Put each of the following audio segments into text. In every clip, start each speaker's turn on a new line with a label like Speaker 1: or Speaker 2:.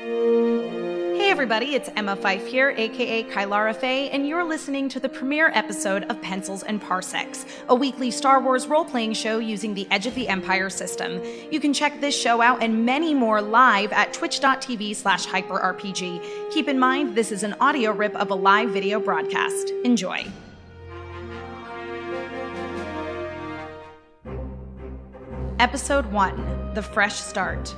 Speaker 1: Hey everybody, it's Emma Fife here, aka Kylara Faye, and you're listening to the premiere episode of Pencils and Parsecs, a weekly Star Wars role-playing show using the Edge of the Empire system. You can check this show out and many more live at twitch.tv slash hyperrpg. Keep in mind, this is an audio rip of a live video broadcast. Enjoy. Episode 1, The Fresh Start.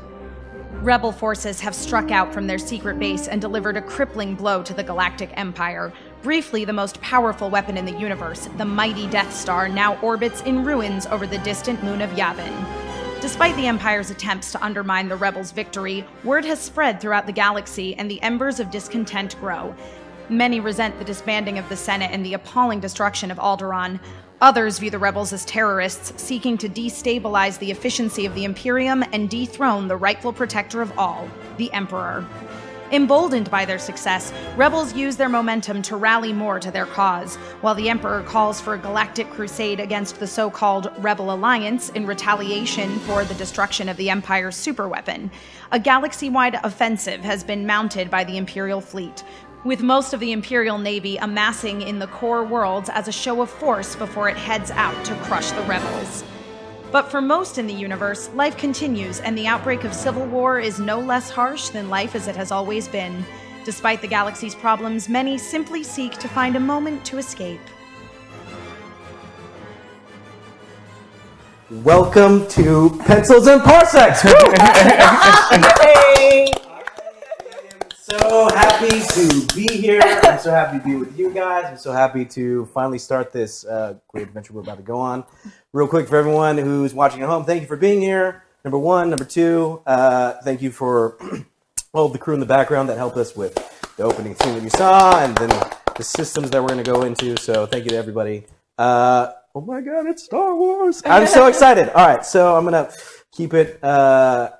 Speaker 1: Rebel forces have struck out from their secret base and delivered a crippling blow to the Galactic Empire. Briefly, the most powerful weapon in the universe, the mighty Death Star, now orbits in ruins over the distant moon of Yavin. Despite the Empire's attempts to undermine the Rebels' victory, word has spread throughout the galaxy and the embers of discontent grow. Many resent the disbanding of the Senate and the appalling destruction of Alderaan. Others view the rebels as terrorists seeking to destabilize the efficiency of the Imperium and dethrone the rightful protector of all, the Emperor. Emboldened by their success, rebels use their momentum to rally more to their cause, while the Emperor calls for a galactic crusade against the so called Rebel Alliance in retaliation for the destruction of the Empire's superweapon. A galaxy wide offensive has been mounted by the Imperial fleet, with most of the Imperial Navy amassing in the core worlds as a show of force before it heads out to crush the rebels. But for most in the universe, life continues, and the outbreak of civil war is no less harsh than life as it has always been. Despite the galaxy's problems, many simply seek to find a moment to escape.
Speaker 2: Welcome to Pencils and Parsecs. Woo! Hey! So happy to be here. I'm so happy to be with you guys. I'm so happy to finally start this uh, great adventure we're about to go on. Real quick for everyone who's watching at home, thank you for being here. Number one, number two, uh, thank you for all of the crew in the background that helped us with the opening scene that you saw, and then the systems that we're going to go into. So thank you to everybody. Uh, oh my God, it's Star Wars! I'm so excited. All right, so I'm going to keep it uh,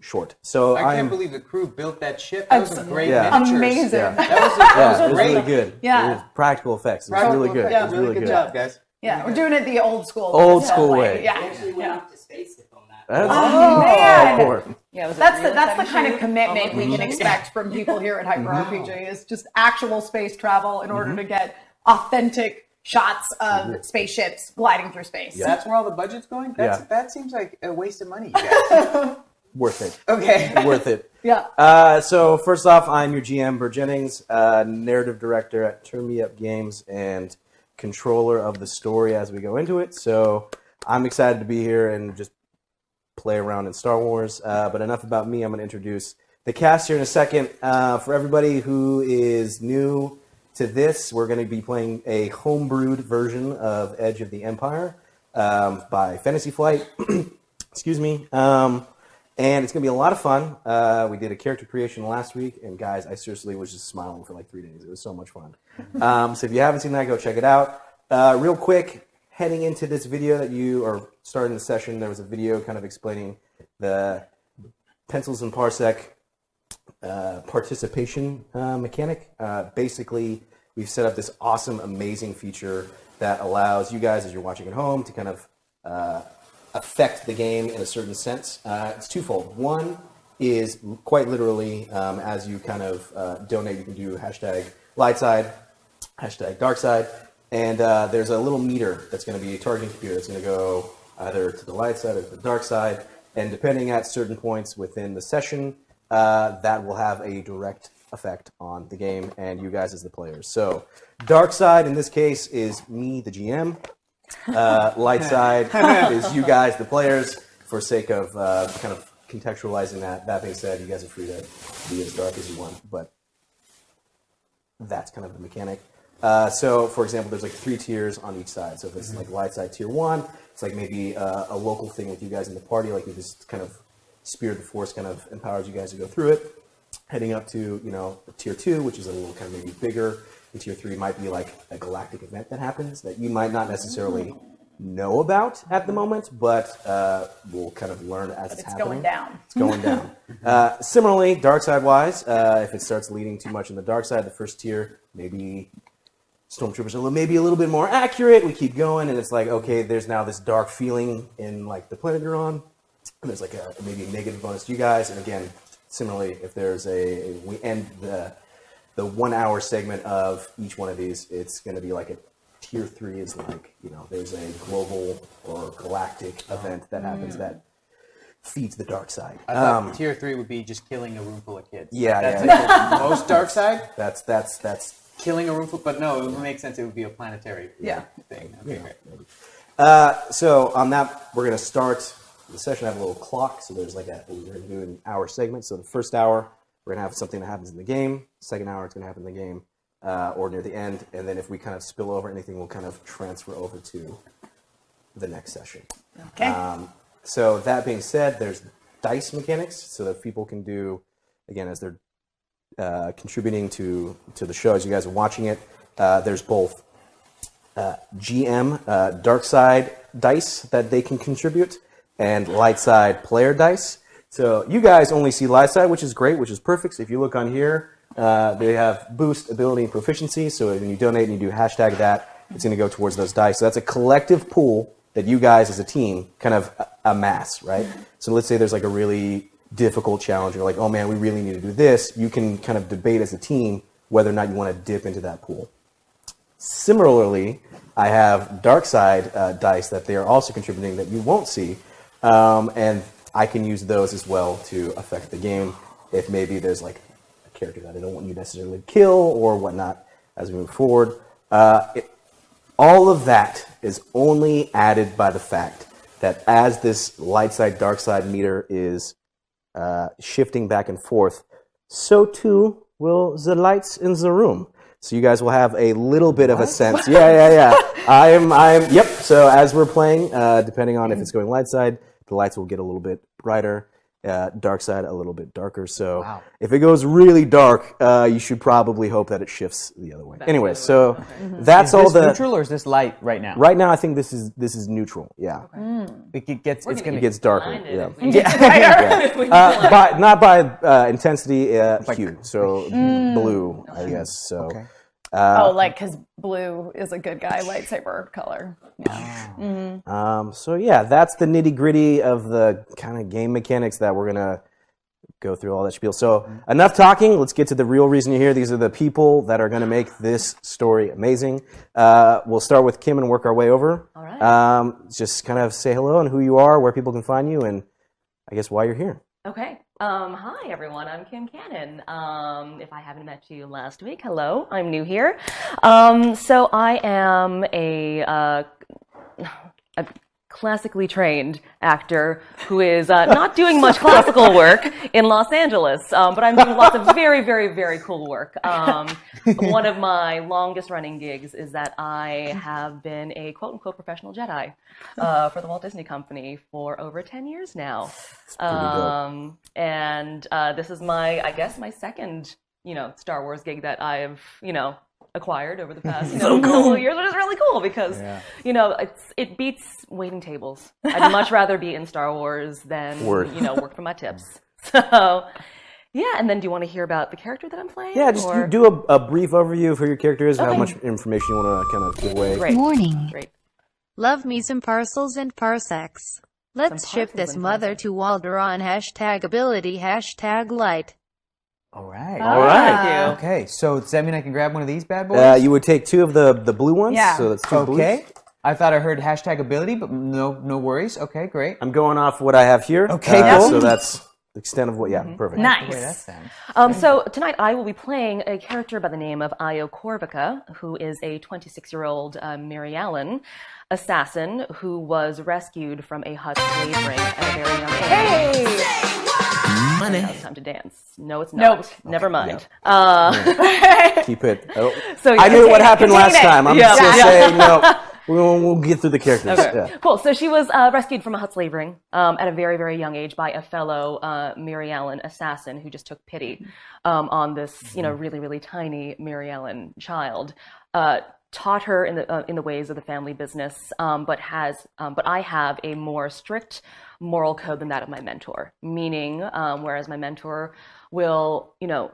Speaker 2: short. So
Speaker 3: I can't
Speaker 2: am
Speaker 3: believe the crew built that ship. That was a
Speaker 4: Absolutely.
Speaker 3: great
Speaker 2: Yeah.
Speaker 3: miniatures.
Speaker 4: Amazing.
Speaker 2: Yeah.
Speaker 3: That was, that
Speaker 2: Yeah, it was
Speaker 3: great.
Speaker 2: really good.
Speaker 4: Yeah.
Speaker 2: It was practical effects. It was really good.
Speaker 3: Yeah,
Speaker 2: it was
Speaker 3: really, good, job, guys.
Speaker 4: Yeah, we're doing it the old school
Speaker 2: Old school way.
Speaker 4: Yeah.
Speaker 5: actually went out to space with on that.
Speaker 2: That's
Speaker 4: Oh, man.
Speaker 2: hardcore.
Speaker 5: Yeah, was
Speaker 4: That's the, that's the kind of commitment we can expect from people here at Hyper RPG is just actual space travel in order to get authentic shots of spaceships gliding through space.
Speaker 3: That's where all the budget's going. That's,
Speaker 2: Yeah.
Speaker 3: That seems like a waste of money, you guys.
Speaker 2: worth it.
Speaker 3: okay.
Speaker 2: worth it.
Speaker 4: Yeah.
Speaker 2: Uh, so first off, I'm your GM, Burr Jennings, uh, narrative director at Turn Me Up Games and controller of the story as we go into it. So I'm excited to be here and just play around in Star Wars. Uh, but enough about me. I'm going to introduce the cast here in a second. Uh, for everybody who is new to this, we're going to be playing a homebrewed version of Edge of the Empire um, by Fantasy Flight. Excuse me. Um, and it's going to be a lot of fun. Uh, we did a character creation last week, and guys, I seriously was just smiling for like three days. It was so much fun. Um, so if you haven't seen that, go check it out. Uh, real quick, heading into this video that you are starting the session, there was a video kind of explaining the pencils and parsec uh, participation uh, mechanic. Uh, basically, we've set up this awesome, amazing feature that allows you guys, as you're watching at home, to kind of uh, affect the game in a certain sense. Uh, it's twofold. One is quite literally, um, as you kind of uh, donate, you can do hashtag light side, hashtag dark side and uh, there's a little meter that's going to be a targeting computer that's going to go either to the light side or to the dark side and depending at certain points within the session uh, that will have a direct effect on the game and you guys as the players so dark side in this case is me the gm uh, light side is you guys the players for sake of uh, kind of contextualizing that that being said you guys are free to be as dark as you want but that's kind of the mechanic. Uh, so, for example, there's like three tiers on each side. So, if it's
Speaker 4: Mm-hmm.
Speaker 2: like light side tier one, it's like maybe uh, a local thing with you guys in the party, like you just kind of spirit of the force kind of empowers you guys to go through it. Heading up to you know tier two, which is a little kind of maybe bigger. And tier three might be like a galactic event that happens that you might not necessarily
Speaker 4: Mm-hmm.
Speaker 2: know about at the moment, but uh, we'll kind of learn as it's,
Speaker 4: it's
Speaker 2: happening.
Speaker 4: going down.
Speaker 2: It's going down. uh, similarly, dark side wise, uh, if it starts leading too much in the dark side, the first tier, maybe stormtroopers are a little- maybe a little bit more accurate. We keep going, and it's like, okay, there's now this dark feeling in like the planet you're on. And there's like a, maybe a negative bonus to you guys, and again, similarly, if there's a we end the the one hour segment of each one of these, it's going to be like a tier three is like you know there's a global or galactic event that happens that feeds the dark side.
Speaker 3: Mm. I thought tier three would be just killing a room full of kids.
Speaker 2: Um, Yeah,
Speaker 3: that's
Speaker 2: yeah.
Speaker 3: like the most dark side.
Speaker 2: That's that's that's
Speaker 3: Killing a room full, but no, it would make sense. It would be a planetary
Speaker 4: Yeah.
Speaker 3: thing. Okay, great.
Speaker 2: So on that, we're gonna start the session. I have a little clock, so there's like a we're gonna do an hour segment. So the first hour, we're gonna have something that happens in the game. Second hour, it's gonna happen in the game uh, or near the end. And then if we kind of spill over anything, we'll kind of transfer over to the next session.
Speaker 4: Okay.
Speaker 2: Um, so that being said, there's dice mechanics, so that people can do again as they're uh, contributing to to the show as you guys are watching it. Uh, there's both GM uh, dark side dice that they can contribute and light side player dice. So you guys only see light side, which is great, which is perfect. So if you look on here, uh, they have boost, ability, and proficiency. So when you donate and you do hashtag that, it's going to go towards those dice. So that's a collective pool that you guys as a team kind of a- amass, right? So let's say there's like a really difficult challenge. You're like, oh man, we really need to do this. You can kind of debate as a team whether or not you want to dip into that pool. Similarly, I have dark side uh, dice that they are also contributing that you won't see, um, and I can use those as well to affect the game if maybe there's like a character that I don't want you necessarily to kill or whatnot as we move forward. Uh, it, all of that is only added by the fact that as this light side dark side meter is uh, shifting back and forth, so too will the lights in the room. So you guys will have a little bit of a sense. Yeah, yeah, yeah. I am, I am. Yep. So as we're playing, uh, depending on if it's going light side, the lights will get a little bit brighter. Uh, dark side a little bit darker. So if it goes really dark, uh, you should probably hope that it shifts the other way. anyway, so that's all
Speaker 6: Is
Speaker 2: the
Speaker 6: this neutral or is this light right now?
Speaker 2: Right now, I think this is this is neutral. Yeah,
Speaker 6: It ge- gets. It's gonna
Speaker 2: it gets darker.
Speaker 5: Blinded if
Speaker 2: Yeah,
Speaker 5: we did
Speaker 2: uh, by, not by uh, intensity, uh, hue. So blue, I guess. So
Speaker 4: oh, like because blue is a good guy lightsaber color. Yeah.
Speaker 2: Um, so yeah, that's the nitty gritty of the kind of game mechanics that we're gonna go through all that spiel. So enough talking. Let's get to the real reason you're here. These are the people that are gonna make this story amazing. Uh, we'll start with Kim and work our way over. All
Speaker 7: right.
Speaker 2: Um, just kind of say hello and who you are, where people can find you, and I guess why you're here.
Speaker 7: Okay. Um, hi, everyone. I'm Kim Cannon. Um, if I haven't met you last week, hello. I'm new here. Um, so I am a, uh, a classically trained actor who is uh, not doing much classical work in Los Angeles, um, but I'm doing lots of very, very, very cool work. Um, one of my longest running gigs is that I have been a quote unquote professional Jedi uh, for the Walt Disney Company for over 10 years now.
Speaker 2: dope.
Speaker 7: Um, and uh, this is my, I guess, my second, you know, Star Wars gig that I've, you know, acquired over the past you know, couple of years, which is really cool because, you know, it's it beats waiting tables. I'd much rather be in Star Wars than,
Speaker 2: Word.
Speaker 7: you know, work for my tips. So, yeah. And then, do you want to hear about the character that I'm playing?
Speaker 2: Yeah, just
Speaker 7: or-
Speaker 2: do a, a brief overview of who your character is, and how
Speaker 7: Okay.
Speaker 2: much information you want to kind of give away.
Speaker 7: Great.
Speaker 8: Warning.
Speaker 7: Great.
Speaker 8: Love me some parcels and parsecs. Let's
Speaker 7: Some
Speaker 8: ship
Speaker 7: parcels
Speaker 8: this
Speaker 7: and
Speaker 8: mother
Speaker 7: parsecs.
Speaker 8: to Alderaan. Hashtag ability. Hashtag light.
Speaker 6: All right.
Speaker 7: All right.
Speaker 6: Okay. So does that mean I can grab one of these bad boys?
Speaker 2: Uh, you would take two of the the blue ones,
Speaker 4: Yeah.
Speaker 2: so that's two blues.
Speaker 6: okay. I thought I heard hashtag ability, but no, no worries. Okay, great.
Speaker 2: I'm going off what I have here. Uh,
Speaker 6: Okay, cool.
Speaker 2: So that's the extent of what. Yeah,
Speaker 7: Mm-hmm.
Speaker 2: perfect.
Speaker 6: The way that
Speaker 1: Nice.
Speaker 6: sounds.
Speaker 7: Um, so tonight I will be playing a character by the name of Io Korvica, who is a 26-year-old uh, Mary Allen assassin who was rescued from a hut slave ring at a very young age. Money. Now it's time to dance. No, it's not.
Speaker 4: Nope.
Speaker 7: Never mind. Uh,
Speaker 2: Keep it. I, don't-
Speaker 7: so
Speaker 2: I
Speaker 7: yeah.
Speaker 2: knew what happened
Speaker 4: Contain
Speaker 2: last
Speaker 4: it.
Speaker 2: time. I'm
Speaker 7: Yeah.
Speaker 2: just gonna say no. We'll, we'll get through the characters.
Speaker 7: Okay.
Speaker 2: Yeah.
Speaker 7: Cool. So she was uh, rescued from a hut slave ring um, at a very, very young age by a fellow uh, Mary Ellen assassin who just took pity um, on this, you know, really, really tiny Mary Ellen child. Uh, taught her in the uh, in the ways of the family business, um, but has, um, but I have a more strict moral code than that of my mentor. Meaning, um, whereas my mentor will, you know,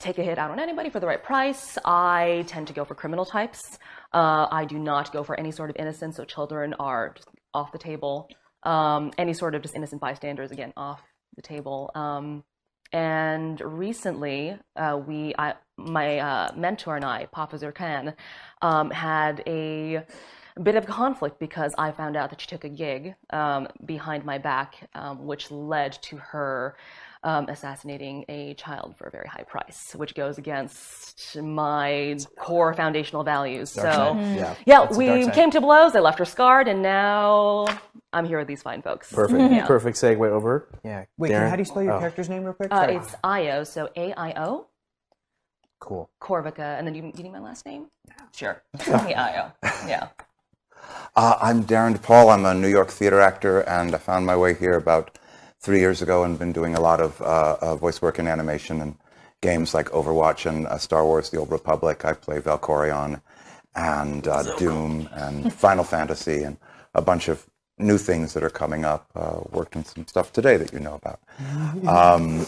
Speaker 7: take a hit out on anybody for the right price. I tend to go for criminal types. Uh, I do not go for any sort of innocent, so children are just off the table. Um, any sort of just innocent bystanders, again, off the table. Um, and recently, uh, we, I, my uh, mentor and I, Papa Zurkan, um, had a bit of conflict because I found out that she took a gig um, behind my back, um, which led to her um, assassinating a child for a very high price, which goes against my core foundational values.
Speaker 2: Dark
Speaker 7: so.
Speaker 2: Knight, Yeah.
Speaker 7: Yeah,
Speaker 2: That's a dark
Speaker 7: we
Speaker 2: side.
Speaker 7: came to blows. I left her scarred, and now I'm here with these fine folks.
Speaker 2: Perfect.
Speaker 7: Yeah.
Speaker 2: Perfect segue over.
Speaker 9: Yeah. Wait, can,
Speaker 2: Darren?
Speaker 9: how do you spell your
Speaker 2: Oh.
Speaker 9: character's name real quick?
Speaker 7: Uh,
Speaker 9: Sorry.
Speaker 7: it's Io, so A I O
Speaker 9: cool.
Speaker 7: Corvica, and then you, you need my last name. Sure, Hey, Io. Yeah.
Speaker 10: Uh, I'm Darren DePaul. I'm a New York theater actor, and I found my way here about three years ago and been doing a lot of uh, uh, voice work in animation and games like Overwatch and uh, Star Wars The Old Republic. I play Valkorion and uh, Doom and Final Fantasy and a bunch of new things that are coming up. Uh, worked on some stuff today that you know about. Um,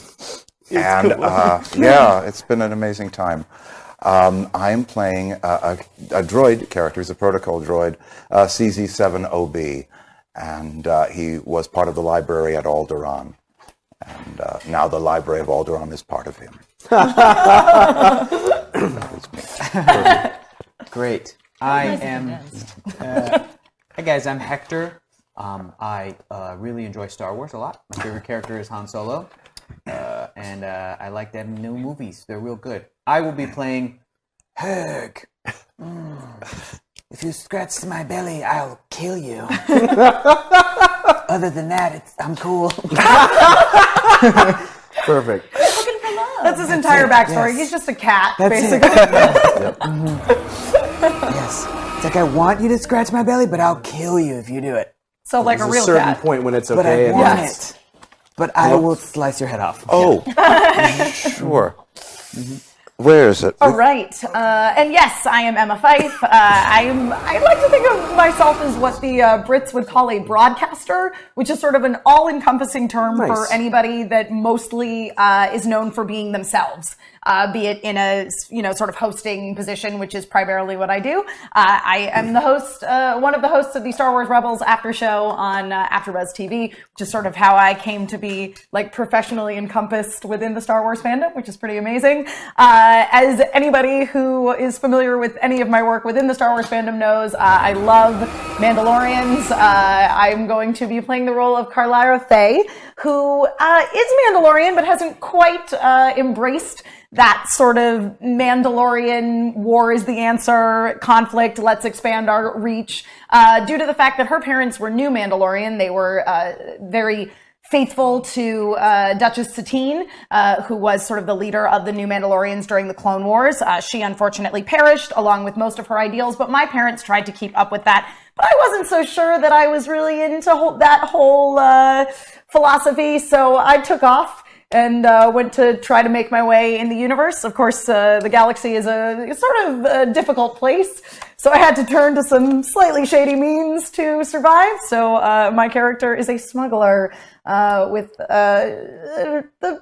Speaker 10: and uh, yeah, it's been an amazing time. Um, I'm playing uh, a, a droid character, he's a protocol droid, uh, CZ7OB, and uh, he was part of the library at Alderaan. And uh, now the library of Alderaan is part of him.
Speaker 9: Great. I am. uh, hi guys, I'm Hector.
Speaker 3: Um, I uh, really enjoy Star Wars a lot. My favorite character is Han Solo, uh, and uh, I like them new movies. They're real good. I will be playing Herg. Mm. If you scratch my belly, I'll kill you. Other than that, it's, I'm cool.
Speaker 2: Perfect.
Speaker 1: That's his entire backstory.
Speaker 9: yes.
Speaker 1: He's just a cat,
Speaker 9: That's
Speaker 1: basically.
Speaker 9: it. yes. It's like I want you to scratch my belly, but I'll kill you if you do it.
Speaker 1: So like a
Speaker 2: There's a
Speaker 1: real
Speaker 2: certain
Speaker 1: cat.
Speaker 2: point when it's
Speaker 9: But
Speaker 2: okay.
Speaker 9: I
Speaker 2: and
Speaker 9: want
Speaker 2: then-
Speaker 9: it. But I will slice your head off.
Speaker 10: Oh, sure. Mm-hmm. Where is it?
Speaker 1: All right, uh, and yes, I am Emma Fife. Uh, I'm. I like to think of myself as what the uh, Brits would call a broadcaster, which is sort of an all-encompassing term
Speaker 2: Nice.
Speaker 1: for anybody that mostly uh, is known for being themselves. Uh, be it in a you know sort of hosting position, which is primarily what I do. Uh, I am the host, uh, one of the hosts of the Star Wars Rebels after show on uh, AfterBuzz TV, which is sort of how I came to be like professionally encompassed within the Star Wars fandom, which is pretty amazing. Uh, as anybody who is familiar with any of my work within the Star Wars fandom knows, uh, I love Mandalorians. Uh, I'm going to be playing the role of Carlyra Thay, who uh, is Mandalorian but hasn't quite uh, embraced that sort of Mandalorian war is the answer conflict. Let's expand our reach. Uh, due to the fact that her parents were new Mandalorian, they were uh, very faithful to uh, Duchess Satine, uh, who was sort of the leader of the new Mandalorians during the Clone Wars. Uh, she unfortunately perished along with most of her ideals, but my parents tried to keep up with that. But I wasn't so sure that I was really into whole, that whole uh, philosophy, so I took off and uh, went to try to make my way in the universe. Of course, uh, the galaxy is a sort of a difficult place, so I had to turn to some slightly shady means to survive. So uh, my character is a smuggler uh, with uh, the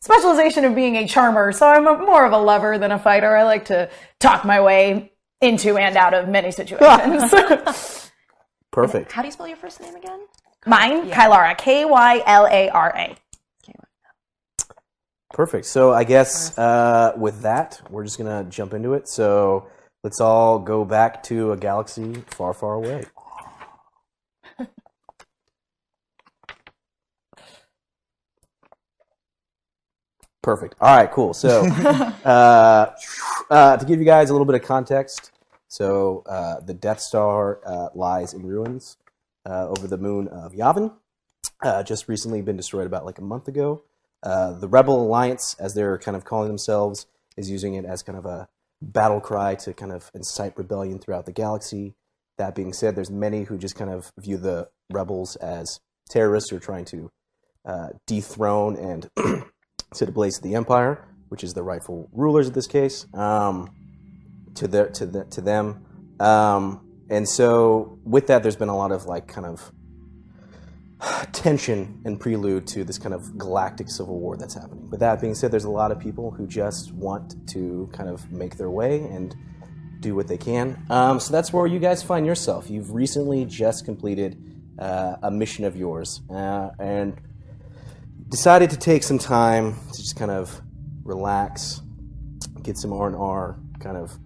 Speaker 1: specialization of being a charmer. So I'm a, more of a lover than a fighter. I like to talk my way into and out of many situations.
Speaker 2: Perfect.
Speaker 7: How do you spell your first name again?
Speaker 1: Mine, Kylara, K Y L A R A.
Speaker 2: Perfect. So I guess uh, with that, we're just gonna jump into it. So let's all go back to a galaxy far, far away. Perfect. All right. Cool. So uh, uh, to give you guys a little bit of context, so uh, the Death Star uh, lies in ruins uh, over the moon of Yavin. Uh, just recently been destroyed about like a month ago. Uh, the Rebel Alliance, as they're kind of calling themselves, is using it as kind of a battle cry to kind of incite rebellion throughout the galaxy. That being said, there's many who just kind of view the rebels as terrorists who are trying to uh, dethrone and set ablaze the empire, which is the rightful rulers of this case. Um, to their to the, to them, um, and so with that, there's been a lot of like kind of tension and prelude to this kind of galactic civil war that's happening. But that being said, there's a lot of people who just want to kind of make their way and do what they can. Um, so that's where you guys find yourself. You've recently just completed uh, a mission of yours, uh, and decided to take some time just kind of relax, get some R and R, kind of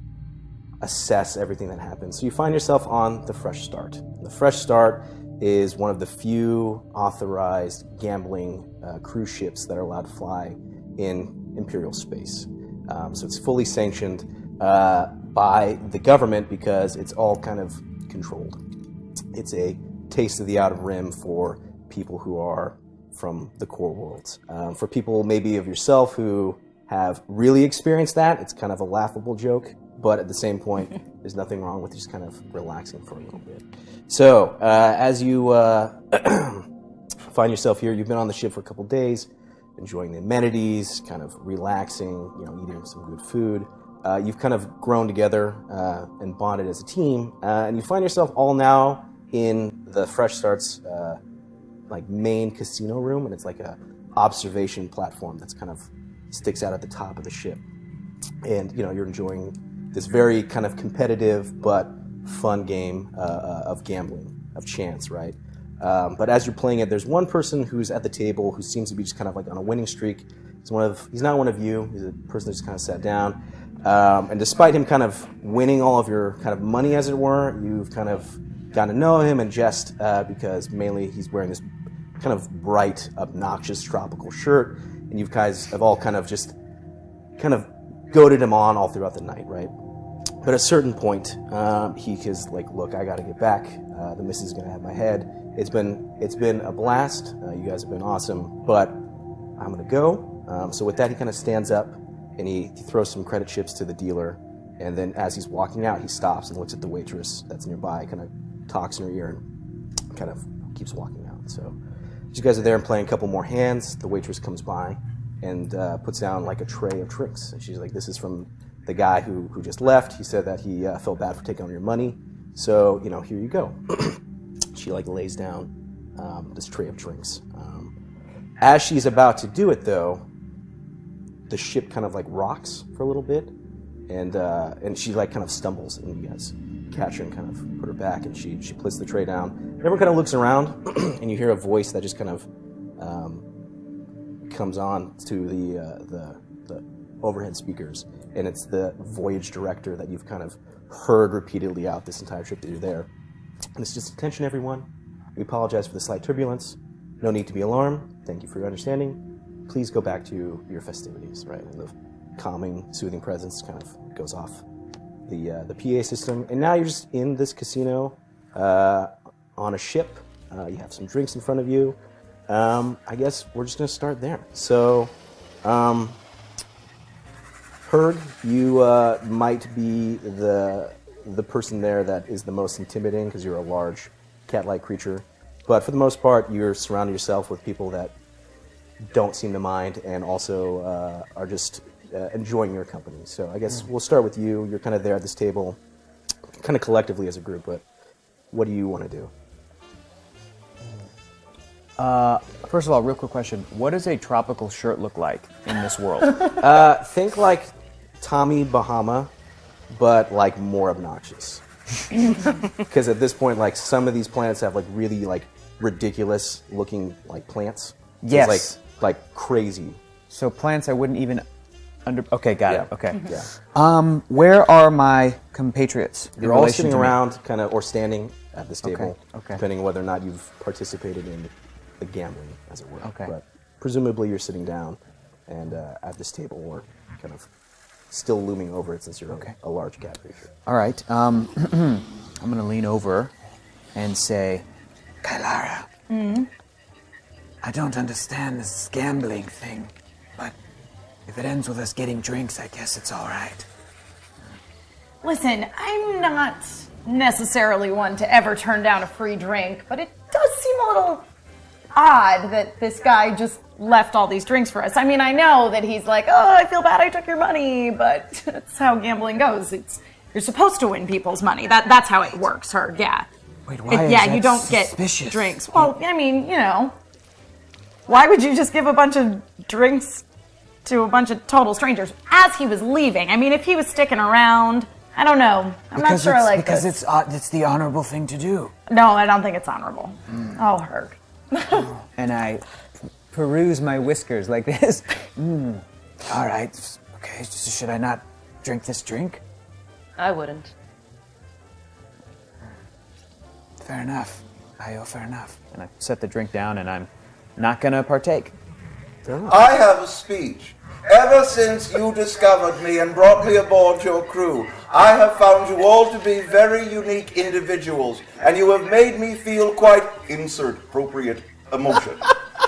Speaker 2: assess everything that happened. So you find yourself on the Fresh Start. The Fresh Start is one of the few authorized gambling uh, cruise ships that are allowed to fly in Imperial space. Um, so it's fully sanctioned uh, by the government because it's all kind of controlled. It's a taste of the outer rim for people who are from the core worlds. Um, for people maybe of yourself who have really experienced that, it's kind of a laughable joke but at the same point, there's nothing wrong with just kind of relaxing for a little bit. So, uh, as you uh, find yourself here, you've been on the ship for a couple days, enjoying the amenities, kind of relaxing, you know, eating some good food. Uh, you've kind of grown together uh, and bonded as a team, uh, and you find yourself all now in the Fresh Starts uh, like main casino room, and it's like a observation platform that's kind of sticks out at the top of the ship. And you know you're enjoying this very kind of competitive but fun game uh, uh, of gambling, of chance, right? Um, but as you're playing it, there's one person who's at the table who seems to be just kind of like on a winning streak. He's one of he's not one of you. He's a person that's kind of sat down. Um, and despite him kind of winning all of your kind of money, as it were, you've kind of gotten to know him and jest uh, because mainly he's wearing this kind of bright, obnoxious tropical shirt, and you guys have all kind of just kind of goaded him on all throughout the night, right? But at a certain point, um, he is like, "Look, I got to get back. Uh, the missus is gonna have my head. It's been it's been a blast. Uh, you guys have been awesome, but I'm gonna go." Um, so with that, he kind of stands up and he, he throws some credit chips to the dealer, and then as he's walking out, he stops and looks at the waitress that's nearby, kind of talks in her ear, and kind of keeps walking out. So you guys are there and playing a couple more hands. The waitress comes by and uh, puts down like a tray of drinks. And she's like, "This is from the guy who, who just left. He said that he uh, felt bad for taking all your money. So you know, here you go." she like lays down um, this tray of drinks. Um, as she's about to do it, though, the ship kind of like rocks for a little bit, and uh, and she like kind of stumbles, and you guys catch her and kind of put her back, and she she puts the tray down. Everyone kind of looks around, and you hear a voice that just kind of. Um, comes on to the, uh, the the overhead speakers, and it's the voyage director that you've kind of heard repeatedly out this entire trip that you're there. And it's just attention, everyone. We apologize for the slight turbulence. No need to be alarmed. Thank you for your understanding. Please go back to your festivities. Right, and the calming, soothing presence kind of goes off the uh, the PA system, and now you're just in this casino uh, on a ship. Uh, you have some drinks in front of you. Um, I guess we're just gonna start there. So, um, Herg, you uh, might be the the person there that is the most intimidating because you're a large cat-like creature, but for the most part, you're surrounding yourself with people that don't seem to mind and also uh, are just uh, enjoying your company. So I guess we'll start with you. You're kind of there at this table, kind of collectively as a group. But what do you want to do?
Speaker 3: Uh, first of all, real quick question: What does a tropical shirt look like in this world?
Speaker 2: Uh, think like Tommy Bahama, but like more obnoxious. Because at this point, like some of these planets have like really like ridiculous looking like plants. It's,
Speaker 3: Yes.
Speaker 2: like like crazy.
Speaker 3: so plants I wouldn't even under. Okay, got it.
Speaker 2: Yeah.
Speaker 3: Okay.
Speaker 2: Yeah,
Speaker 3: Um, where are my compatriots? in
Speaker 2: you're all
Speaker 3: relation
Speaker 2: sitting
Speaker 3: to me?
Speaker 2: around, kind of or standing at this table,
Speaker 3: okay.
Speaker 2: depending whether or not you've participated in the gambling, as it were.
Speaker 3: Okay.
Speaker 2: but presumably you're sitting down and uh, at this table, or kind of still looming over it since you're
Speaker 3: Okay.
Speaker 2: a large cat creature.
Speaker 3: All right. Um, I'm gonna lean over and say,
Speaker 6: Kylara. I don't understand this gambling thing, but if it ends with us getting drinks, I guess it's all right.
Speaker 4: Listen, I'm not necessarily one to ever turn down a free drink, but it does seem a little odd that this guy just left all these drinks for us. I mean, I know that he's like, "Oh, I feel bad I took your money," but that's how gambling goes. It's you're supposed to win people's money. That that's how it works, her. Yeah.
Speaker 6: Wait, why is
Speaker 4: yeah,
Speaker 6: that
Speaker 4: you don't
Speaker 6: suspicious?
Speaker 4: get drinks. Well, I mean, you know, why would you just give a bunch of drinks to a bunch of total strangers as he was leaving? I mean, if he was sticking around, I don't know. I'm not
Speaker 6: Because
Speaker 4: sure I
Speaker 6: it's,
Speaker 4: like
Speaker 6: because
Speaker 4: this.
Speaker 6: it's uh, it's the honorable thing to do.
Speaker 4: No, I don't think it's honorable. Oh, Herg.
Speaker 3: and I
Speaker 6: peruse my whiskers like this. Mm. All right. Okay. So should I not drink this drink?
Speaker 7: I wouldn't.
Speaker 6: Fair enough. Io, fair enough. And I set the drink down, and I'm not gonna partake.
Speaker 10: I have a speech. Ever since you discovered me and brought me aboard your crew, I have found you all to be very unique individuals, and you have made me feel quite insert appropriate emotion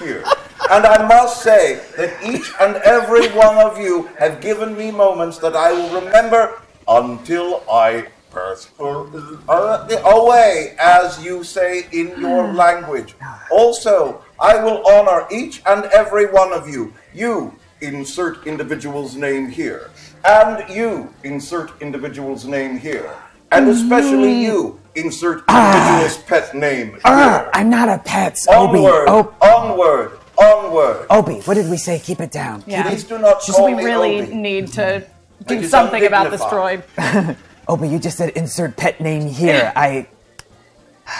Speaker 10: here. And I must say that each and every one of you have given me moments that I will remember until I pass away, as you say in
Speaker 6: Mm.
Speaker 10: your language.
Speaker 6: Ah.
Speaker 10: Also, I will honor each and every one of you. You, insert individual's name here. And you, insert individual's name here. And
Speaker 6: Mm.
Speaker 10: especially you, insert individual's pet name
Speaker 6: Ah,
Speaker 10: here.
Speaker 6: I'm Oh. not a pet. Obi.
Speaker 10: Onward,
Speaker 6: Op-
Speaker 10: onward, onward.
Speaker 6: Obi. What did we say? Keep it down.
Speaker 10: Please do not
Speaker 4: Just
Speaker 10: call
Speaker 4: we
Speaker 10: me
Speaker 4: really
Speaker 10: Obi.
Speaker 4: need to
Speaker 10: Like,
Speaker 4: do
Speaker 10: it's
Speaker 4: something about this droid.
Speaker 10: undignified.
Speaker 6: Obi, you just said insert pet name here. I.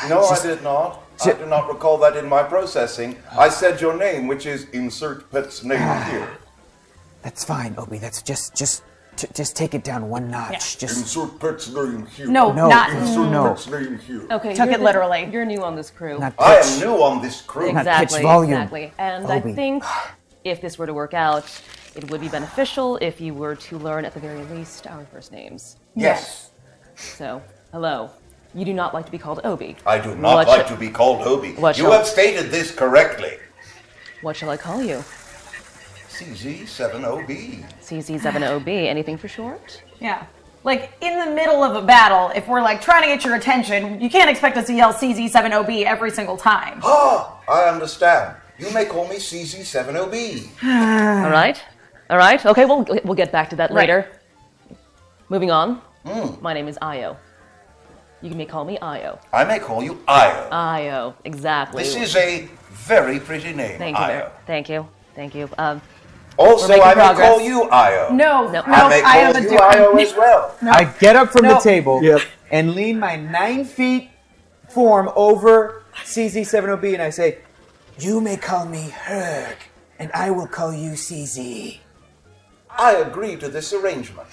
Speaker 10: No, I did not. I do not recall that in my processing. I said your name, which is insert pet's name here.
Speaker 6: That's fine, Obi. That's just just j- just take it down one notch. Just
Speaker 10: Insert pet's name here.
Speaker 4: No,
Speaker 6: No.
Speaker 4: not
Speaker 10: Insert
Speaker 6: No.
Speaker 10: pet's name here.
Speaker 7: Okay.
Speaker 4: Took
Speaker 7: you're
Speaker 4: it
Speaker 7: the-
Speaker 4: literally.
Speaker 7: You're new on this crew.
Speaker 6: not
Speaker 10: I am
Speaker 6: pitch.
Speaker 10: new on this crew.
Speaker 6: Not
Speaker 7: exactly.
Speaker 6: pitch volume.
Speaker 7: Exactly. And
Speaker 6: Obi.
Speaker 7: I think if this were to work out, it would be beneficial if you were to learn at the very least our first names.
Speaker 10: Yes.
Speaker 7: So, hello. You do not like to be called Obi.
Speaker 10: I do not
Speaker 7: What
Speaker 10: like
Speaker 7: shall-
Speaker 10: to be called Obi.
Speaker 7: What
Speaker 10: you
Speaker 7: shall-
Speaker 10: have stated this correctly.
Speaker 7: What shall I call you?
Speaker 10: CZ70B.
Speaker 7: CZ7OB. Anything for short?
Speaker 4: Yeah. Like in the middle of a battle, if we're like trying to get your attention, you can't expect us to yell CZ7OB every single time.
Speaker 10: Ah, I understand. You may call me CZ70B.
Speaker 7: All right. All right. Okay. We'll we'll get back to that
Speaker 4: Right.
Speaker 7: later. Moving on.
Speaker 10: Mm.
Speaker 7: My name is Io. You may call me Io.
Speaker 10: I may call you
Speaker 7: Uh,
Speaker 10: Io.
Speaker 7: Io. Exactly.
Speaker 10: This is a very pretty name,
Speaker 7: Thank you.
Speaker 10: Io.
Speaker 7: Very, thank you. Thank you. Um,
Speaker 10: Also,
Speaker 7: We're making
Speaker 10: I may
Speaker 7: progress.
Speaker 10: call you Io.
Speaker 4: No,
Speaker 7: No. Uh,
Speaker 4: no,
Speaker 10: I may
Speaker 4: I have a
Speaker 10: call you Io as
Speaker 4: different.
Speaker 10: well.
Speaker 6: I get up from the table
Speaker 2: Yep.
Speaker 6: and lean my nine feet form over CZ70B and I say, You may call me Herg, and I will call you CZ.
Speaker 10: I agree to this arrangement.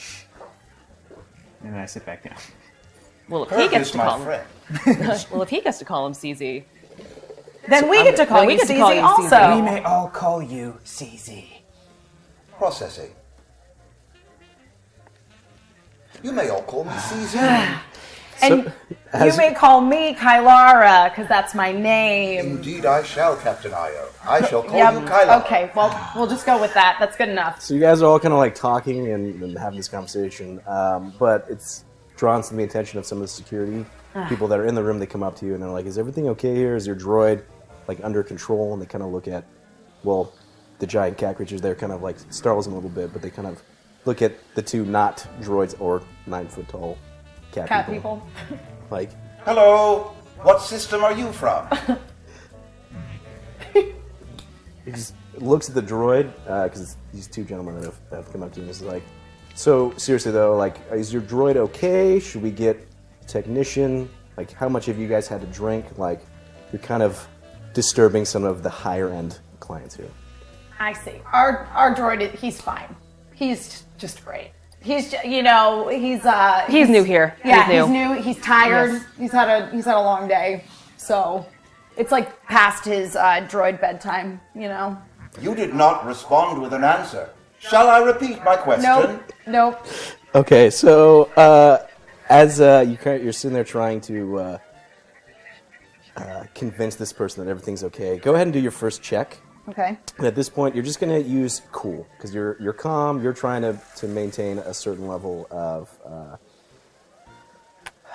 Speaker 6: And then I sit back down.
Speaker 7: well, if he
Speaker 10: Kirk
Speaker 7: gets
Speaker 10: is
Speaker 7: to
Speaker 10: my
Speaker 7: call him.
Speaker 10: friend.
Speaker 7: Well, if he gets to call him CZ.
Speaker 4: Then we get to call
Speaker 7: Then we
Speaker 4: you
Speaker 7: get to
Speaker 4: CZ
Speaker 7: call you CZ.
Speaker 6: We
Speaker 4: also.
Speaker 6: may all call you CZ.
Speaker 10: Processing. You may all call me CZ.
Speaker 4: And you may call me Kylara, because that's my name.
Speaker 10: Indeed, I shall, Captain Io. I shall call
Speaker 4: Yep.
Speaker 10: you Kylo.
Speaker 4: Okay, well, we'll just go with that. That's good enough.
Speaker 2: So you guys are all kind of like talking and, and having this conversation, um, but it's drawn to the attention of some of the security
Speaker 4: Ah.
Speaker 2: people that are in the room. They come up to you and they're like, "Is everything okay here? Is your droid like under control?" And they kind of look at, well, the giant cat creatures there kind of like startles them a little bit, but they kind of look at the two not droids or nine foot tall cat,
Speaker 4: Cat people.
Speaker 2: Like,
Speaker 10: Hello. What system are you from?
Speaker 2: he just looks at the droid because it's these two gentlemen that have, that have come up to him. He's like, "So seriously though, like, is your droid okay? Should we get technician? Like, how much have you guys had to drink? Like, you're kind of disturbing some of the higher end clients here."
Speaker 4: I see. Our our droid, he's fine. He's just great. He's ju- you know he's uh
Speaker 7: He's new here.
Speaker 4: Yeah,
Speaker 7: He's new.
Speaker 4: he's new. He's tired.
Speaker 7: Yes.
Speaker 4: He's had a he's had a long day, so it's like past his uh, droid bedtime. You know.
Speaker 10: You did not respond with an answer. Shall I repeat my question?
Speaker 4: Nope. Nope.
Speaker 2: Okay, so uh, as uh, you kind you're sitting there trying to uh, uh, convince this person that everything's okay, go ahead and do your first check.
Speaker 4: Okay.
Speaker 2: And at this point, you're just going to use cool because you're you're calm. You're trying to, to maintain a certain level of uh,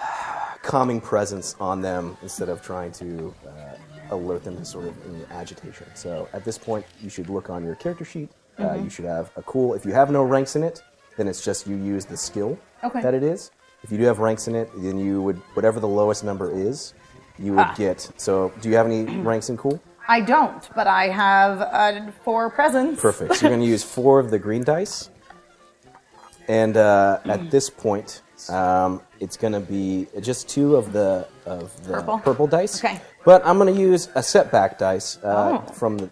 Speaker 2: calming presence on them instead of trying to uh, alert them to sort of any agitation. So at this point, you should look on your character sheet. Uh, you should have a cool. If you have no ranks in it, then it's just you use the skill
Speaker 4: Okay.
Speaker 2: that it is. If you do have ranks in it, then you would whatever the lowest number is, you would get. So do you have any ranks in cool?
Speaker 4: I don't, but I have uh, four presents.
Speaker 2: Perfect. So you're going to use four of the green dice. And uh, at this point, um, it's going to be just two of the of the purple, dice.
Speaker 4: Okay.
Speaker 2: But I'm going to use a setback dice uh, from the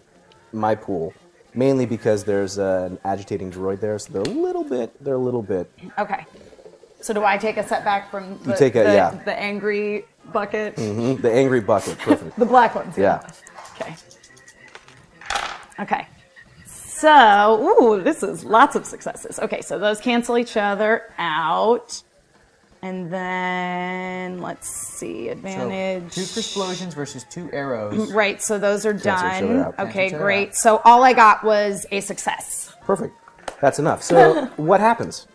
Speaker 2: my pool, mainly because there's uh, an agitating droid there, so they're a little bit they're a little bit
Speaker 1: Okay. So do I take a setback from the,
Speaker 2: take a-
Speaker 1: the,
Speaker 2: yeah.
Speaker 1: the angry bucket?
Speaker 2: mhm, the angry bucket. Perfect.
Speaker 1: The black ones.
Speaker 2: yeah.
Speaker 1: Okay. Okay. So, ooh, this is lots of successes. Okay, so those cancel each other out. And then let's see,
Speaker 3: So,
Speaker 1: advantage.
Speaker 3: two explosions versus two arrows.
Speaker 1: Mm, Right, so those are
Speaker 2: Cancel each other
Speaker 1: done.
Speaker 2: out.
Speaker 1: Okay,
Speaker 3: Cancel each other
Speaker 1: great.
Speaker 3: out.
Speaker 1: So all I got was a success.
Speaker 2: Perfect. That's enough. So what happens?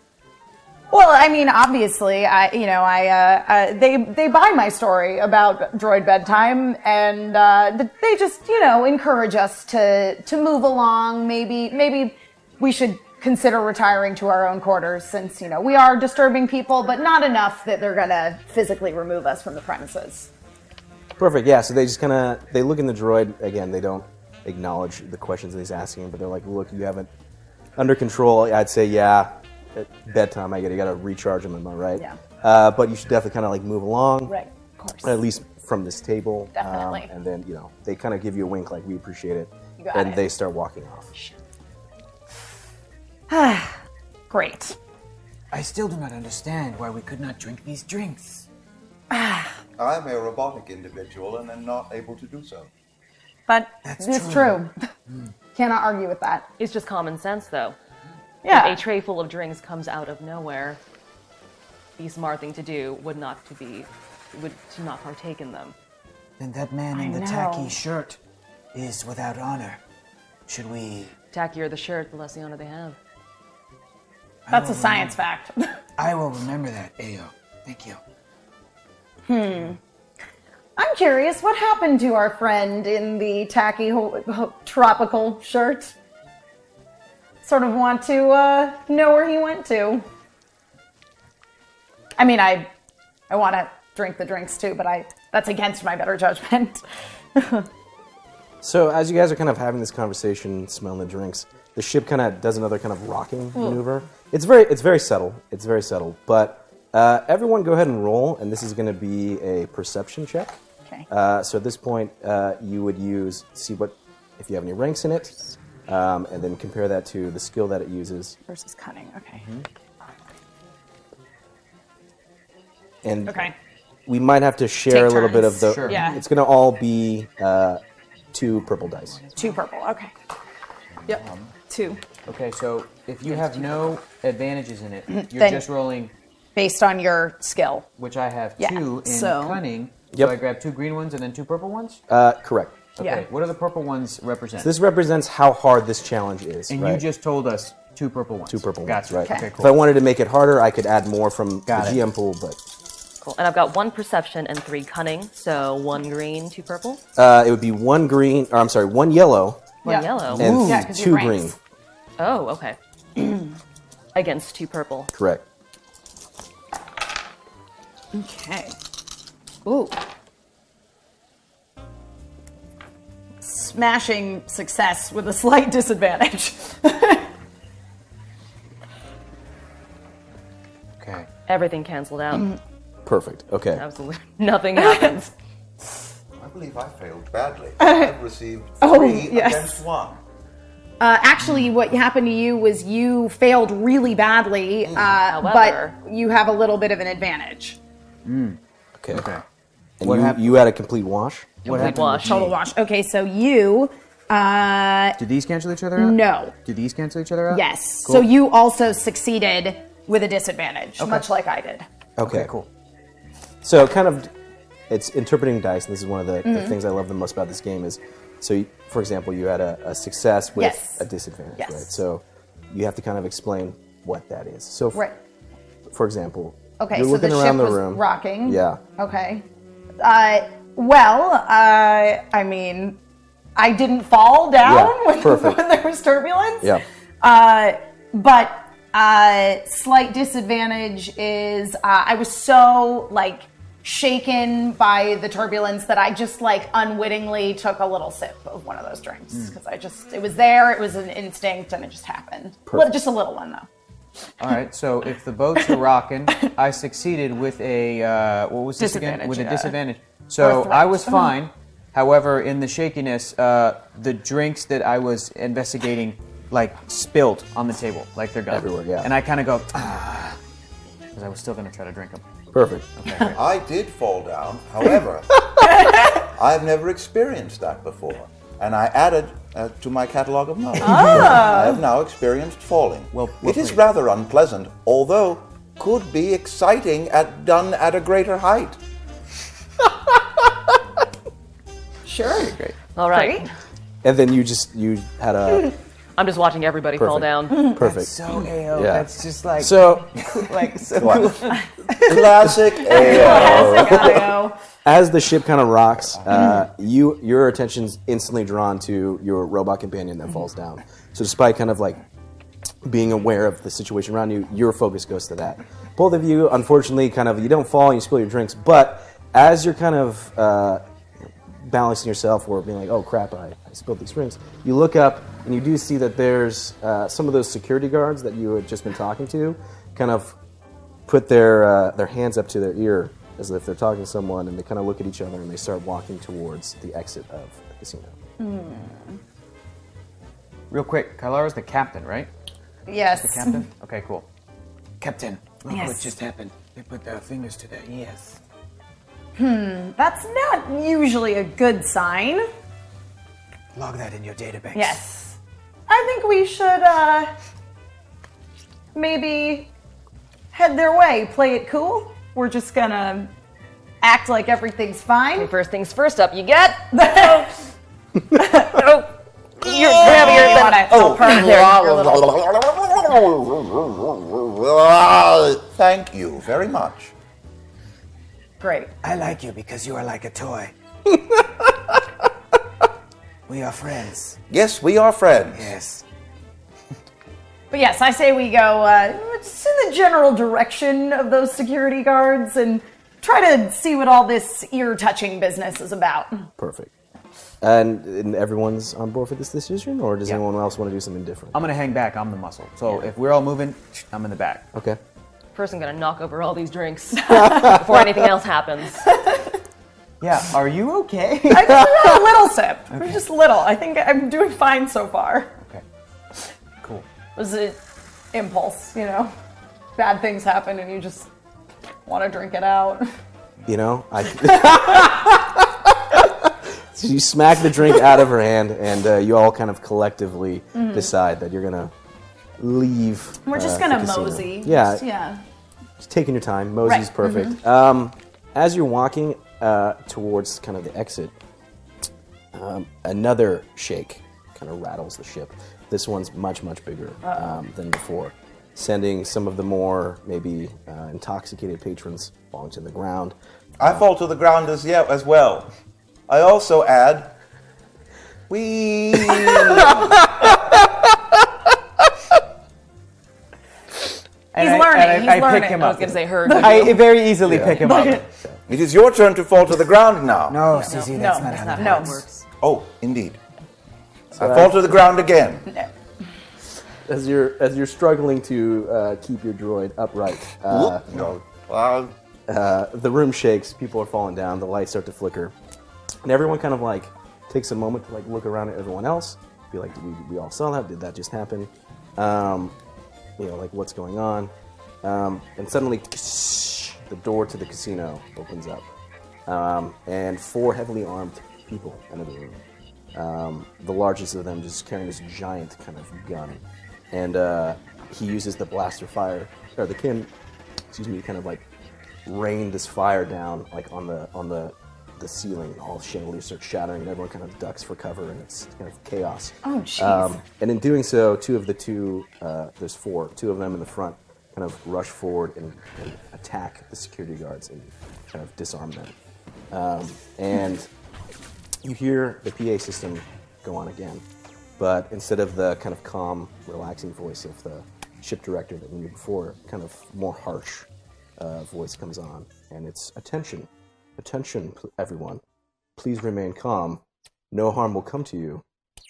Speaker 1: Well, I mean, obviously, I you know, I uh, uh, they they buy my story about droid bedtime, and uh, th- they just you know encourage us to to move along. Maybe maybe we should consider retiring to our own quarters since you know we are disturbing people, but not enough that they're gonna physically remove us from the premises.
Speaker 2: Perfect. Yeah. So they just kind of they look in the droid again. They don't acknowledge the questions that he's asking, but they're like, "Look, you have it under control." I'd say, yeah. At bedtime, I get you got to recharge them. Am I right?
Speaker 1: Yeah.
Speaker 2: Uh, but you should definitely kind of like move along.
Speaker 1: Right, of course.
Speaker 2: At least from this table. um,
Speaker 1: Definitely.
Speaker 2: and then you know they kind of give you a wink, like we appreciate it,
Speaker 1: You got
Speaker 2: and
Speaker 1: it.
Speaker 2: they start walking off.
Speaker 1: Great.
Speaker 6: I still do not understand why we could not drink these drinks.
Speaker 10: I'm a robotic individual and am not able to do so.
Speaker 1: But
Speaker 6: That's
Speaker 1: it's true.
Speaker 6: true.
Speaker 1: Cannot argue with that.
Speaker 7: It's just common sense, though.
Speaker 1: Yeah.
Speaker 7: A tray full of drinks comes out of nowhere. The smart thing to do would not to be would to not partake in them.
Speaker 6: Then that man in
Speaker 1: I
Speaker 6: the
Speaker 1: know.
Speaker 6: tacky shirt is without honor. Should we?
Speaker 7: Tackier the shirt, the less the honor they have.
Speaker 6: I
Speaker 1: That's a
Speaker 6: will
Speaker 1: science fact.
Speaker 6: remem- I will remember that, Ayo. Thank you.
Speaker 1: I'm curious, what happened to our friend in the tacky ho- ho- tropical shirt? Sort of want to uh, know where he went to. I mean, I, I want to drink the drinks too, but I that's against my better judgment.
Speaker 2: So as you guys are kind of having this conversation, smelling the drinks, the ship kind of does another kind of rocking
Speaker 1: Oh.
Speaker 2: maneuver. It's very, it's very subtle. It's very subtle. But uh, everyone, go ahead and roll, and this is going to be a perception check.
Speaker 1: Okay.
Speaker 2: Uh, so at this point, uh, you would use see what if you have any ranks in it, um, and then compare that to the skill that it uses.
Speaker 1: Versus cunning. Okay.
Speaker 2: And
Speaker 1: Okay.
Speaker 2: we might have to share
Speaker 1: Take
Speaker 2: a little bit of
Speaker 1: turns.
Speaker 2: the.
Speaker 3: Sure.
Speaker 1: Yeah.
Speaker 2: It's going to all be uh, two purple dice.
Speaker 1: Two purple. Okay. Yep. Two.
Speaker 3: Okay, so if you have no advantages in it, you're
Speaker 1: Mm, Then-
Speaker 3: just rolling,
Speaker 1: Based on your skill.
Speaker 3: which I have
Speaker 1: Yeah,
Speaker 3: two in
Speaker 1: so-
Speaker 3: cunning.
Speaker 2: Yep.
Speaker 3: So I grab two green ones and then two purple ones.
Speaker 2: Uh, correct.
Speaker 3: okay,
Speaker 1: yeah.
Speaker 3: what do the purple ones represent?
Speaker 2: This represents how hard this challenge is.
Speaker 3: and
Speaker 2: right?
Speaker 3: you just told us two purple ones.
Speaker 2: Two purple
Speaker 3: gotcha.
Speaker 2: ones, right?
Speaker 3: Okay,
Speaker 2: If I
Speaker 3: cool.
Speaker 2: wanted to make it harder, I could add more from
Speaker 3: Got
Speaker 2: the
Speaker 3: it.
Speaker 2: GM pool, but
Speaker 7: Cool. And I've got one perception and three cunning, so one green, two purple,
Speaker 2: uh, it would be one green, or I'm sorry, one yellow
Speaker 7: one
Speaker 1: Yeah.
Speaker 7: yellow.
Speaker 2: and
Speaker 1: Yeah, 'cause
Speaker 2: two
Speaker 1: your ranks.
Speaker 2: green.
Speaker 7: Oh, okay. Against two purple.
Speaker 2: Correct.
Speaker 1: Okay. Ooh. Smashing success with a slight disadvantage.
Speaker 3: okay.
Speaker 7: Everything canceled out.
Speaker 3: Mm.
Speaker 2: Perfect. Okay.
Speaker 7: Absolutely nothing happens.
Speaker 10: I believe I failed badly. I've received three
Speaker 1: yes.
Speaker 10: against one.
Speaker 1: Uh, actually, what happened to you was you failed really badly, uh,
Speaker 7: However-
Speaker 1: but you have a little bit of an advantage.
Speaker 2: Okay.
Speaker 3: Okay.
Speaker 2: And
Speaker 3: What
Speaker 2: you,
Speaker 3: hap-
Speaker 2: you had a complete wash.
Speaker 3: What happened?
Speaker 7: wash.
Speaker 3: Total
Speaker 1: Wash. Okay, so you, uh,
Speaker 3: Do these cancel each other out?
Speaker 1: no,
Speaker 3: Do these cancel each other out?
Speaker 1: yes.
Speaker 3: Cool.
Speaker 1: So you also succeeded with a disadvantage, much like I did.
Speaker 2: Okay.
Speaker 3: Okay, cool.
Speaker 2: So kind of, it's interpreting dice, and this is one of the, the
Speaker 1: Mm-hmm.
Speaker 2: things I love the most about this game is, so you, for example, you had a, a success with
Speaker 1: Yes.
Speaker 2: a disadvantage,
Speaker 1: Yes.
Speaker 2: right? So you have to kind of explain what that is. So, f-
Speaker 1: Right.
Speaker 2: for example,
Speaker 1: Okay,
Speaker 2: you're
Speaker 1: so the
Speaker 2: looking
Speaker 1: ship
Speaker 2: around
Speaker 1: was
Speaker 2: the room,
Speaker 1: rocking.
Speaker 2: Yeah.
Speaker 1: Okay. Uh, well, uh, I mean, I didn't fall down
Speaker 2: Yeah,
Speaker 1: when,
Speaker 2: perfect.
Speaker 1: when there was turbulence.
Speaker 2: Yeah.
Speaker 1: Uh, but uh, slight disadvantage is uh, I was so like shaken by the turbulence that I just like unwittingly took a little sip of one of those drinks
Speaker 2: Mm.
Speaker 1: because I just it was there, it was an instinct, and it just happened. Li-
Speaker 2: Perfect.
Speaker 1: Just a little one though.
Speaker 3: All right, so if the boats are rocking, I succeeded with a uh, what was this again?
Speaker 1: Disadvantage,
Speaker 3: With a
Speaker 1: yeah.
Speaker 3: disadvantage. So
Speaker 1: threat.
Speaker 3: I was fine. However, in the shakiness, uh, the drinks that I was investigating, like spilled on the table, like they're gone
Speaker 2: Everywhere, yeah.
Speaker 3: And I kind of go, ah, because I was still gonna try to drink them.
Speaker 2: Perfect.
Speaker 10: I did fall down, however, I've never experienced that before. And I added uh, to my catalog of
Speaker 4: Oh.
Speaker 10: knowledge. I have now experienced falling.
Speaker 3: Well- well
Speaker 10: it is
Speaker 3: played.
Speaker 10: rather unpleasant, although could be exciting at done at a greater height.
Speaker 4: Sure.
Speaker 7: All right.
Speaker 4: Great.
Speaker 2: And then you just you had a
Speaker 7: I'm just watching everybody fall
Speaker 2: Perfect.
Speaker 7: down.
Speaker 2: perfect.
Speaker 3: So AO,
Speaker 2: Yeah.
Speaker 3: that's just like
Speaker 2: So
Speaker 3: like so
Speaker 10: What?
Speaker 3: cool.
Speaker 10: Classic AO.
Speaker 4: Io.
Speaker 2: as the ship kind of rocks, uh, you your attention's instantly drawn to your robot companion that falls down. So despite kind of like being aware of the situation around you, your focus goes to that. Both of you, unfortunately, kind of you don't fall and you spill your drinks, but as you're kind of uh, balancing yourself or being like, oh crap, I, I spilled these drinks, you look up and you do see that there's uh, some of those security guards that you had just been talking to, kind of put their uh, their hands up to their ear as if they're talking to someone, and they kind of look at each other and they start walking towards the exit of the casino.
Speaker 3: Real quick, Kylara's the captain, right? The
Speaker 4: Yes.
Speaker 3: captain. Okay, cool.
Speaker 6: Captain, look
Speaker 4: Yes.
Speaker 6: what just happened. They put their fingers to their ears.
Speaker 4: That's not usually a good sign.
Speaker 6: Log that in your database.
Speaker 4: Yes. I think we should uh maybe head their way, play it cool. We're just gonna act like everything's fine.
Speaker 7: First things first up, you get. oh, you're grabbing your.
Speaker 4: But I
Speaker 10: Oh.
Speaker 4: felt her there, your little-
Speaker 10: Thank you very much.
Speaker 4: Great.
Speaker 6: I like you because you are like a toy. we are friends.
Speaker 10: Yes, we are friends.
Speaker 6: Yes.
Speaker 4: But yes, I say we go uh, just in the general direction of those security guards and try to see what all this ear touching business is about.
Speaker 2: Perfect. And, and everyone's on board for this decision, or does
Speaker 3: Yeah.
Speaker 2: anyone else want to do something different?
Speaker 4: Um,
Speaker 3: I'm gonna hang back. I'm the muscle. So if we're all moving, I'm in the back.
Speaker 2: okay.
Speaker 7: Person gonna knock over all these drinks before anything else happens.
Speaker 3: Yeah. Are you okay?
Speaker 4: I think we had a little sip. We're just little. I think I'm doing fine so far.
Speaker 3: okay. Cool.
Speaker 4: It was an impulse, you know. Bad things happen and you just want to drink it out.
Speaker 2: You know, I. So you smack the drink out of her hand, and uh, you all kind of collectively decide that you're gonna leave.
Speaker 4: Mm-hmm. We're just
Speaker 2: uh,
Speaker 4: gonna
Speaker 2: the casino.
Speaker 4: mosey.
Speaker 2: Yeah,
Speaker 4: Just- yeah.
Speaker 2: just taking your time. Mosey's
Speaker 4: Right.
Speaker 2: perfect. Um, as you're walking uh, towards kind of the exit, um, another shake kind of rattles the ship. This one's much, much bigger um, than before, sending some of the more maybe uh, intoxicated patrons falling to the ground.
Speaker 10: I fall to the ground as, yeah, as well. I also add, we.
Speaker 3: And
Speaker 4: He's
Speaker 3: I,
Speaker 4: learning,
Speaker 3: and
Speaker 4: he's
Speaker 3: I, I
Speaker 4: learning.
Speaker 3: pick him
Speaker 7: I was
Speaker 3: up.
Speaker 7: gonna say her.
Speaker 3: I very easily pick him up.
Speaker 10: it is your turn to fall to the ground now.
Speaker 6: No, Susie, that's
Speaker 4: no,
Speaker 6: not
Speaker 4: that's
Speaker 6: how
Speaker 4: not
Speaker 6: that
Speaker 4: how it
Speaker 6: works.
Speaker 4: works.
Speaker 10: Oh, indeed. I fall to the ground again.
Speaker 2: As you're as you're struggling to uh, keep your droid upright, uh,
Speaker 10: Whoop. No. Uh,
Speaker 2: the room shakes. People are falling down. The lights start to flicker, and everyone kind of like takes a moment to like look around at everyone else. Be like, did we, we all saw that? Did that just happen? Um, you know, like what's going on? Um, and suddenly, the door to the casino opens up, um, and four heavily armed people enter the room. Um, the largest of them just carrying this giant kind of gun, and uh, he uses the blaster fire or the can, excuse me, kind of like rain this fire down like on the on the the ceiling. All chandeliers start shattering, and everyone kind of ducks for cover, and it's kind of chaos. Um,
Speaker 4: Oh, jeez.
Speaker 2: and in doing so, two of the two uh, there's four, two of them in the front kind of rush forward and, and attack the security guards and kind of disarm them. Um, and you hear the PA system go on again, but instead of the kind of calm, relaxing voice of the ship director that we knew before, kind of more harsh uh, voice comes on, and it's attention, attention, pl- everyone. Please remain calm. No harm will come to you.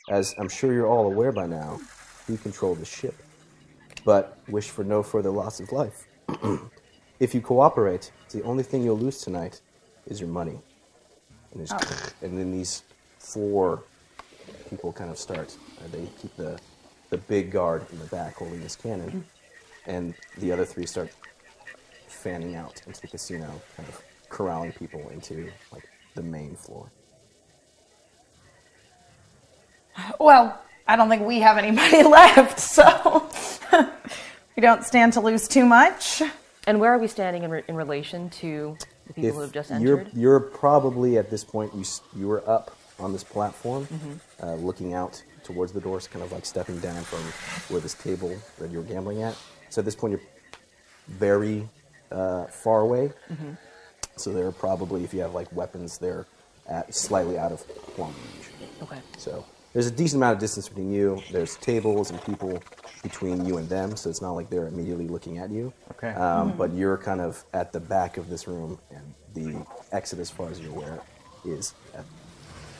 Speaker 2: As I'm sure you're all aware by now, we control the ship, but wish for no further loss of life. if you cooperate, the only thing you'll lose tonight is your money. and, just and then these four people kind of start. Uh, they keep the the big guard in the back holding this cannon, and the other three start fanning out into the casino, kind of corralling people into like the main floor.
Speaker 4: Well, I don't think we have anybody left, so we don't stand to lose too much.
Speaker 7: And where are we standing in, re- in relation to the people who have just
Speaker 2: you're,
Speaker 7: entered?
Speaker 2: you're probably at this point you s- you were up on this platform,
Speaker 7: Mm-hmm.
Speaker 2: uh, looking out towards the doors, kind of like stepping down from where this table that you were gambling at. So at this point you're very uh, far away.
Speaker 7: Mm-hmm.
Speaker 2: So they're probably if you have like weapons, they're at slightly out of plumb range.
Speaker 7: Okay.
Speaker 2: So there's a decent amount of distance between you. There's tables and people between you and them, so it's not like they're immediately looking at you.
Speaker 3: Okay.
Speaker 2: Um, But you're kind of at the back of this room, and the exit, as far as you're aware, is at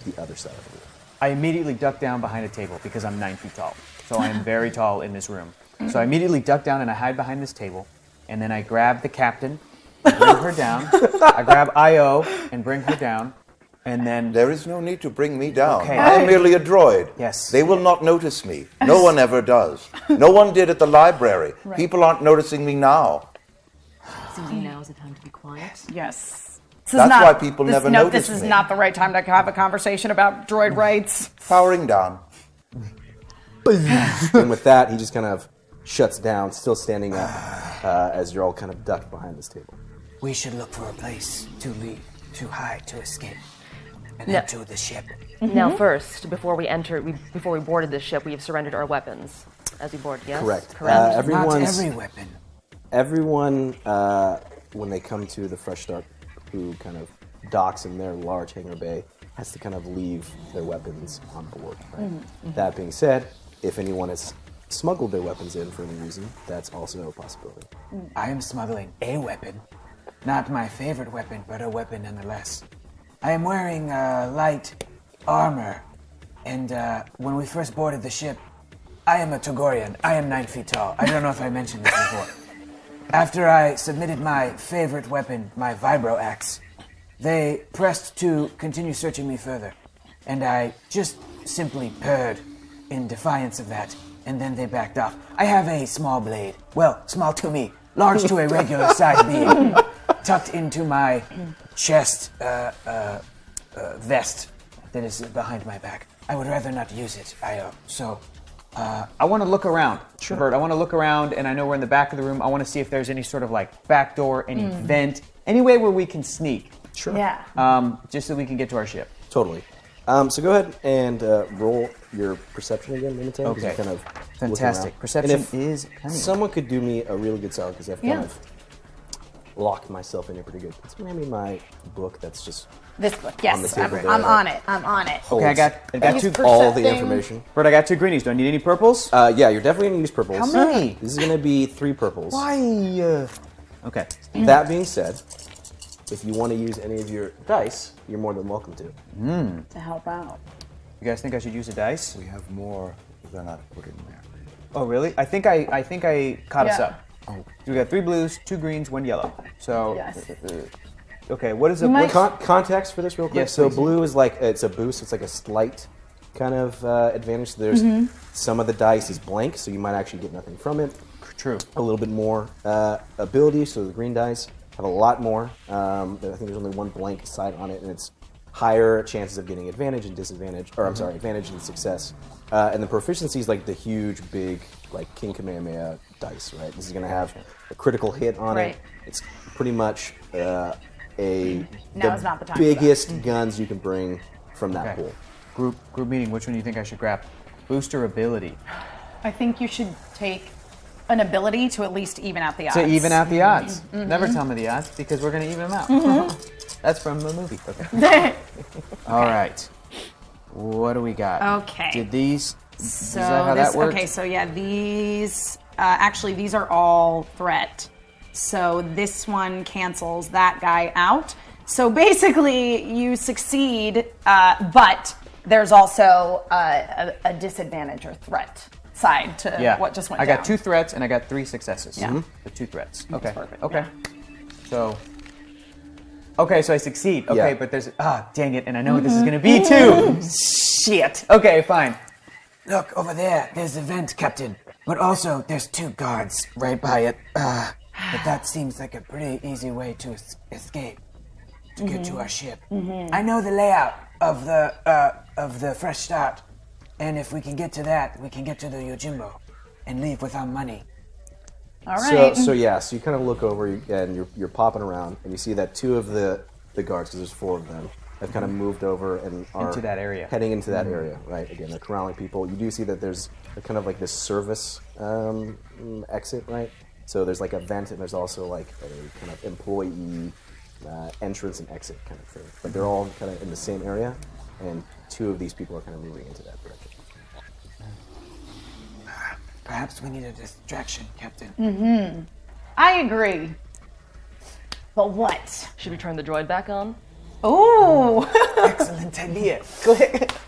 Speaker 2: the other side of the room.
Speaker 3: I immediately duck down behind a table because I'm nine feet tall. So I'm very tall in this room. So I immediately duck down and I hide behind this table. And then I grab the captain, bring her down. I grab Io and bring her down. And then
Speaker 10: There is no need to bring me down.
Speaker 3: Okay.
Speaker 10: I am merely a droid.
Speaker 3: Yes.
Speaker 10: They will not notice me. No one ever does. No one did at the library. People aren't noticing me now.
Speaker 11: Susie, now is the time to be quiet.
Speaker 4: Yes. This
Speaker 10: That's why people
Speaker 4: this-
Speaker 10: never
Speaker 4: no,
Speaker 10: notice
Speaker 4: This is
Speaker 10: me.
Speaker 4: not the right time to have a conversation about droid rights.
Speaker 10: Powering down.
Speaker 2: and with that, he just kind of shuts down, still standing up, uh, as you're all kind of ducked behind this table.
Speaker 6: We should look for a place to leave, to hide, to escape, and
Speaker 7: No.
Speaker 6: head to the ship.
Speaker 7: Now,
Speaker 4: Mm-hmm.
Speaker 7: first, before we enter, we, before we boarded this ship, we have surrendered our weapons as we board. Yes.
Speaker 2: Correct.
Speaker 7: Correct.
Speaker 2: Uh, everyone's
Speaker 6: Not every weapon.
Speaker 2: everyone uh, when they come to the fresh start who kind of docks in their large hangar bay has to kind of leave their weapons on board right? that being said if anyone has smuggled their weapons in for any reason that's also a possibility
Speaker 6: I am smuggling a weapon. Not my favorite weapon, but a weapon nonetheless. I am wearing uh, light armor, and uh, when we first boarded the ship, I am a Togorian. I am nine feet tall. I don't know if I mentioned this before. After I submitted my favorite weapon, my vibro axe, they pressed to continue searching me further, and I just simply purred in defiance of that, and then they backed off. I have a small blade. Well, small to me, large to a regular sized being, tucked into my chest uh, uh, uh, vest that is behind my back. I would rather not use it, I uh, so. Uh,
Speaker 3: I want to look around, Bert. I want to look around, and I know we're in the back of the room. I want to see if there's any sort of like back door, any vent, any way where we can sneak,
Speaker 2: sure
Speaker 4: Yeah.
Speaker 3: um, just so we can get to our ship.
Speaker 2: totally um, so go ahead and uh, roll your perception again Minotaur, 'cause you're
Speaker 3: Okay.
Speaker 2: kind of looking
Speaker 3: Fantastic.
Speaker 2: around.
Speaker 3: Perception
Speaker 2: And if
Speaker 3: is coming.
Speaker 2: someone could do me a really good solid because i've kind
Speaker 4: Yeah.
Speaker 2: of locked myself in here pretty good it's maybe my book that's just
Speaker 4: This book, yes.
Speaker 2: table there. Oh,
Speaker 4: I'm on it. I'm on it.
Speaker 3: Okay, I got, I got
Speaker 4: Use
Speaker 3: two.
Speaker 4: perception.
Speaker 2: all the
Speaker 4: Percepting.
Speaker 2: information
Speaker 3: Bert, I got two greenies. Do I need any purples?
Speaker 2: Uh, yeah, you're definitely gonna use purples.
Speaker 3: How many?
Speaker 2: This is gonna be three purples.
Speaker 3: Why? Okay.
Speaker 2: That being said, if you want to use any of your dice, you're more than welcome to.
Speaker 4: To help out.
Speaker 3: You guys think I should use a dice?
Speaker 10: We have more than I've put in there.
Speaker 3: Oh, really? I think I, I think I caught us
Speaker 4: Yeah.
Speaker 3: up. Oh. We got three blues, two greens, one yellow. So,
Speaker 4: Yes.
Speaker 3: okay, what is the
Speaker 4: might-
Speaker 3: what con-
Speaker 2: Con- context for this, real quick.
Speaker 3: Yes,
Speaker 2: so
Speaker 3: please.
Speaker 2: blue is like it's a boost. It's like a slight kind of uh, advantage. So there's
Speaker 4: Mm-hmm.
Speaker 2: some of the dice is blank, so you might actually get nothing from it.
Speaker 3: True.
Speaker 2: A little bit more uh, ability. So the green dice have a lot more. Um, but I think there's only one blank side on it, and it's higher chances of getting advantage and disadvantage, or I'm
Speaker 3: Mm-hmm.
Speaker 2: sorry, advantage and success. Uh, and the proficiency is like the huge, big, like King Kamehameha dice, right? This is going to have a critical hit on
Speaker 4: Right.
Speaker 2: it. It's pretty much uh, a
Speaker 4: Now is not the time for that.
Speaker 2: biggest guns you can bring from that
Speaker 3: Okay.
Speaker 2: pool.
Speaker 3: Group group meeting. Which one do you think I should grab? Booster ability
Speaker 4: I think you should take an ability to at least even out the odds. Mm-hmm.
Speaker 3: to even out the odds. Never tell me the odds because we're gonna even them out. That's from the movie. Okay. All right. What do we got?
Speaker 4: Okay.
Speaker 3: Did these? is
Speaker 4: So
Speaker 3: that how
Speaker 4: this,
Speaker 3: that works?
Speaker 4: okay, so yeah, these uh, actually these are all threat. So this one cancels that guy out. So basically, you succeed, uh, but there's also uh, a, a disadvantage or threat side to
Speaker 3: yeah.
Speaker 4: what just went
Speaker 3: I
Speaker 4: down.
Speaker 3: got two threats and I got three successes. Mm-hmm.
Speaker 4: Yeah.
Speaker 3: The two threats. Okay.
Speaker 4: perfect,
Speaker 3: Okay. So Okay, so I succeed. Okay,
Speaker 6: Yeah.
Speaker 3: but there's ah, dang it, and I know what this is
Speaker 6: Mhm.
Speaker 3: gonna be too. Shit. Okay, fine.
Speaker 6: Mm-hmm. Look, over there, there's a vent, Captain. But also, there's two guards right by it. Uh, but that seems like a pretty easy way to es- escape to get to
Speaker 3: Mhm.
Speaker 6: our ship.
Speaker 3: Mhm.
Speaker 6: I know the layout of the uh, of the fresh start, and if we can get to that, we can get to the Yojimbo and leave with our money.
Speaker 4: All
Speaker 2: So, so yeah, so you kind of look over you- and you're, you're popping around, and you see that two of the the guards, because there's four of them, have kind of moved over and are
Speaker 3: Mm-hmm. Into that area.
Speaker 2: heading into that
Speaker 3: Mhm.
Speaker 2: area. Right again, they're corralling people. You do see that there's a kind of like this service um, mm, exit, right? So there's like a vent, and there's also like a kind of employee uh, entrance and exit kind of thing. But they're all kind of in the same area, and two of these people are kind of moving into that direction.
Speaker 6: Perhaps we need a distraction, Captain.
Speaker 4: Mm-hmm. I agree. But what?
Speaker 7: Should we turn the droid back on?
Speaker 4: Oh,
Speaker 6: excellent idea.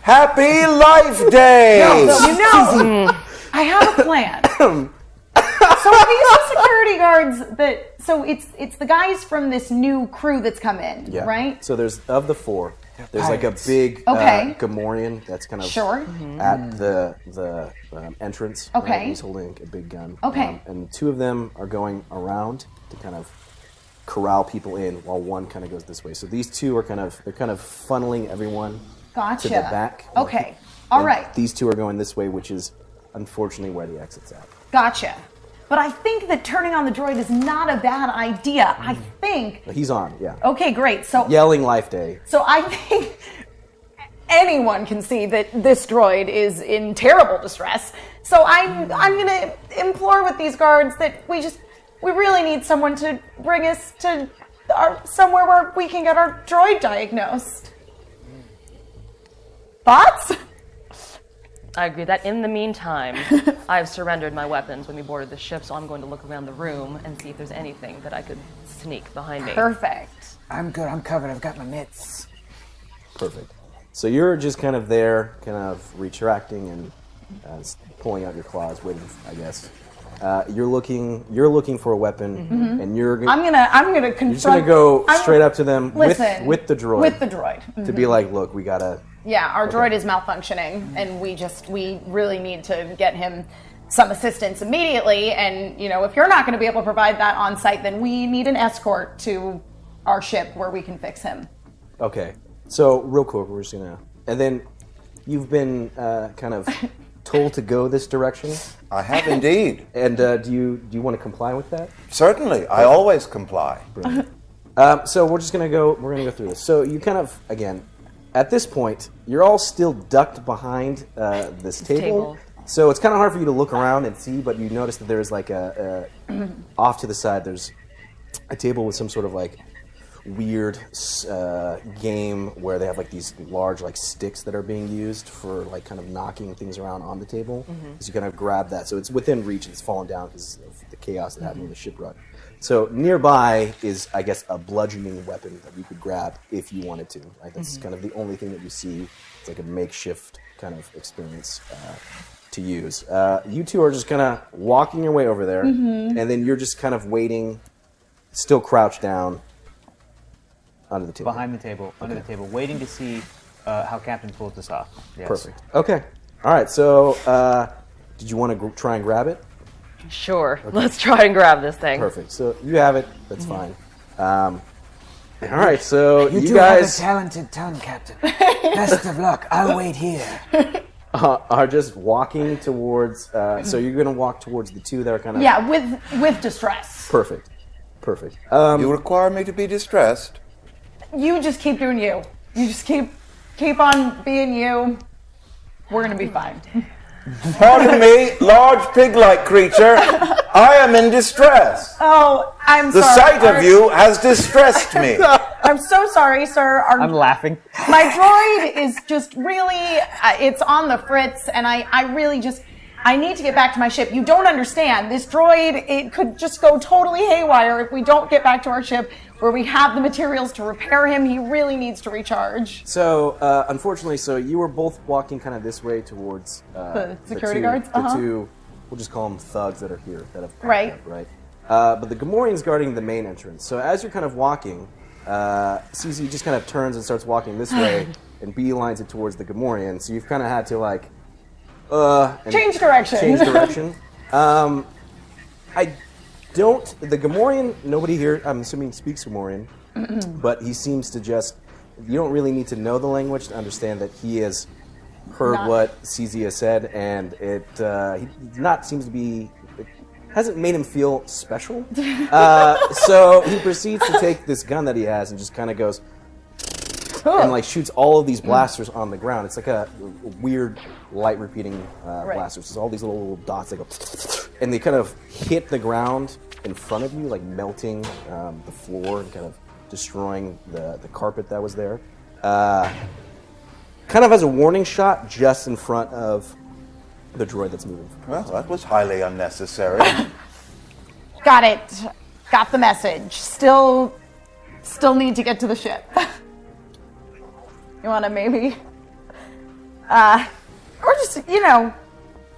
Speaker 2: Happy Life Day!
Speaker 4: No, you know, I have a plan. so are these the security guards that? So it's it's the guys from this new crew that's come in,
Speaker 2: Yeah.
Speaker 4: right?
Speaker 2: So there's of the four, there's like a
Speaker 6: pirates.
Speaker 2: big
Speaker 4: Okay.
Speaker 2: uh, Gamorrean that's kind of
Speaker 4: Sure. Mhm.
Speaker 2: at the the um, entrance.
Speaker 4: Okay.
Speaker 2: He's holding a big gun.
Speaker 4: Okay.
Speaker 2: Um, and two of them are going around to kind of corral people in, while one kind of goes this way. So these two are kind of they're kind of funneling everyone
Speaker 4: Gotcha.
Speaker 2: to the back.
Speaker 4: Okay. All
Speaker 2: And
Speaker 4: right.
Speaker 2: These two are going this way, which is unfortunately where the exit's at.
Speaker 4: Gotcha. But I think that turning on the droid is not a bad idea. I think.
Speaker 2: But he's on. Yeah.
Speaker 4: Okay, great. So
Speaker 2: Yelling Life Day.
Speaker 4: So I think anyone can see that this droid is in terrible distress. So I'm I'm gonna implore with these guards that we just we really need someone to bring us to our, somewhere where we can get our droid diagnosed. Thoughts?
Speaker 7: I agree that in the meantime, I've surrendered my weapons when we boarded the ship, so I'm going to look around the room and see if there's anything that I could sneak behind me.
Speaker 4: Perfect.
Speaker 6: I'm good. I'm covered. I've got my mitts.
Speaker 2: Perfect. So you're just kind of there, kind of retracting and uh, s- pulling out your claws, waiting, I guess. Uh, you're looking. You're looking for a weapon,
Speaker 4: Mhm.
Speaker 2: and you're.
Speaker 4: I'm gonna I'm gonna
Speaker 2: You're just gonna
Speaker 4: confront.
Speaker 2: go
Speaker 4: I'm-
Speaker 2: straight up to them
Speaker 4: Listen,
Speaker 2: with with the droid.
Speaker 4: with the droid.
Speaker 2: to be
Speaker 4: Mhm.
Speaker 2: like, look, we gotta.
Speaker 4: Yeah, our
Speaker 2: Okay.
Speaker 4: droid is malfunctioning, and we just we really need to get him some assistance immediately. And you know, if you're not going to be able to provide that on site, then we need an escort to our ship where we can fix him.
Speaker 2: Okay. So real quick, we're just gonna. And then you've been uh, kind of told to go this direction.
Speaker 10: I have indeed.
Speaker 2: And uh, do you do you want to comply with that?
Speaker 10: Certainly, I always comply.
Speaker 2: Um, so we're just gonna go. We're gonna go through this. So you kind of again, at this point, you're all still ducked behind uh, this table.
Speaker 7: Table.
Speaker 2: So it's kind of hard for you to look around and see, but you notice that there is like a, a off to the side. There's a table with some sort of like weird s- uh, game where they have like these large like sticks that are being used for like kind of knocking things around on the table.
Speaker 6: Mhm.
Speaker 2: So you kind of grab that. So it's within reach and it's fallen down because of the chaos that happened in the shipwreck. So nearby is, I guess, a bludgeoning weapon that you could grab if you wanted to. Right? That's
Speaker 6: Mhm.
Speaker 2: kind of the only thing that you see. It's like a makeshift kind of experience uh, to use. Uh, you two are just kind of walking your way over there,
Speaker 6: Mhm.
Speaker 2: and then you're just kind of waiting, still crouched down under the table.
Speaker 3: Behind the table, under the table, waiting to see uh, how Captain pulls this off. Yes.
Speaker 2: Perfect. Okay. All right. So, uh, did you want to gr- try and grab it?
Speaker 7: Sure.
Speaker 2: Okay.
Speaker 7: Let's try and grab this thing.
Speaker 2: Perfect. So you have it. That's
Speaker 7: Mhm.
Speaker 2: fine. Um, all right. So
Speaker 6: You,
Speaker 2: you,
Speaker 6: do
Speaker 2: guys
Speaker 6: have a talented tongue, Captain. Best of luck. I'll wait here.
Speaker 2: uh, are just walking towards. Uh, so you're going to walk towards the two that are kind of.
Speaker 4: Yeah, with with distress.
Speaker 2: Perfect. Perfect. Um,
Speaker 10: you require me to be distressed.
Speaker 4: You just keep doing you. You just keep keep on being you. We're gonna be fine.
Speaker 10: Pardon me, large pig-like creature. I am in distress.
Speaker 4: Oh, I'm
Speaker 10: The
Speaker 4: sorry.
Speaker 10: sight of
Speaker 4: our-
Speaker 10: you has distressed me.
Speaker 4: I'm so sorry, sir. Our,
Speaker 3: I'm laughing.
Speaker 4: my droid is just really uh, it's on the fritz and I, I really just i need to get back to my ship you don't understand this droid it could just go totally haywire if we don't get back to our ship where we have the materials to repair him he really needs to recharge
Speaker 2: So uh, unfortunately, so you were both walking kind of this way towards uh,
Speaker 4: The security
Speaker 2: two,
Speaker 4: guards?
Speaker 2: The
Speaker 4: Uh-huh.
Speaker 2: two, we'll just call them thugs that are here that have
Speaker 4: Right.
Speaker 2: right? Uh, but the Gamorrean's guarding the main entrance. So as you're kind of walking, Uh, Cece just kind of turns and starts walking this way and beelines it towards the Gamorrean. So you've kind of had to like uh, and
Speaker 4: Change direction.
Speaker 2: Change direction. um, I don't. The Gamorrean. Nobody here. I'm assuming speaks Gamorrean, but he seems to just. You don't really need to know the language to understand that he has heard
Speaker 12: Not-
Speaker 2: what CZ has said, and it uh, he not seems to be. It hasn't made him feel special. Uh, so he proceeds to take this gun that he has and just kind of goes and like shoots all of these blasters on the ground. It's like a weird light repeating uh,
Speaker 12: Right.
Speaker 2: blasters. There's all these little, little dots that go, and they kind of hit the ground in front of you, like melting um, the floor and kind of destroying the, the carpet that was there. Uh, kind of as a warning shot, just in front of the droid that's moving.
Speaker 10: Well, that was highly unnecessary.
Speaker 4: Got it. Got the message. Still, still need to get to the ship. you want to maybe, uh, or just you know,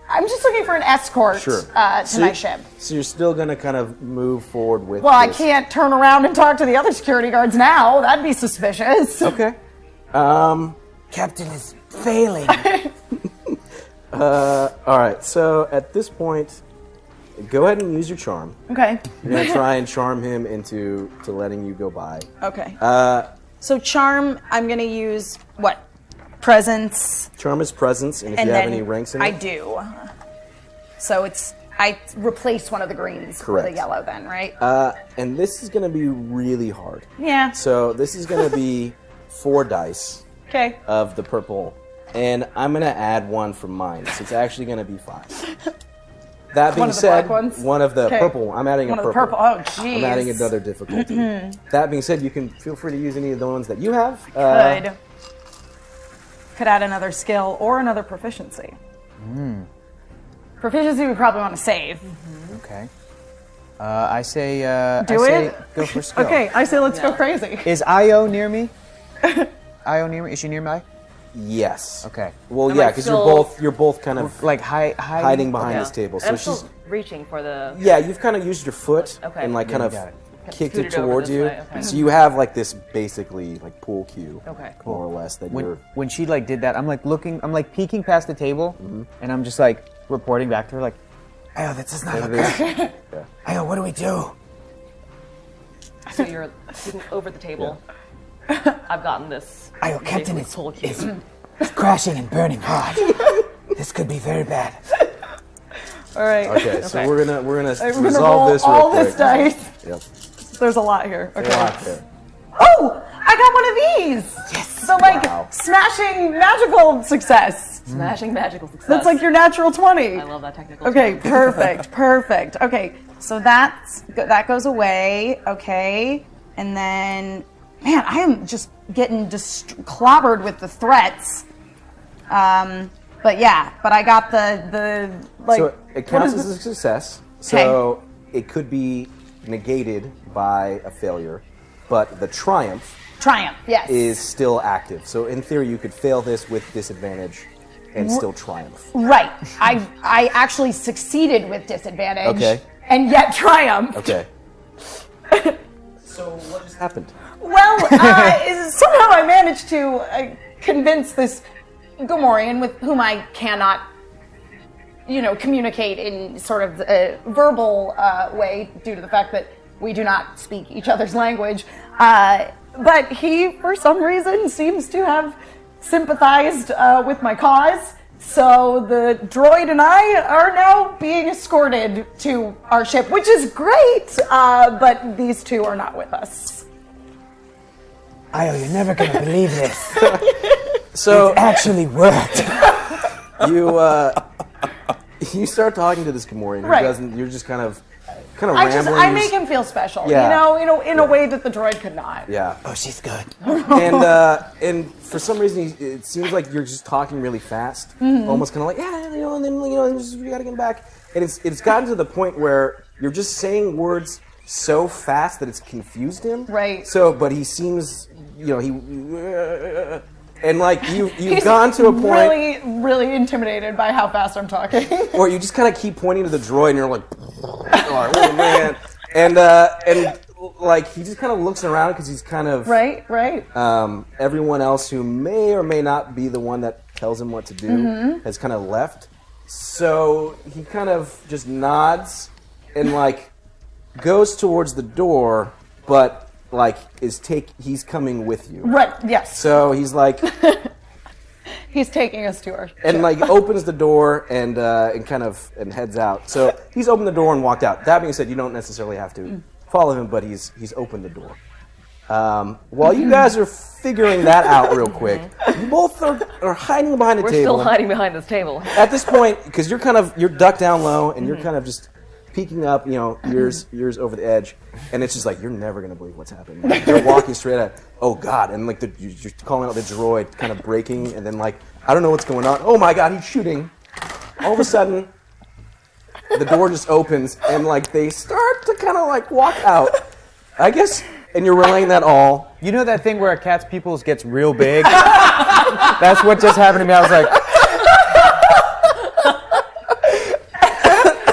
Speaker 4: I'm just looking for an escort
Speaker 2: Sure.
Speaker 4: uh, to
Speaker 2: So-
Speaker 4: my ship.
Speaker 2: So you're still gonna kind of move forward with.
Speaker 4: Well, I
Speaker 2: this.
Speaker 4: can't turn around and talk to the other security guards now. That'd be suspicious.
Speaker 2: Okay. Um,
Speaker 6: Captain is failing.
Speaker 2: Uh, all right. So at this point, go ahead and use your charm.
Speaker 4: Okay.
Speaker 2: You're gonna try and charm him into to letting you go by.
Speaker 4: Okay.
Speaker 2: Uh,
Speaker 4: So charm, I'm gonna use what? Presence.
Speaker 2: charm is presence, and if
Speaker 4: and
Speaker 2: you have
Speaker 4: then
Speaker 2: any ranks in
Speaker 4: I
Speaker 2: it,
Speaker 4: do. So it's I replace one of the greens with
Speaker 2: Correct.
Speaker 4: a yellow, then right?
Speaker 2: Uh, and this is gonna be really hard.
Speaker 4: Yeah.
Speaker 2: So this is gonna be four dice
Speaker 4: Okay.
Speaker 2: of the purple, and I'm gonna add one from mine, so it's actually gonna be five. That being
Speaker 4: One of the
Speaker 2: said,
Speaker 4: black ones?
Speaker 2: one of the
Speaker 4: Okay.
Speaker 2: purple. I'm adding
Speaker 4: one
Speaker 2: a
Speaker 4: of the
Speaker 2: purple.
Speaker 4: purple. Oh, Mm-hmm. jeez.
Speaker 2: I'm adding another difficulty. That being said, you can feel free to use any of the ones that you have. Uh,
Speaker 4: Could could add another skill or another proficiency.
Speaker 3: Mm,
Speaker 4: Proficiency we probably want to save.
Speaker 3: okay. Uh, I say. Uh,
Speaker 4: Do
Speaker 3: I say
Speaker 4: it.
Speaker 3: Go for skill.
Speaker 4: Okay, I say let's go crazy.
Speaker 3: Is Io near me? Io near me? Is she near me?
Speaker 2: Yes.
Speaker 3: Okay.
Speaker 2: Well,
Speaker 7: I'm,
Speaker 2: yeah,
Speaker 7: like,
Speaker 2: because you're
Speaker 7: still-
Speaker 2: both you're both kind of
Speaker 3: like hi-
Speaker 2: hiding behind
Speaker 7: Yeah.
Speaker 2: this table.
Speaker 7: And
Speaker 2: So
Speaker 7: I'm
Speaker 2: she's
Speaker 7: still reaching for the.
Speaker 2: yeah, you've kind of used your foot
Speaker 7: Okay.
Speaker 2: and like
Speaker 7: Yeah,
Speaker 2: kind of
Speaker 7: got it.
Speaker 2: kicked
Speaker 7: Scoot
Speaker 2: it
Speaker 7: it over
Speaker 2: towards
Speaker 7: this
Speaker 2: you.
Speaker 7: way, okay.
Speaker 2: So you have like this basically like pool cue,
Speaker 7: Okay.
Speaker 2: more or less that
Speaker 3: When
Speaker 2: you're
Speaker 3: when she like did that, I'm like looking, I'm like peeking past the table,
Speaker 6: Mm-hmm.
Speaker 3: and I'm just like reporting back to her like, Io, this is
Speaker 2: There
Speaker 3: not look
Speaker 2: it is.
Speaker 3: good. Io, what do we do?
Speaker 7: So you're sitting over the table. I've gotten this.
Speaker 6: Io, Captain
Speaker 7: basically
Speaker 6: is,
Speaker 7: full cue.
Speaker 6: is crashing and burning hard. this could be very bad.
Speaker 4: All right.
Speaker 2: Okay, so we're gonna we're gonna
Speaker 4: I'm gonna
Speaker 2: resolve
Speaker 4: roll
Speaker 2: this real
Speaker 4: all
Speaker 2: quick.
Speaker 4: this dice.
Speaker 2: Yep.
Speaker 4: There's a lot here. Okay.
Speaker 2: Lock there.
Speaker 4: Oh, I got one of these. Yes. So like smashing magical success.
Speaker 7: Smashing magical success.
Speaker 4: That's like your natural twenty.
Speaker 7: I love that technical.
Speaker 4: Okay,
Speaker 7: term.
Speaker 4: perfect, perfect. Okay, so that's that goes away. Okay, and then, man, I am just getting dist- clobbered with the threats. Um, but yeah, but I got the the like.
Speaker 2: so it
Speaker 4: what
Speaker 2: counts as
Speaker 4: is
Speaker 2: a
Speaker 4: this?
Speaker 2: success. So it could be negated by a failure, but the triumph
Speaker 4: triumph. Yes.
Speaker 2: is still active. So in theory, you could fail this with disadvantage and
Speaker 4: Wh-
Speaker 2: still triumph.
Speaker 4: right. I I actually succeeded with disadvantage.
Speaker 2: Okay.
Speaker 4: And yet triumph.
Speaker 2: Okay. so what just happened?
Speaker 4: Well, uh, is- somehow I managed to uh, convince this Gomorian with whom I cannot, you know, communicate in sort of a verbal uh, way due to the fact that we do not speak each other's language. Uh, but he, for some reason, seems to have sympathized uh, with my cause. So the droid and I are now being escorted to our ship, which is great. Uh, but these two are not with us.
Speaker 6: Io, you're never gonna believe this.
Speaker 2: So
Speaker 6: it actually worked.
Speaker 2: you uh, you start talking to this Gamorrean
Speaker 4: Right.
Speaker 2: who doesn't. You're just kind of kind of
Speaker 4: I just
Speaker 2: rambling.
Speaker 4: I
Speaker 2: You're
Speaker 4: make
Speaker 2: just-
Speaker 4: him feel special,
Speaker 2: Yeah.
Speaker 4: you know, in a in a way that the droid could not.
Speaker 2: Yeah.
Speaker 6: Oh, she's good.
Speaker 2: and uh, and for some reason, he- it seems like you're just talking really fast,
Speaker 4: Mm-hmm.
Speaker 12: Mhm.
Speaker 2: almost kind of like yeah, you know, and then you know, and just, we gotta get him back. And it's it's gotten to the point where you're just saying words so fast that it's confused him.
Speaker 4: Right.
Speaker 2: So, but he seems, you know, he. And like you, you've
Speaker 4: He's
Speaker 2: gone to a point
Speaker 4: Really, really intimidated by how fast I'm talking.
Speaker 2: where you just kind of keep pointing to the droid, and you're like, "All right, "Oh man!" And uh, and like he just kind of looks around because he's kind of
Speaker 4: Right, right.
Speaker 2: um, everyone else who may or may not be the one that tells him what to do
Speaker 4: Mhm.
Speaker 2: has kind of left. So he kind of just nods and like goes towards the door, but like is take he's coming with you.
Speaker 4: Right, yes.
Speaker 2: So he's like
Speaker 4: He's taking us to our
Speaker 2: and like opens the door and uh, and kind of and heads out. So he's opened the door and walked out. That being said, you don't necessarily have to
Speaker 4: Mm.
Speaker 2: follow him, but he's he's opened the door. Um, while
Speaker 7: Mm-hmm.
Speaker 2: you guys are figuring that out real quick, you both are, are hiding behind a
Speaker 7: We're
Speaker 2: table.
Speaker 7: still hiding behind this table.
Speaker 2: At this point, because you're kind of you're ducked down low and you're kind of just peeking up, you know, ears ears over the edge, and it's just like you're never gonna believe what's happening. Like, they're walking straight at, oh god, and like the, you- you're calling out the droid, kind of breaking, and then like I don't know what's going on. Oh my god, he's shooting! All of a sudden, the door just opens and like they start to kind of like walk out. I guess, and you're relaying that all.
Speaker 3: You know that thing where a cat's pupils gets real big? That's what just happened to me. I was like,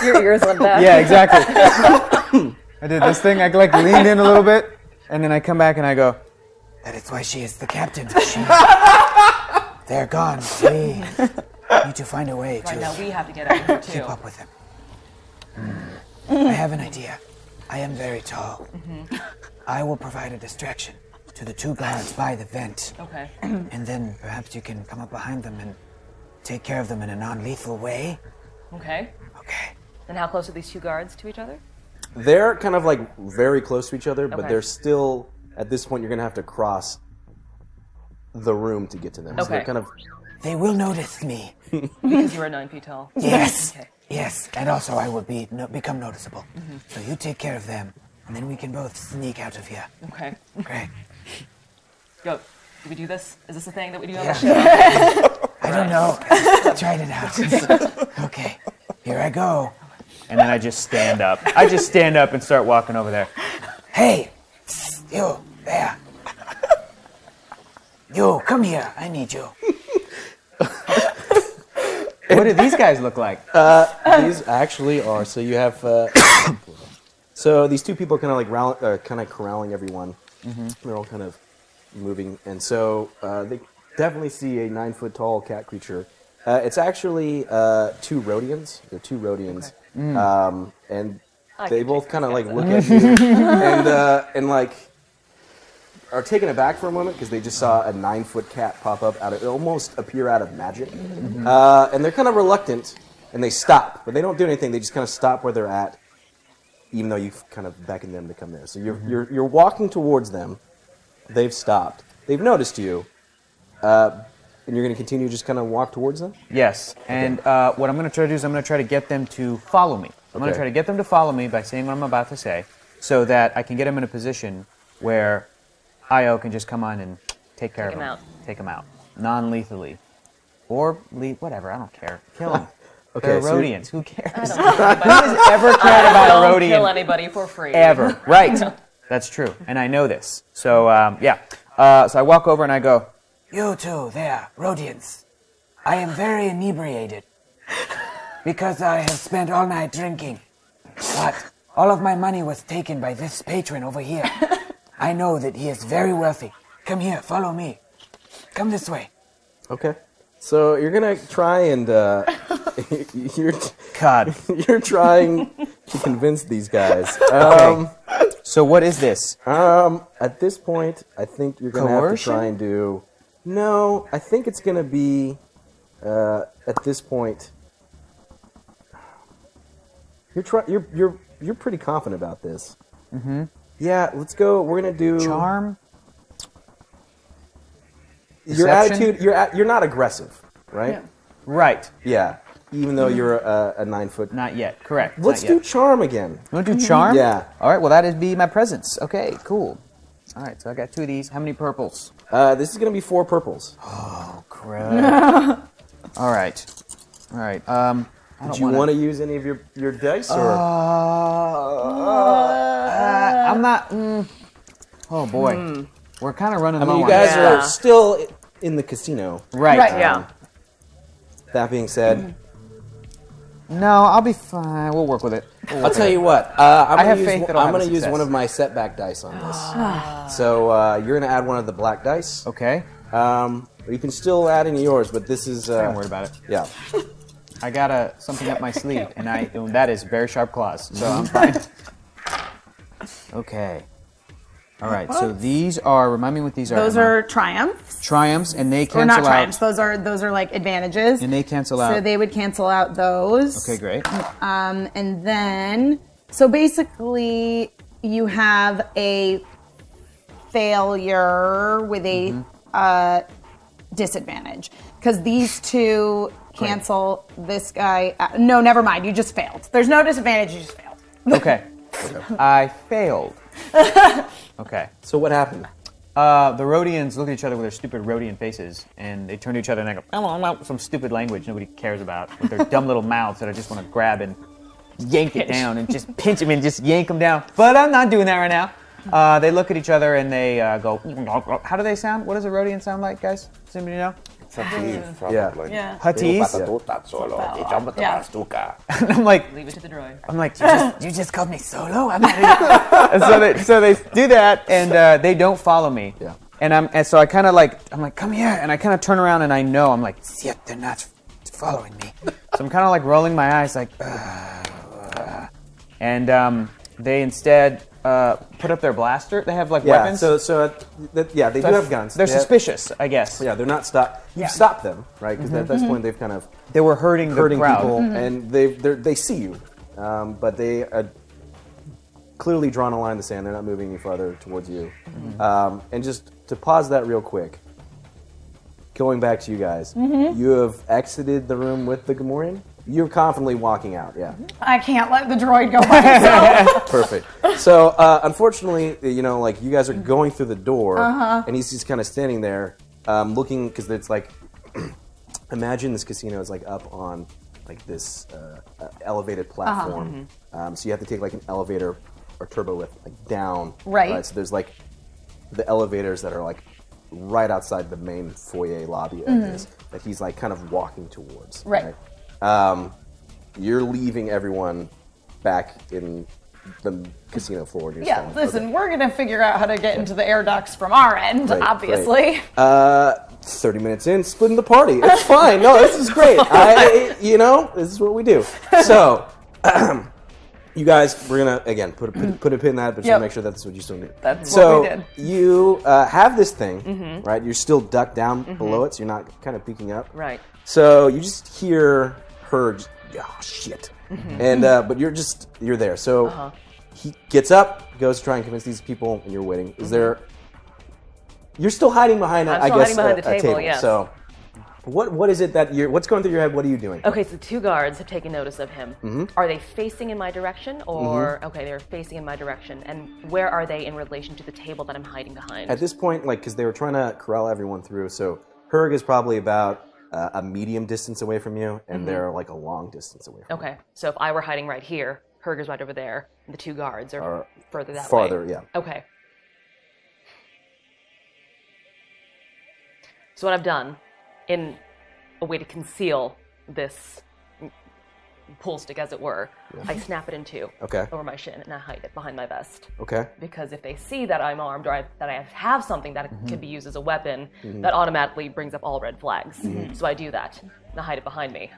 Speaker 7: Your ears went back.
Speaker 3: yeah, exactly. I did this thing. I like leaned in a little bit, and then I come back and I go,
Speaker 6: That is why she is the captain. She, they're gone. We need to find a way
Speaker 11: Right
Speaker 6: to
Speaker 11: now, we have to get out of here too.
Speaker 6: keep up with them. I have an idea. I am very tall. I will provide a distraction to the two guards by the vent.
Speaker 11: Okay.
Speaker 6: and then perhaps you can come up behind them and take care of them in a non-lethal way.
Speaker 7: Okay. Okay. And how close are these two guards to each other?
Speaker 2: They're kind of like very close to each other, but
Speaker 7: Okay.
Speaker 2: they're still at this point. You're gonna have to cross the room to get to them. So they're
Speaker 7: Okay.
Speaker 2: kind of
Speaker 6: They will notice me.
Speaker 7: Because you are nine feet tall.
Speaker 6: Yes.
Speaker 7: Okay.
Speaker 6: Yes, and also I will be no, become noticeable. So you take care of them, and then we can both sneak out of here.
Speaker 7: Okay.
Speaker 6: Great.
Speaker 7: Go. Do we do this? Is this a thing that we do on
Speaker 6: Yeah.
Speaker 7: the show?
Speaker 6: I don't know. I just tried it out. okay, here I go.
Speaker 3: and then I just stand up. I just stand up and start walking over there.
Speaker 6: Hey, you there? You come here. I need you.
Speaker 3: What do these guys look like?
Speaker 2: Uh, these actually are. So you have. Uh, so these two people are kind of like rally, uh, kind of corralling everyone.
Speaker 3: Mhm.
Speaker 2: They're all kind of moving, and so uh, they definitely see a nine foot tall cat creature. Uh, it's actually uh, two Rhodians. They're two Rhodians,
Speaker 12: Mm.
Speaker 2: um, and
Speaker 12: I
Speaker 2: they
Speaker 12: could
Speaker 2: both kind of like look at
Speaker 12: guys
Speaker 2: you
Speaker 12: out.
Speaker 2: and uh, and like are taken aback for a moment because they just saw a nine foot cat pop up out of almost appear out of magic,
Speaker 12: Mhm.
Speaker 2: uh, and they're kind of reluctant and they stop, but they don't do anything. They just kind of stop where they're at, even though you've kind of beckoned them to come there. So you're
Speaker 12: Mhm.
Speaker 2: you're you're walking towards them. They've stopped. They've noticed you, uh, and you're going to continue just kind of walk towards them.
Speaker 3: Yes. And uh, what I'm going to try to do is I'm going to try to get them to follow me. I'm going
Speaker 2: Okay.
Speaker 3: to try to get them to follow me by saying what I'm about to say so that I can get them in a position where IO can just come on and take care
Speaker 7: Take
Speaker 3: of
Speaker 7: 'em
Speaker 3: them.
Speaker 7: out.
Speaker 3: Take them out. Non lethally. Or le- whatever. I don't care. Kill them.
Speaker 2: Okay,
Speaker 3: They're
Speaker 2: so you're-
Speaker 3: Rhodians. Who cares?
Speaker 7: I
Speaker 3: Who
Speaker 7: don't care about
Speaker 3: has
Speaker 7: them.
Speaker 3: ever cared
Speaker 7: I
Speaker 3: about a
Speaker 7: don't
Speaker 3: Rhodian?
Speaker 7: kill anybody for free.
Speaker 3: Ever. Right.
Speaker 7: No.
Speaker 3: That's true. And I know this. So, um, yeah. Uh, so I walk over and I go,
Speaker 6: You two there, Rhodians. I am very inebriated because I have spent all night drinking. But all of my money was taken by this patron over here. I know that he is very wealthy. Come here, follow me. Come this way.
Speaker 2: Okay. So you're gonna try and uh, you're
Speaker 3: God,
Speaker 2: you're trying to convince these guys. Um,
Speaker 3: Okay. So what is this?
Speaker 2: Um, at this point, I think you're gonna have to
Speaker 3: Coercion?
Speaker 2: try and do. No, I think it's gonna be. Uh, at this point, you're try- you're you're you're pretty confident about this.
Speaker 3: Mm-hmm.
Speaker 2: Yeah, let's go. We're gonna do
Speaker 3: charm.
Speaker 2: Your
Speaker 3: Deception?
Speaker 2: attitude. You're at, you're not aggressive, right?
Speaker 3: Yeah. Right.
Speaker 2: Yeah. Even though you're a, a nine foot.
Speaker 3: Not yet. Correct.
Speaker 2: Let's
Speaker 3: Not
Speaker 2: do
Speaker 3: yet.
Speaker 2: charm again.
Speaker 3: You want to do charm?
Speaker 2: Yeah.
Speaker 3: All right. Well, that'd be my presence. Okay. Cool. All right. So I got two of these. How many purples?
Speaker 2: Uh, this is gonna be four purples.
Speaker 3: Oh crap! All right. All right. Um. I
Speaker 2: Did
Speaker 3: don't
Speaker 2: you
Speaker 3: wanna- Oh,
Speaker 2: want to use any of your, your dice or?
Speaker 3: Uh, I'm not. Mm, oh boy,
Speaker 2: Hmm.
Speaker 3: we're kind of running
Speaker 2: I mean,
Speaker 3: low
Speaker 2: you
Speaker 3: on
Speaker 2: guys
Speaker 3: time.
Speaker 2: are still in the casino,
Speaker 3: Right. Right, yeah.
Speaker 2: That being said,
Speaker 3: No, I'll be fine. We'll work with it.
Speaker 6: Mm-hmm.
Speaker 3: We'll
Speaker 2: I'll
Speaker 3: work
Speaker 2: tell
Speaker 3: with
Speaker 2: you
Speaker 3: it.
Speaker 2: what. Uh, I'm
Speaker 3: I
Speaker 2: gonna
Speaker 3: have
Speaker 2: use,
Speaker 3: faith that I'll
Speaker 2: I'm
Speaker 3: have a
Speaker 2: going to use
Speaker 3: success.
Speaker 2: one of my setback dice on this. so uh, you're going to add one of the black dice.
Speaker 3: Okay.
Speaker 2: Um, you can still add in yours, but this is. Uh,
Speaker 3: I ain't worried about it.
Speaker 2: Yeah.
Speaker 3: I got a, something up my sleeve, and I and that is very sharp claws, so I'm fine. Okay. All right. So these are. Remind me what these are.
Speaker 1: Those
Speaker 3: Emma.
Speaker 1: are triumphs,
Speaker 3: triumphs, and they cancel
Speaker 1: or not
Speaker 3: out.
Speaker 1: triumphs. Those are those are like advantages.
Speaker 3: And they cancel
Speaker 1: So
Speaker 3: out.
Speaker 1: they would cancel out those.
Speaker 3: Okay, great.
Speaker 1: Um, and then, so basically, you have a failure with a
Speaker 13: Mhm.
Speaker 1: uh, disadvantage because these two cancel this guy. Out. No, never mind. You just failed. There's no disadvantage. You just failed.
Speaker 3: Okay. I failed. okay.
Speaker 2: So what happened?
Speaker 3: Uh, the Rhodians look at each other with their stupid Rhodian faces, and they turn to each other and they go, "Ow, ow, ow," some stupid language nobody cares about, with their dumb little mouths that I just want to grab and yank it down and just pinch them and just yank them down. But I'm not doing that right now. Uh, they look at each other and they uh, go, how do they sound? What does a Rhodian sound like, guys? Does anybody know?
Speaker 10: probably.
Speaker 3: Yeah.
Speaker 10: Yeah.
Speaker 3: And I'm like,
Speaker 14: Leave it to the droid.
Speaker 3: I'm like, you just, you just called me solo? I'm out of here. so, they, so they do that, and uh, they don't follow me. Yeah. And I'm, and so I kind of like, I'm like, come here, and I kind of turn around, and I know, I'm like, shit, they're not following me. so I'm kind of like rolling my eyes, like, "Ugh." and um, they instead uh, put up their blaster. They have like
Speaker 2: yeah.
Speaker 3: weapons.
Speaker 2: So so uh, th- yeah, they
Speaker 3: So
Speaker 2: do
Speaker 3: I-
Speaker 2: have guns.
Speaker 3: They're
Speaker 2: They have-
Speaker 3: suspicious, I guess.
Speaker 2: Yeah, they're not stop. You
Speaker 3: Yeah.
Speaker 2: have stopped them, right? Because at this
Speaker 3: Mhm.
Speaker 2: point they've kind of
Speaker 3: they were hurting the
Speaker 2: hurting
Speaker 3: crowd.
Speaker 2: people,
Speaker 3: Mhm.
Speaker 2: and they they're- they see you, um, but they are clearly drawn a line in the sand. They're not moving any farther towards you.
Speaker 3: Mm-hmm.
Speaker 4: Mhm.
Speaker 2: Um, and just to pause that real quick, going back to you guys,
Speaker 1: Mhm.
Speaker 3: Mm-hmm.
Speaker 2: you have exited the room with the Gamorrean. You're confidently walking out. Yeah.
Speaker 3: Mm-hmm.
Speaker 1: I can't let the droid go by himself.
Speaker 2: Perfect. So, uh, unfortunately, you know, like you guys are going through the door,
Speaker 1: Uh-huh.
Speaker 2: and he's just kind of standing there, um, looking because it's like, imagine this casino is like up on like this uh, uh,
Speaker 1: Uh-huh.
Speaker 2: elevated platform.
Speaker 1: Mm-hmm.
Speaker 2: Um, so you have to take like an elevator or turbo lift like down.
Speaker 1: Right.
Speaker 2: So there's like the elevators that are like right outside the main foyer lobby of
Speaker 1: Mhm.
Speaker 2: this that he's like kind of walking towards.
Speaker 1: Right.
Speaker 2: Um, you're leaving everyone back in the casino floor. and You're
Speaker 1: Yeah,
Speaker 2: just kinda-
Speaker 1: listen, we're gonna figure out how to get into the air ducts from our end,
Speaker 2: Great,
Speaker 1: obviously.
Speaker 2: great. Uh, 30 minutes in, splitting the party. It's fine. No, this is great. I, you know, this is what we do. So, you guys, we're going to, again, put a, put, a- put a pin in that, but just
Speaker 4: Mm-hmm. Yep.
Speaker 2: make sure that's what you still do.
Speaker 4: That's what
Speaker 2: so
Speaker 4: we did.
Speaker 2: you uh, have this thing,
Speaker 4: Mhm.
Speaker 2: right? You're still ducked down
Speaker 4: Mhm.
Speaker 2: below it, so you're not kind of peeking up.
Speaker 7: Right.
Speaker 2: So you just hear her, just, oh, shit.
Speaker 7: Mhm.
Speaker 2: And, uh, but you're just, you're there. So
Speaker 7: Uh-huh.
Speaker 2: he gets up, goes to try and convince these people, and you're waiting. Is there you're still hiding behind, a-
Speaker 7: Mm-hmm. I'm
Speaker 2: I
Speaker 7: still
Speaker 2: guess,
Speaker 7: hiding behind
Speaker 2: a,
Speaker 7: the
Speaker 2: a
Speaker 7: table, yes.
Speaker 2: So, what what is it that you're? What's going through your head? What are you doing?
Speaker 7: Okay, so two guards have taken notice of him.
Speaker 2: Mhm.
Speaker 7: Are they facing in my direction, or okay, they're facing in my direction, and where are they in relation to the table that I'm hiding behind?
Speaker 2: At this point, like, because they were trying to corral everyone through, so Herg is probably about uh, a medium distance away from you, and
Speaker 7: Mhm.
Speaker 2: they're like a long distance away. from
Speaker 7: Okay, so if I were hiding right here, Herger's right over there, and the two guards are
Speaker 2: Are
Speaker 7: further that
Speaker 2: farther,
Speaker 7: way.
Speaker 2: yeah.
Speaker 7: Okay. So what I've done, in a way to conceal this pull stick, as it were,
Speaker 2: Yeah.
Speaker 7: I snap it in two
Speaker 2: Okay.
Speaker 7: over my shin and I hide it behind my vest.
Speaker 2: Okay.
Speaker 7: Because if they see that I'm armed or I, that I have something that
Speaker 2: Mhm.
Speaker 7: could be used as a weapon,
Speaker 2: Mhm.
Speaker 7: that automatically brings up all red flags.
Speaker 2: Mhm.
Speaker 7: So I do that and I hide it behind me.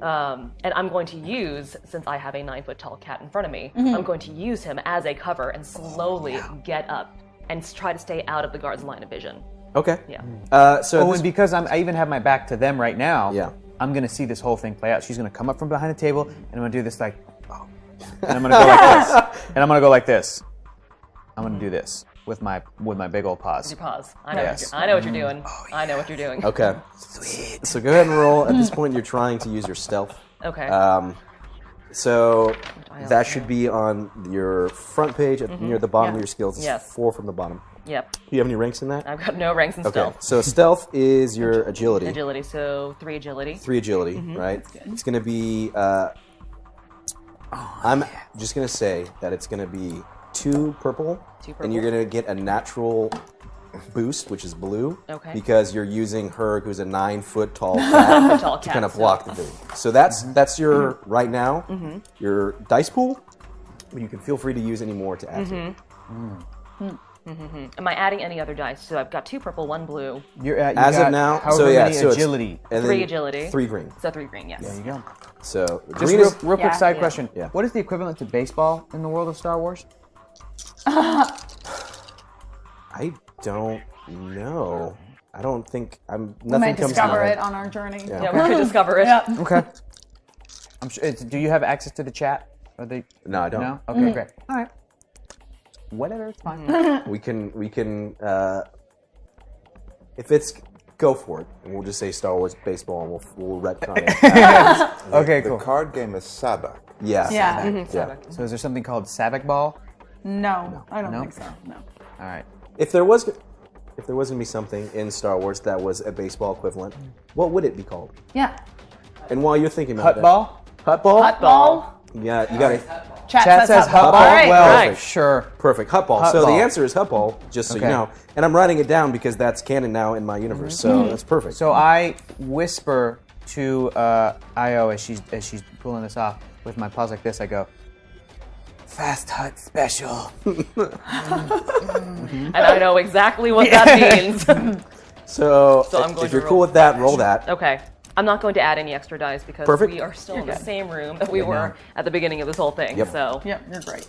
Speaker 7: Um, and I'm going to use, since I have a nine foot tall cat in front of me,
Speaker 14: Mhm.
Speaker 7: I'm going to use him as a cover and slowly get up and s- try to stay out of the guard's line of vision.
Speaker 2: Okay.
Speaker 7: Yeah.
Speaker 2: Uh, so
Speaker 3: oh,
Speaker 2: this-
Speaker 3: and because I'm, I even have my back to them right now.
Speaker 2: Yeah.
Speaker 3: I'm gonna see this whole thing play out. She's gonna come up from behind the table, and I'm gonna do this like, oh. and I'm gonna go like this, and I'm gonna go like this. I'm gonna do this with my with my big old paws.
Speaker 7: Your paws. I know, what
Speaker 3: Yes.
Speaker 7: you're- I know what you're doing. I know what you're doing.
Speaker 2: Mm-hmm. Oh, Okay. So go ahead and roll. At this point, you're trying to use your stealth.
Speaker 7: Okay.
Speaker 2: Um, so that should be on your front page at,
Speaker 7: Mhm.
Speaker 2: near the bottom
Speaker 7: Yeah.
Speaker 2: of your skills. It's
Speaker 7: Yes.
Speaker 2: Four from the bottom.
Speaker 7: Yep.
Speaker 2: Do you have any ranks in that?
Speaker 7: I've got no ranks in
Speaker 2: okay.
Speaker 7: stealth.
Speaker 2: So stealth is your agility.
Speaker 7: Agility, so three agility.
Speaker 2: Three agility,
Speaker 7: Mhm.
Speaker 2: right? It's gonna be. Uh,
Speaker 7: Oh,
Speaker 2: I'm just gonna say that it's gonna be two purple,
Speaker 7: Two
Speaker 2: and you're
Speaker 7: purple.
Speaker 2: gonna get a natural boost, which is blue,
Speaker 7: Okay.
Speaker 2: because you're using her, who's a nine foot tall
Speaker 7: Nine
Speaker 2: cat,
Speaker 7: foot tall
Speaker 2: to
Speaker 7: cat,
Speaker 2: kind of
Speaker 7: so-
Speaker 2: block the thing. So that's
Speaker 3: Mm-hmm.
Speaker 2: that's your right now
Speaker 7: Mhm.
Speaker 2: your dice pool. But you can feel free to use any more to add. to it.
Speaker 7: Mm-hmm. Am I adding any other dice? So I've got two purple, one blue.
Speaker 3: You're at, you
Speaker 2: As
Speaker 3: got
Speaker 2: of now, so
Speaker 3: however
Speaker 2: yeah,
Speaker 3: many
Speaker 2: so it's-
Speaker 3: agility.
Speaker 2: and
Speaker 7: three
Speaker 2: then
Speaker 7: agility.
Speaker 2: three green.
Speaker 7: So three green. Yes.
Speaker 3: There you go.
Speaker 2: So
Speaker 3: Just
Speaker 2: green
Speaker 3: real,
Speaker 2: is
Speaker 3: real quick
Speaker 7: Yeah,
Speaker 3: side
Speaker 7: yeah.
Speaker 3: question. What is the equivalent to baseball in the world of Star Wars?
Speaker 2: I don't know. I don't think I'm. Nothing
Speaker 4: we might
Speaker 2: comes
Speaker 4: discover
Speaker 2: to mind.
Speaker 4: it on our journey.
Speaker 2: Yeah.
Speaker 7: Yeah, we could discover it.
Speaker 4: Yeah.
Speaker 3: Okay. I'm sure. It's, do you have access to the chat? Are they?
Speaker 2: No, I don't. Mm-hmm.
Speaker 3: No. Okay, great. All right. Whatever. It's fine.
Speaker 2: We can we can uh, if it's go for it. And we'll just say Star Wars baseball and we'll we'll retcon it.
Speaker 3: okay,
Speaker 10: The
Speaker 3: cool.
Speaker 10: card game is Sabak.
Speaker 2: yeah.
Speaker 4: Yeah. Mm-hmm.
Speaker 2: yeah.
Speaker 3: So is there something called Savic Ball?
Speaker 4: No, I don't
Speaker 3: No?
Speaker 4: think so. No.
Speaker 3: All right.
Speaker 2: If there was if there was gonna be something in Star Wars that was a baseball equivalent, what would it be called?
Speaker 4: Yeah.
Speaker 2: And while you're thinking about
Speaker 3: Putt
Speaker 2: that,
Speaker 3: ball.
Speaker 2: hut ball,
Speaker 4: Hut ball.
Speaker 2: Yeah, you got it.
Speaker 4: Chat,
Speaker 3: Chat says
Speaker 4: hut
Speaker 3: hut ball.
Speaker 4: ball. All right.
Speaker 2: Well-
Speaker 3: Right. Sure.
Speaker 2: Perfect, hut ball.
Speaker 3: Hut
Speaker 2: so
Speaker 3: ball.
Speaker 2: the answer is hut ball, just so
Speaker 3: Okay.
Speaker 2: you know. And I'm writing it down because that's canon now in my universe,
Speaker 4: Mm-hmm.
Speaker 2: so that's perfect.
Speaker 3: So I whisper to uh, Io as she's as she's pulling this off with my paws like this. I go, fast hut special.
Speaker 7: And I know exactly what that means.
Speaker 2: So,
Speaker 7: So I'm
Speaker 2: if-
Speaker 7: going
Speaker 2: if
Speaker 7: to
Speaker 2: you're
Speaker 7: roll.
Speaker 2: cool with that, roll that.
Speaker 7: okay. I'm not going to add any extra dice because
Speaker 2: Perfect.
Speaker 7: we are still in the same room that we were at the beginning of this whole thing.
Speaker 2: Yep.
Speaker 7: So.
Speaker 4: Yep, you're great.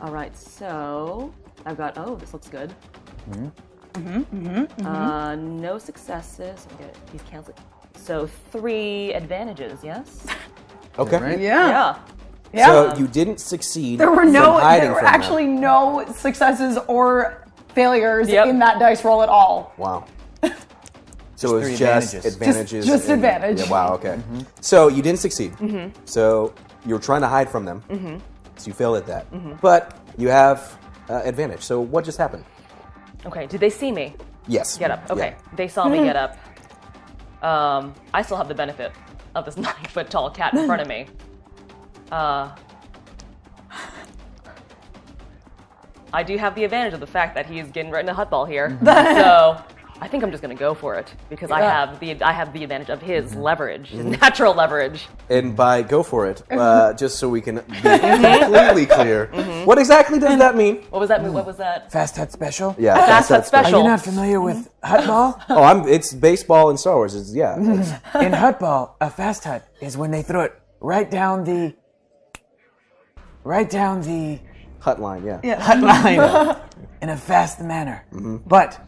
Speaker 15: All right, so I've got. Oh, this looks good. Mm-hmm. Mm-hmm. Uh, no successes. I'm gonna- These cancel. So three advantages. Yes.
Speaker 2: Okay.
Speaker 4: Yeah.
Speaker 7: Yeah.
Speaker 4: Yeah.
Speaker 2: So you didn't succeed.
Speaker 4: there were no.
Speaker 2: from hiding
Speaker 4: There were
Speaker 2: from that.
Speaker 4: actually no successes or failures
Speaker 7: Yep.
Speaker 4: in that dice roll at all.
Speaker 2: Wow. So it
Speaker 3: three
Speaker 2: was just
Speaker 3: advantages.
Speaker 2: advantages.
Speaker 4: Just- just
Speaker 2: and-
Speaker 4: advantage.
Speaker 2: Yeah, wow, okay. So you didn't succeed. So you were trying to hide from them. So you failed at that. But you have uh, advantage. So what just happened?
Speaker 7: Okay. Did they see me
Speaker 2: Yes.
Speaker 7: get up? Okay.
Speaker 2: Yeah.
Speaker 7: They saw me get up. Um, I still have the benefit of this nine foot tall cat in front of me. Uh. I do have the advantage of the fact that he is getting right in the hut ball here.
Speaker 2: Mm-hmm.
Speaker 7: so I think I'm just gonna go for it because I have the I have the advantage of his
Speaker 2: Mm-hmm.
Speaker 7: leverage, his natural leverage.
Speaker 2: And by go for it, uh, just so we can be completely clear, what exactly does that mean?
Speaker 7: What was that? move? What was that?
Speaker 6: Fast Hut Special?
Speaker 2: Yeah,
Speaker 7: Fast Hut
Speaker 6: Are
Speaker 7: Special. Mm-hmm.
Speaker 6: you not familiar with Hut Ball?
Speaker 2: Oh, I'm, it's baseball and Star Wars. It's, yeah. it's-
Speaker 6: In Hut Ball, a Fast Hut is when they throw it right down the. Right down the.
Speaker 2: hut line, yeah.
Speaker 6: Hut line in a fast manner.
Speaker 2: Mm-hmm.
Speaker 6: But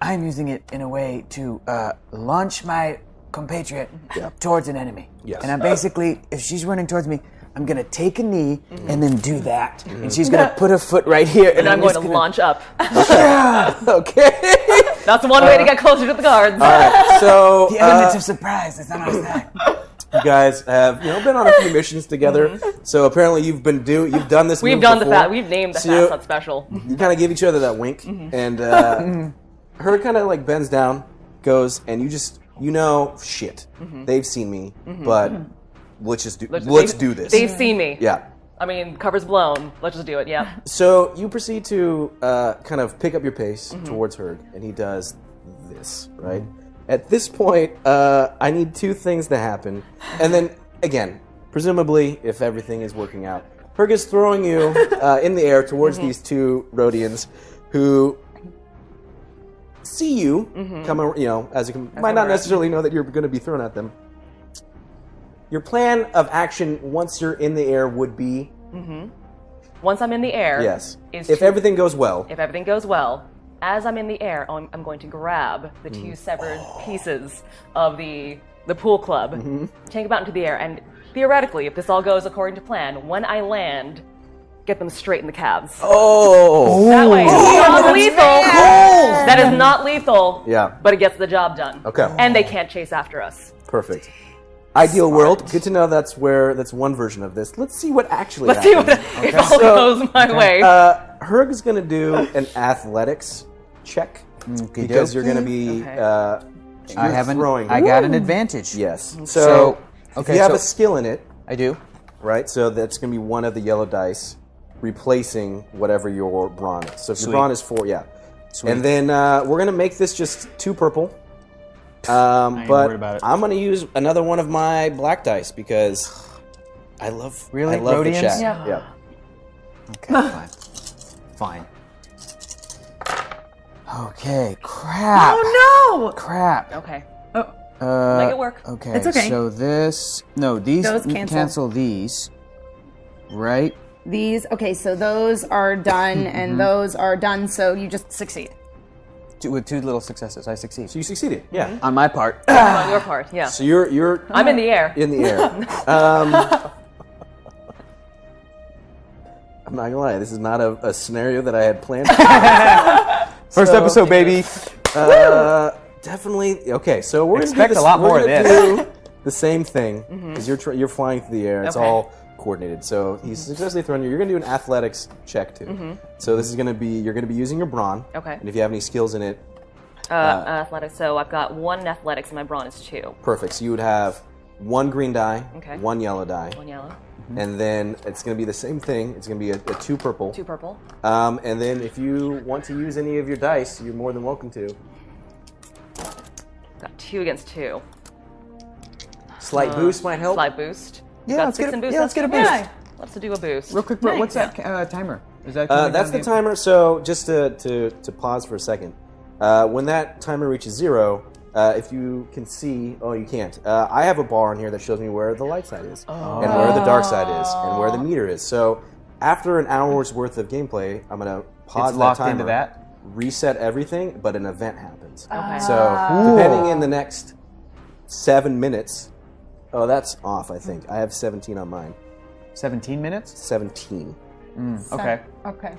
Speaker 6: I'm using it in a way to uh, launch my compatriot towards an enemy.
Speaker 2: Yes. Uh,
Speaker 6: And I'm basically, if she's running towards me, I'm gonna take a knee
Speaker 2: Mm-hmm.
Speaker 6: and then do that, and she's gonna put her foot right here, and,
Speaker 7: And I'm going
Speaker 6: just
Speaker 7: to launch up.
Speaker 2: Okay.
Speaker 7: That's one way to get closer to the guards.
Speaker 2: Uh, All right. So
Speaker 6: The element
Speaker 2: uh,
Speaker 6: of surprise is on our side.
Speaker 2: you guys have you know been on a few missions together. So apparently you've been do you've done this.
Speaker 7: Mm-hmm. we've
Speaker 2: move
Speaker 7: done the
Speaker 2: before.
Speaker 7: fat. We've named Mm-hmm. the
Speaker 2: So
Speaker 7: fast
Speaker 2: you-
Speaker 7: hut special.
Speaker 2: You kind of give each other that wink, and uh,
Speaker 7: Mm-hmm.
Speaker 2: her kind of like bends down, goes, and you just you know shit.
Speaker 7: Mm-hmm.
Speaker 2: They've seen me, but let's just do let's,
Speaker 7: They've-
Speaker 2: do this.
Speaker 7: Mm-hmm. They've seen me.
Speaker 2: yeah.
Speaker 7: I mean, cover's blown. Let's just do it. Yeah.
Speaker 2: So you proceed to uh, kind of pick up your pace
Speaker 7: Mm-hmm.
Speaker 2: towards Herg, and he does this, right? At this point, uh, I need two things to happen. And then, again, presumably, if everything is working out, Herg is throwing you uh, in the air towards
Speaker 7: Mm-hmm.
Speaker 2: these two Rhodians who see you
Speaker 7: Mm-hmm.
Speaker 2: come, ar- you know, as a com- might not necessarily know that you're going to be thrown at them. Your plan of action once you're in the air would be
Speaker 7: Once I'm in the air.
Speaker 2: Yes.
Speaker 7: Is
Speaker 2: If
Speaker 7: to-
Speaker 2: everything goes well,
Speaker 7: If everything goes well, as I'm in the air, I'm, I'm going to grab the
Speaker 2: Mm.
Speaker 7: two severed pieces of the the pool club,
Speaker 2: Mm-hmm.
Speaker 7: take them out into the air, and theoretically, if this all goes according to plan, when I land, get them straight in the calves.
Speaker 2: Oh.
Speaker 7: That way, it's not lethal. That is not lethal.
Speaker 2: Yeah.
Speaker 7: But it gets the job done.
Speaker 2: Okay.
Speaker 7: And they can't chase after us.
Speaker 2: Perfect. Ideal world. Good to know that's where that's one version of this. Let's see what actually
Speaker 7: Let's see
Speaker 2: happens.
Speaker 7: what if all
Speaker 2: So-
Speaker 7: goes my way.
Speaker 2: Uh, Herg's gonna do an athletics check because you're gonna be.
Speaker 7: Okay.
Speaker 2: Uh,
Speaker 3: I
Speaker 2: you're
Speaker 3: have an,
Speaker 2: throwing.
Speaker 3: I got an advantage.
Speaker 2: Yes. So,
Speaker 3: So,
Speaker 2: if
Speaker 3: okay,
Speaker 2: you have
Speaker 3: so-
Speaker 2: a skill in it,
Speaker 3: I do.
Speaker 2: right? So that's gonna be one of the yellow dice. replacing whatever your brawn is. So if
Speaker 12: Sweet.
Speaker 2: your brawn is four, yeah.
Speaker 12: Sweet.
Speaker 2: And then uh, we're gonna make this just two purple. Um,
Speaker 12: ain't
Speaker 2: but
Speaker 12: worried about it.
Speaker 2: I'm gonna use another one of my black dice because I love
Speaker 3: Really?
Speaker 2: I love the
Speaker 3: Rhodians?
Speaker 2: chat.
Speaker 3: Yeah.
Speaker 2: yeah.
Speaker 3: Okay, fine. Fine. Okay, crap.
Speaker 4: Oh no!
Speaker 3: Crap.
Speaker 7: Okay.
Speaker 4: Oh.
Speaker 3: Uh,
Speaker 7: Make it work.
Speaker 3: Okay.
Speaker 4: It's okay.
Speaker 3: So this, no, these
Speaker 4: Those
Speaker 3: n-
Speaker 4: cancel.
Speaker 3: cancel these, right?
Speaker 4: These okay, so those are done and those are done. So you just succeed.
Speaker 3: Two, with two little successes, I succeed.
Speaker 2: So you succeeded. Yeah.
Speaker 3: On my part.
Speaker 7: on your part, yeah.
Speaker 2: So you're you're
Speaker 7: I'm in the air.
Speaker 2: in the air. um, I'm not gonna lie, this is not a, a scenario that I had planned. First episode, baby. Uh, definitely. Okay, so we're
Speaker 3: Expect
Speaker 2: gonna do this,
Speaker 3: a lot
Speaker 2: we're
Speaker 3: more of
Speaker 2: gonna
Speaker 3: this. Mm-hmm.
Speaker 2: do the same thing because you're tr- you're flying through the air. It's
Speaker 7: Okay.
Speaker 2: all coordinated. So he's
Speaker 3: Mm-hmm.
Speaker 2: successfully thrown you. You're gonna do an athletics check too. So this is gonna be you're gonna be using your brawn.
Speaker 7: Okay.
Speaker 2: And if you have any skills in it,
Speaker 7: Uh, athletics. So I've got one in athletics, and my brawn is two.
Speaker 2: perfect. So you would have one green die,
Speaker 7: Okay.
Speaker 2: one yellow die,
Speaker 7: One yellow,
Speaker 2: and then it's going to be the same thing. It's going to be a, a two purple.
Speaker 7: two purple.
Speaker 2: Um, and then if you want to use any of your dice, you're more than welcome to.
Speaker 7: Got two against two.
Speaker 2: Slight boost might help.
Speaker 7: Uh, Slight boost.
Speaker 3: Oh. Yeah,
Speaker 7: got
Speaker 3: let's
Speaker 7: six
Speaker 3: get a-
Speaker 7: in boost.
Speaker 3: yeah, let's
Speaker 7: That's-
Speaker 3: get a boost.
Speaker 7: Let's do a boost.
Speaker 3: Real quick, bro, what's that uh, timer? Is that
Speaker 2: Uh,
Speaker 3: counting
Speaker 2: that's the
Speaker 3: down
Speaker 2: timer. So just to, to, to pause for a second, uh, when that timer reaches zero, uh, if you can see, oh, you can't. Uh, I have a bar on here that shows me where the light side is, and where the dark side is, and
Speaker 3: Oh.
Speaker 2: where the meter is. So after an hour's worth of gameplay, I'm gonna pause that
Speaker 3: locked
Speaker 2: timer,
Speaker 3: into that?
Speaker 2: reset everything, but an event happens.
Speaker 7: Okay.
Speaker 2: So depending in the next seven minutes, oh, that's off. I think I have 17 on mine.
Speaker 3: 17 minutes?
Speaker 2: 17.
Speaker 3: Okay.
Speaker 4: Okay.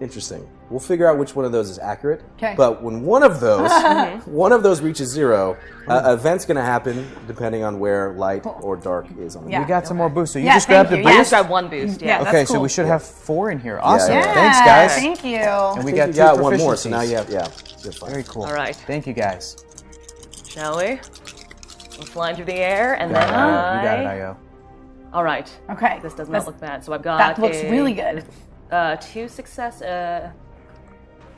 Speaker 2: Interesting. We'll figure out which one of those is accurate.
Speaker 4: 'Kay.
Speaker 2: But when one of those,
Speaker 3: Mm-hmm.
Speaker 2: one of those reaches zero, uh, event's going to happen depending on where light or dark is on the
Speaker 3: We got some more boosts. So you
Speaker 4: Yeah,
Speaker 3: just grabbed the
Speaker 4: thank
Speaker 3: boost. Mm,
Speaker 4: you.
Speaker 7: I
Speaker 4: Yeah.
Speaker 7: just got one boost. Yeah.
Speaker 4: Yeah.
Speaker 3: Okay,
Speaker 4: That's
Speaker 3: so we
Speaker 4: cool.
Speaker 3: should have four in here. Awesome.
Speaker 2: yeah.
Speaker 3: Thanks,
Speaker 4: Yeah,
Speaker 3: guys.
Speaker 4: Thank you.
Speaker 3: And
Speaker 2: I
Speaker 3: we
Speaker 2: think
Speaker 3: got
Speaker 2: you
Speaker 3: two
Speaker 2: got one more, so
Speaker 3: proficiencies.
Speaker 2: now you have yeah. You're fine.
Speaker 3: Very cool.
Speaker 7: All right.
Speaker 3: Thank you guys.
Speaker 7: Shall we? I'm flying through the air, and
Speaker 3: Got
Speaker 7: then
Speaker 3: it,
Speaker 7: I.
Speaker 3: Io. You got it, Io.
Speaker 7: All right.
Speaker 4: Okay.
Speaker 7: This does
Speaker 4: That's-
Speaker 7: not look bad. So I've got.
Speaker 4: That looks
Speaker 7: a-
Speaker 4: really good.
Speaker 7: Uh, two success. Uh,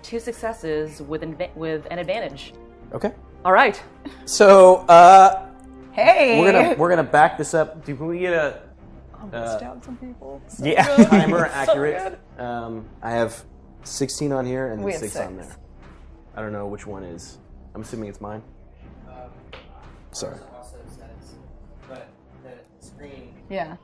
Speaker 7: two successes with inv- with an advantage.
Speaker 2: Okay.
Speaker 7: All right.
Speaker 2: So uh,
Speaker 4: Hey.
Speaker 2: we're gonna we're gonna back this up. Do we get a
Speaker 4: Oh,
Speaker 2: uh,
Speaker 3: Yeah.
Speaker 2: timer accurate? Um, I have 16 on here and
Speaker 4: We
Speaker 2: then
Speaker 4: have
Speaker 2: six, on
Speaker 4: six.
Speaker 2: there. I don't know which one is. I'm assuming it's mine. Sorry.
Speaker 5: Also says, but the screen
Speaker 4: Yeah.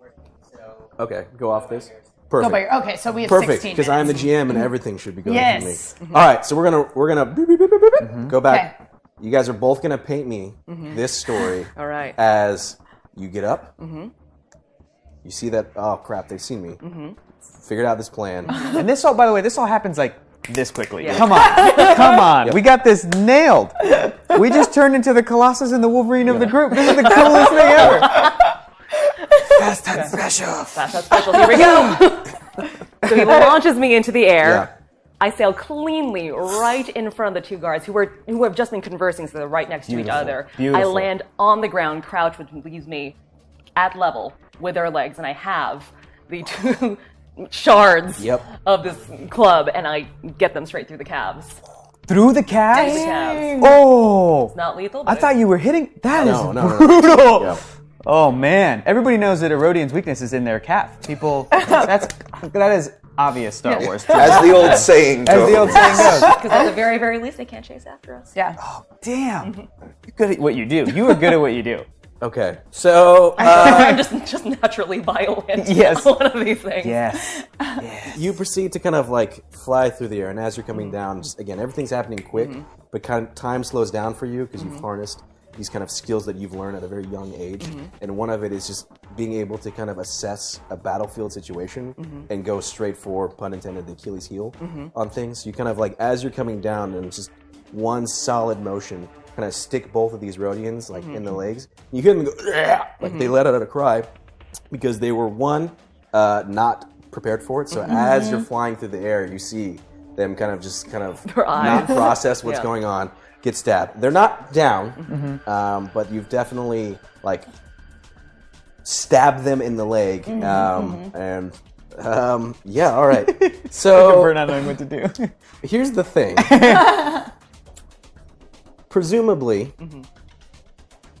Speaker 5: working, so
Speaker 2: Okay, go off this. Perfect.
Speaker 4: Go by your, okay, so we have
Speaker 2: Perfect,
Speaker 4: 16
Speaker 2: because I'm the
Speaker 4: minutes.
Speaker 2: GM and everything should be going
Speaker 4: Yes.
Speaker 2: for
Speaker 4: Mm-hmm.
Speaker 2: me. All right, so we're gonna we're gonna beep, beep, beep, beep, beep, go back.
Speaker 4: Okay. Mm-hmm.
Speaker 2: You guys are both gonna paint me this story
Speaker 7: All right.
Speaker 2: as you get up. You see that? Oh crap! They've seen me. Figured out this plan.
Speaker 3: and this all, by the way, this all happens like this quickly.
Speaker 7: Yeah.
Speaker 3: Come on. Come on. We got this nailed. We just turned into the Colossus and the Wolverine of the group. This is the coolest thing ever. Fast and special.
Speaker 7: That's that's special. Here we go. so he launches me into the air.
Speaker 2: Yeah.
Speaker 7: I sail cleanly right in front of the two guards who were who have just been conversing, so they're right next to each
Speaker 3: Beautiful.
Speaker 7: other. I
Speaker 3: Beautiful.
Speaker 7: land on the ground, crouch, which leaves me at level with their legs, and I have the two shards
Speaker 2: Yep.
Speaker 7: of this club, and I get them straight through the calves.
Speaker 3: Through the calves?
Speaker 7: Through the calves.
Speaker 3: Oh.
Speaker 7: Not lethal.
Speaker 3: I
Speaker 7: but
Speaker 3: thought you were hitting. That is
Speaker 2: No, no, no.
Speaker 3: brutal.
Speaker 2: Yeah.
Speaker 3: Oh man! Everybody knows that Erodian's weakness is in their calf. People, that's that is obvious Star Wars.
Speaker 10: As the old saying goes.
Speaker 3: As the old saying goes.
Speaker 7: because at the very very least they can't chase after us.
Speaker 4: Yeah.
Speaker 3: Damn, you're good at what you do. You are good at what you do.
Speaker 2: okay, so uh,
Speaker 7: I'm just just naturally violent.
Speaker 3: Yes.
Speaker 7: one of these things.
Speaker 3: Yes.
Speaker 2: you proceed to kind of like fly through the air, and as you're coming down, just again everything's happening quick, but kind of time slows down for you because you've harnessed these kind of skills that you've learned at a very young age, and one of it is just being able to kind of assess a battlefield situation and go straight for pun intended the Achilles heel on things. You kind of like as you're coming down, and it's just one solid motion. Kind of stick both of these Rhodians like in the legs. You hear them go, "Ugh," like they let out a cry, because they were one uh, not prepared for it. So
Speaker 3: Mm-hmm.
Speaker 2: as you're flying through the air, you see them kind of just kind of
Speaker 7: Their eyes.
Speaker 2: not process what's
Speaker 7: Yeah.
Speaker 2: going on, get
Speaker 3: Mm-hmm.
Speaker 2: stabbed. They're not down, um, but you've definitely like stab them in the leg.
Speaker 3: Mm-hmm,
Speaker 2: um, And um, yeah, all right. So
Speaker 3: we're not knowing what to do.
Speaker 2: here's the thing. Presumably,
Speaker 3: Mm-hmm.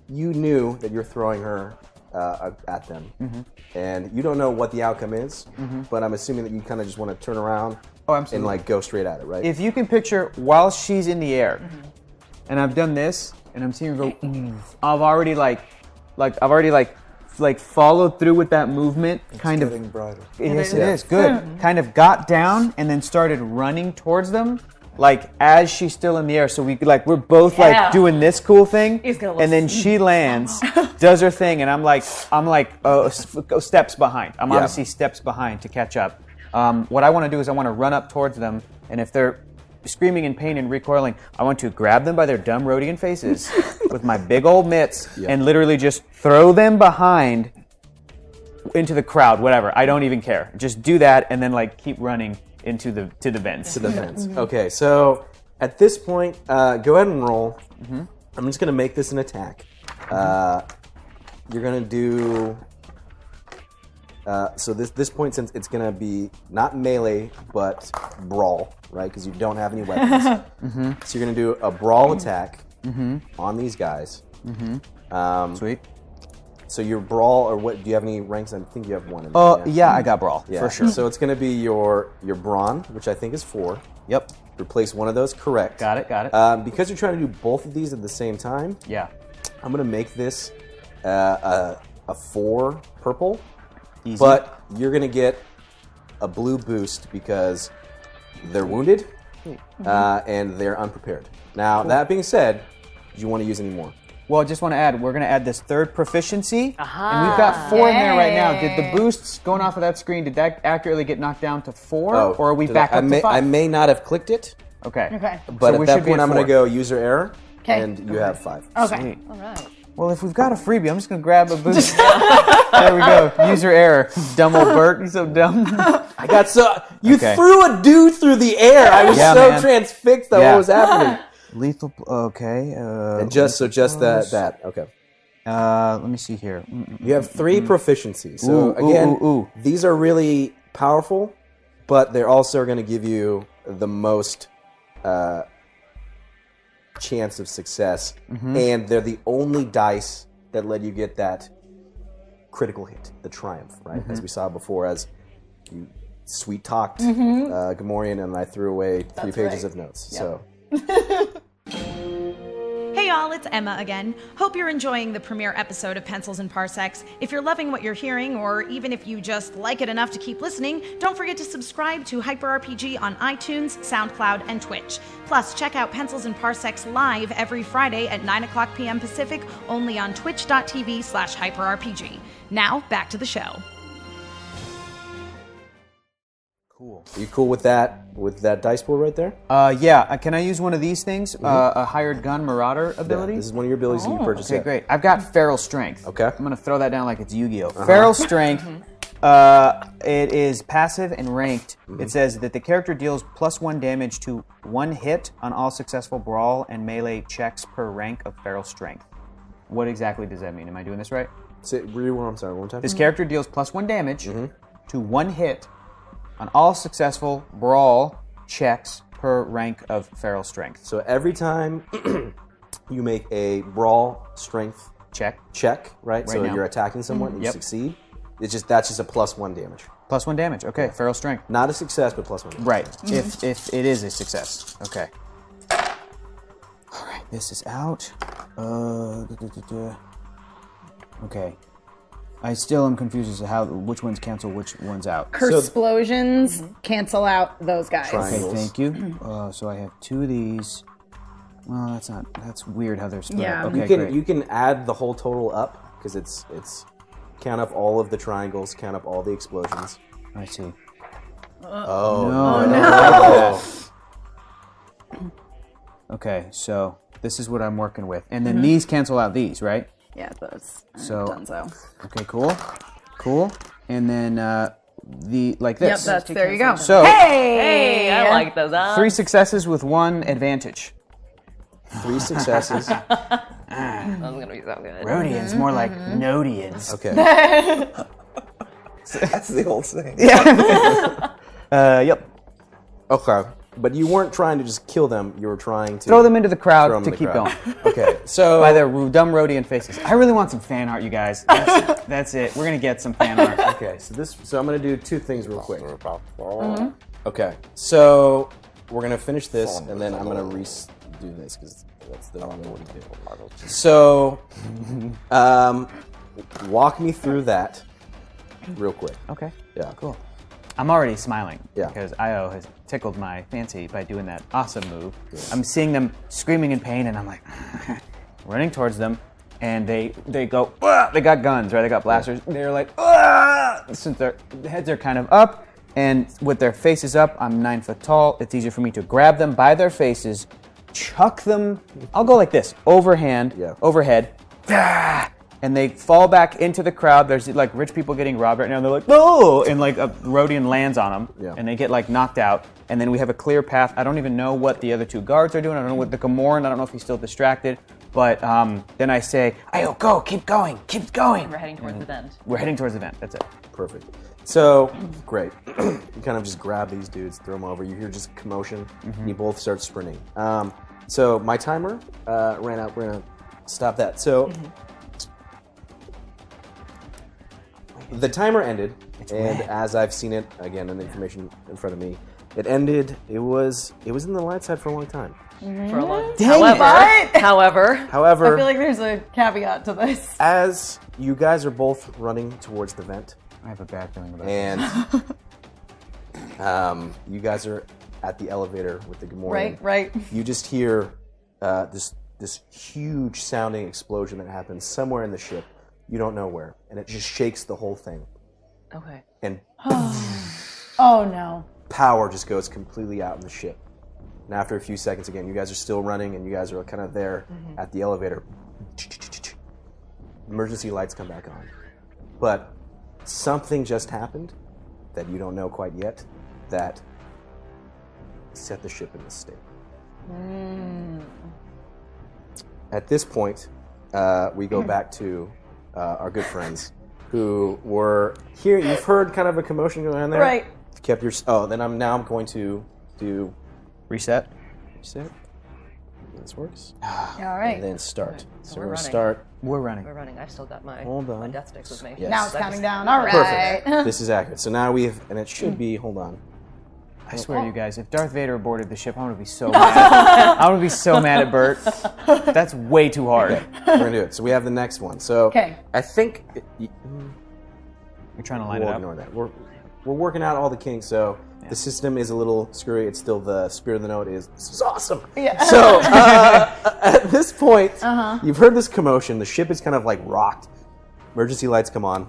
Speaker 2: you knew that you're throwing her uh, at them,
Speaker 3: Mm-hmm.
Speaker 2: and you don't know what the outcome is. But I'm assuming that you kind of just want to turn around
Speaker 3: Oh,
Speaker 2: and
Speaker 3: absolutely.
Speaker 2: like go straight at it, right?
Speaker 3: if you can picture while she's in the air, and I've done this, and I'm seeing her go, "Mm," I've already like, like I've already like, f- like followed through with that movement, kind of.
Speaker 10: getting brighter.
Speaker 3: Yes, it is good. Kind of got down and then started running towards them, like as she's still in the air. So we like we're both
Speaker 11: Yeah.
Speaker 3: like doing this cool thing,
Speaker 11: He's gonna
Speaker 3: and then she lands, does her thing, and I'm like I'm like uh, s- steps behind. I'm
Speaker 2: Yeah.
Speaker 3: obviously steps behind to catch up. Um, what I want to do is I want to run up towards them, and if they're screaming in pain and recoiling, I want to grab them by their dumb Rhodian faces with my big old mitts and literally just throw them behind into the crowd, whatever. I don't even care. Just do that and then like keep running into the to the vents.
Speaker 2: to the fence. Okay, so at this point, uh, go ahead and roll.
Speaker 3: Mm-hmm.
Speaker 2: I'm just gonna make this an attack. Uh, you're gonna do. Uh, so this this point, since it's gonna be not melee but brawl, right? Because you don't have any weapons.
Speaker 3: Mm-hmm.
Speaker 2: So you're gonna do a brawl attack on these guys. Um,
Speaker 3: Sweet.
Speaker 2: so your brawl, or what? Do you have any ranks? I think you have one. In there,
Speaker 3: Oh yeah, I got brawl
Speaker 2: Yeah.
Speaker 3: for sure.
Speaker 2: So it's gonna be your your brawn, which I think is four.
Speaker 3: Yep. Uh,
Speaker 2: Replace one of those. Correct.
Speaker 3: Got it. Got it.
Speaker 2: Um, because you're trying to do both of these at the same time,
Speaker 3: yeah.
Speaker 2: I'm going to make this uh, a, a four purple,
Speaker 3: Easy.
Speaker 2: but you're going to get a blue boost because they're wounded
Speaker 3: Mm-hmm.
Speaker 2: uh, and they're unprepared. Now, that being said, do you want to use any more?
Speaker 3: well, I just want to add, we're gonna add this third proficiency, and we've got four in there right now. Did the boosts going off of that screen? Did that accurately get knocked down to four, or are we
Speaker 2: Oh, did
Speaker 3: back
Speaker 2: I,
Speaker 3: up
Speaker 2: I may,
Speaker 3: to five?
Speaker 2: I may not have clicked it,
Speaker 3: okay.
Speaker 4: Okay.
Speaker 2: but
Speaker 3: we
Speaker 2: at
Speaker 3: should
Speaker 2: that
Speaker 3: be
Speaker 2: point,
Speaker 3: at
Speaker 2: I'm going to go
Speaker 3: four.
Speaker 2: user error,
Speaker 4: 'Kay.
Speaker 2: and you have five.
Speaker 4: Okay.
Speaker 3: Sweet.
Speaker 11: All right.
Speaker 3: Well, if we've got a freebie, I'm just gonna grab a boost. there we go. User error. Dumb old Bert. He's so dumb.
Speaker 2: I got so you
Speaker 3: Okay.
Speaker 2: threw a dude through the air. I was
Speaker 3: Yeah,
Speaker 2: so
Speaker 3: man.
Speaker 2: transfixed at
Speaker 3: Yeah.
Speaker 2: what was happening.
Speaker 3: Lethal. Okay. Uh,
Speaker 2: And just so just that that okay.
Speaker 3: Uh, let me see here. Mm,
Speaker 2: You have 3 proficiencies. So
Speaker 3: Ooh, ooh,
Speaker 2: again,
Speaker 3: ooh, ooh.
Speaker 2: these are really powerful, but they're also going to give you the most uh, chance of success,
Speaker 3: Mm-hmm.
Speaker 2: and they're the only dice that let you get that critical hit, the triumph, right?
Speaker 3: Mm-hmm.
Speaker 2: As we saw before, as you sweet talked
Speaker 3: Mm-hmm.
Speaker 2: uh, Gamorrean, and I threw away three pages of notes. So
Speaker 1: Hey all, it's Emma again. Hope you're enjoying the premiere episode of Pencils and Parsecs. If you're loving what you're hearing, or even if you just like it enough to keep listening, don't forget to subscribe to HyperRPG on iTunes, SoundCloud, and Twitch. Plus, check out Pencils and Parsecs live every Friday at 9 o'clock p.m. Pacific, only on twitch.tv slash hyperrpg. Now, back to the show.
Speaker 2: you cool with that with that dice pool right there?
Speaker 3: Uh, yeah. uh, Can I use one of these things? Uh, a hired gun marauder ability.
Speaker 2: This is one of your abilities that you purchased.
Speaker 3: Oh, okay,
Speaker 2: yet.
Speaker 3: great. I've got feral strength.
Speaker 2: Okay. Uh-huh.
Speaker 3: I'm gonna throw that down like it's Yu-Gi-Oh. Feral strength. Uh, it is passive and ranked.
Speaker 2: Mm-hmm.
Speaker 3: It says that the character deals plus one damage to one hit on all successful brawl and melee checks per rank of feral strength. What exactly does that mean? Am I doing this right?
Speaker 2: Say, rewind, I'm sorry, one more time.
Speaker 3: This character deals plus one damage
Speaker 2: Mm-hmm.
Speaker 3: to one hit on all successful brawl checks per rank of feral strength.
Speaker 2: So every time you make a brawl strength
Speaker 3: Check
Speaker 2: check, right? so
Speaker 3: now.
Speaker 2: you're attacking someone and you
Speaker 3: Yep.
Speaker 2: succeed. It's just that's just a plus one damage.
Speaker 3: plus one damage. Okay, feral strength.
Speaker 2: Not a success, but plus one. Damage.
Speaker 3: Right. If if it is a success. Okay. All right. This is out. Uh. duh, duh, duh, duh. Okay. I still am confused as to how which ones cancel, which ones out.
Speaker 4: Curse explosions cancel out those guys.
Speaker 2: Triangle.
Speaker 3: Okay, thank you. Uh, so I have two of these. Well, that's not. That's weird how they're split.
Speaker 4: Yeah.
Speaker 3: up. Okay,
Speaker 4: You
Speaker 2: You can
Speaker 3: great.
Speaker 2: you can add the whole total up because it's it's count up all of the triangles, count up all the explosions.
Speaker 3: I see.
Speaker 2: Oh,
Speaker 3: no.
Speaker 2: no.
Speaker 3: Okay, so this is what I'm working with, and then these cancel out these, right?
Speaker 4: Yeah, uh, those.
Speaker 3: So-
Speaker 4: done so.
Speaker 3: Okay, cool, cool, and then uh, the like this.
Speaker 4: Yep, that's there. You go.
Speaker 3: so
Speaker 4: hey,
Speaker 11: Hey, I like
Speaker 7: Ah,
Speaker 11: those. Uh,
Speaker 3: three successes with one advantage.
Speaker 2: Three successes
Speaker 7: That's gonna be so good.
Speaker 6: Rhodian's more like Nodians.
Speaker 2: Okay.
Speaker 10: That's the old saying.
Speaker 2: Yeah. uh, yep. Okay. But you weren't trying to just kill them. You were trying to
Speaker 3: Throw them into the crowd
Speaker 2: throw them
Speaker 3: to
Speaker 2: in the
Speaker 3: keep
Speaker 2: crowd.
Speaker 3: going.
Speaker 2: Okay. So
Speaker 3: by their ru- dumb Rhodian faces. I really want some fan art, you guys. That's it. That's it. We're gonna get some fan art.
Speaker 2: Okay, so this. So I'm gonna do two things real quick. Mm-hmm. Okay, so we're gonna finish this, and then I'm gonna re-do this because that's the only way to do. it. So, um, walk me through that real quick.
Speaker 3: Okay.
Speaker 2: Yeah. Cool.
Speaker 3: I'm already smiling
Speaker 2: Yeah.
Speaker 3: because Io has tickled my fancy by doing that awesome move. I'm seeing them screaming in pain, and I'm like running towards them, and they they go. "Ah!" They got guns, right? They got blasters. They're like, "Ah!" since their heads are kind of up, and with their faces up, I'm nine foot tall. It's easier for me to grab them by their faces, chuck them. I'll go like this, overhand,
Speaker 2: Yeah.
Speaker 3: overhead. "Ah!" and they fall back into the crowd. There's like rich people getting robbed right now. And they're like, no, and like a Rhodian lands on them,
Speaker 2: Yeah.
Speaker 3: and they get like knocked out. And then we have a clear path. I don't even know what the other two guards are doing. I don't know what the Gamoran. I don't know if he's still distracted. But um, then I say, Io, go, keep going, keep going.
Speaker 7: We're heading towards the bend.
Speaker 3: We're heading towards the vent. That's it.
Speaker 2: Perfect. So great. you kind of just grab these dudes, throw them over. You hear just commotion. and You both start sprinting. Um, so my timer uh, ran out. We're gonna stop that. So the timer ended, and as I've seen it again, and the information in front of me, it ended. It was it was in the light side for a long time.
Speaker 7: For a long
Speaker 4: Dang
Speaker 7: however, however,
Speaker 2: However,
Speaker 4: I feel like there's a caveat to this.
Speaker 2: as you guys are both running towards the vent,
Speaker 3: I have a bad feeling about it.
Speaker 2: and um, you guys are at the elevator with the Gamorrean.
Speaker 4: Right, right.
Speaker 2: You just hear uh, this this huge sounding explosion that happens somewhere in the ship. You don't know where, and it just shakes the whole thing.
Speaker 7: okay.
Speaker 2: And
Speaker 4: Oh no.
Speaker 2: power just goes completely out in the ship. And after a few seconds, again, you guys are still running, and you guys are kind of there at the elevator. Emergency lights come back on, but something just happened that you don't know quite yet that set the ship in this state. At this point, uh, we go back to uh, our good friends who were here. You've heard kind of a commotion going on there,
Speaker 4: Right.
Speaker 2: Kept your oh, then I'm now I'm going to do
Speaker 3: Reset.
Speaker 2: reset. This works,
Speaker 4: All
Speaker 2: and
Speaker 4: right.
Speaker 2: then start. So,
Speaker 7: we're
Speaker 2: we're, gonna
Speaker 7: running.
Speaker 2: start.
Speaker 3: We're running.
Speaker 7: We're running. I've still got my,
Speaker 2: Hold on.
Speaker 7: my death sticks with me.
Speaker 2: Yes.
Speaker 4: Now it's
Speaker 7: I
Speaker 4: counting
Speaker 7: just-
Speaker 4: down. All right.
Speaker 2: Perfect. this is accurate. So now we have, and it should be. Hold on.
Speaker 3: I swear, you guys, if Darth Vader boarded the ship, I'm gonna be so mad. I'm gonna be so mad at Bert. That's way too hard.
Speaker 2: We're gonna do it. So we have the next one. So
Speaker 4: Okay.
Speaker 2: I think it- y-
Speaker 3: We're trying to line
Speaker 2: we'll
Speaker 3: it up.
Speaker 2: ignore that. We're we're working out all the kinks. So the system is a little screwy. It's still the spirit of the note is this is awesome.
Speaker 4: Yeah.
Speaker 2: So uh, at this point, you've heard this commotion. The ship is kind of like rocked. Emergency lights come on.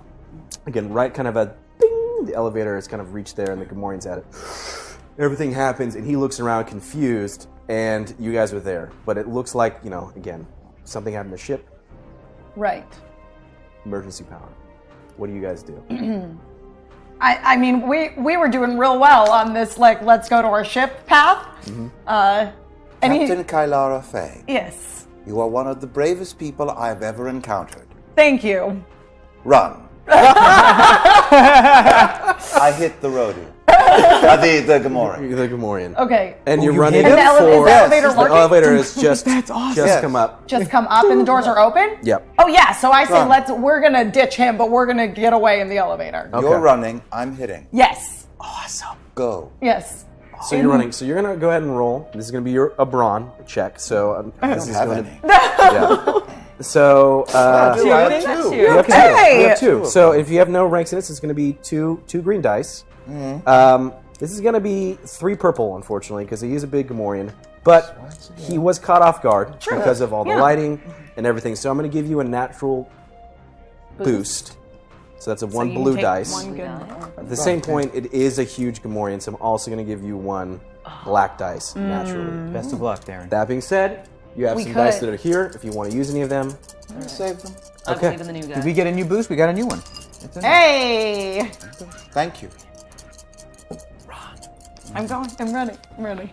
Speaker 2: Again, right kind of a ding. The elevator has kind of reached there, and the Gamorrean's at it. Everything happens, and he looks around confused, and you guys were there. But it looks like, you know, again, something happened to the ship,
Speaker 4: Right.
Speaker 2: emergency power. What do you guys do?
Speaker 4: I, I mean, we, we were doing real well on this, like, let's go to our ship path.
Speaker 2: Mm-hmm.
Speaker 4: Uh, and he-
Speaker 10: Captain Kylara Faye,
Speaker 4: yes.
Speaker 10: you are one of the bravest people I've ever encountered.
Speaker 4: Thank you.
Speaker 10: Run. I hit the Rhodian. uh, the, the Gamorrean.
Speaker 2: You're the Gamorrean.
Speaker 4: Okay.
Speaker 2: And you're
Speaker 3: you
Speaker 2: running
Speaker 3: hit
Speaker 4: Oh, And the ele-
Speaker 2: for
Speaker 4: is the elevator
Speaker 2: the
Speaker 4: working?
Speaker 2: elevator is just
Speaker 3: That's awesome.
Speaker 2: just
Speaker 10: Yes.
Speaker 2: come up.
Speaker 4: Just come up and the doors are open?
Speaker 2: Yep.
Speaker 4: Oh, yeah. So I say,
Speaker 10: Run.
Speaker 4: let's, we're going to ditch him, but we're going to get away in the elevator.
Speaker 10: You're running, I'm hitting.
Speaker 4: Yes.
Speaker 3: Awesome.
Speaker 10: Go.
Speaker 4: Yes.
Speaker 2: So you're running. So you're gonna go ahead and roll. This is gonna be your a brawn check. So um, this
Speaker 10: don't
Speaker 2: is
Speaker 10: have
Speaker 2: gonna-
Speaker 10: any.
Speaker 2: yeah. So uh,
Speaker 10: do I have
Speaker 7: That's
Speaker 10: two?
Speaker 7: you.
Speaker 2: you have two.
Speaker 4: Okay.
Speaker 2: You have two. So if you have no ranks in this, it's gonna be two two green dice.
Speaker 4: Mm-hmm.
Speaker 2: Um, this is gonna be three purple, unfortunately, because he is a big Gamorrean. But he was caught off guard because of all the
Speaker 4: Yeah.
Speaker 2: lighting and everything. So I'm gonna give you a natural boost. So that's a one
Speaker 7: you
Speaker 2: blue
Speaker 7: take
Speaker 2: dice.
Speaker 7: one good
Speaker 2: At the same point, it is a huge Gamorrean, so I'm also going to give you one black dice naturally.
Speaker 3: Best of luck, Darren.
Speaker 2: That being said, you have
Speaker 4: We
Speaker 2: some dice
Speaker 4: could.
Speaker 2: that are here if you want to use any of them.
Speaker 10: Save them.
Speaker 7: I'm
Speaker 2: Okay.
Speaker 7: saving the new
Speaker 3: Did
Speaker 7: guy.
Speaker 3: we get a new boost? We got a new one.
Speaker 4: Hey.
Speaker 10: Thank you.
Speaker 4: I'm going. I'm running. I'm running.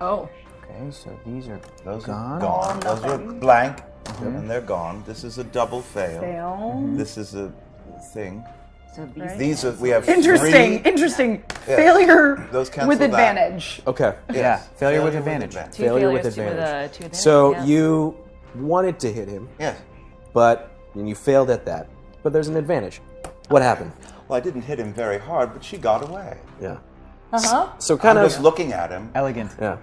Speaker 4: Oh.
Speaker 3: Okay, so these are
Speaker 10: Those
Speaker 3: gone.
Speaker 10: are gone. Those are blank, and they're gone. This is a double fail. Mm-hmm.
Speaker 4: Fail. Mhm.
Speaker 10: This is a thing.
Speaker 11: So
Speaker 4: Right.
Speaker 10: These are we have
Speaker 4: Interesting.
Speaker 10: three-
Speaker 4: Interesting.
Speaker 10: Yeah.
Speaker 4: Failure
Speaker 10: Those cancel
Speaker 4: with
Speaker 10: that.
Speaker 4: advantage.
Speaker 2: Okay.
Speaker 10: Yeah,
Speaker 3: failure with advantage.
Speaker 11: Two
Speaker 2: failure with
Speaker 11: failures, two with,
Speaker 2: advantage.
Speaker 11: uh, two advantage,
Speaker 2: so
Speaker 11: yeah.
Speaker 2: you wanted to hit him,
Speaker 10: Yes.
Speaker 2: but and you failed at that. But there's an advantage. What happened?
Speaker 10: Well, I didn't hit him very hard, but she got away.
Speaker 2: Yeah.
Speaker 4: Uh huh.
Speaker 2: So kind
Speaker 10: I'm
Speaker 2: of
Speaker 10: just looking at him.
Speaker 3: Elegant.
Speaker 2: yeah.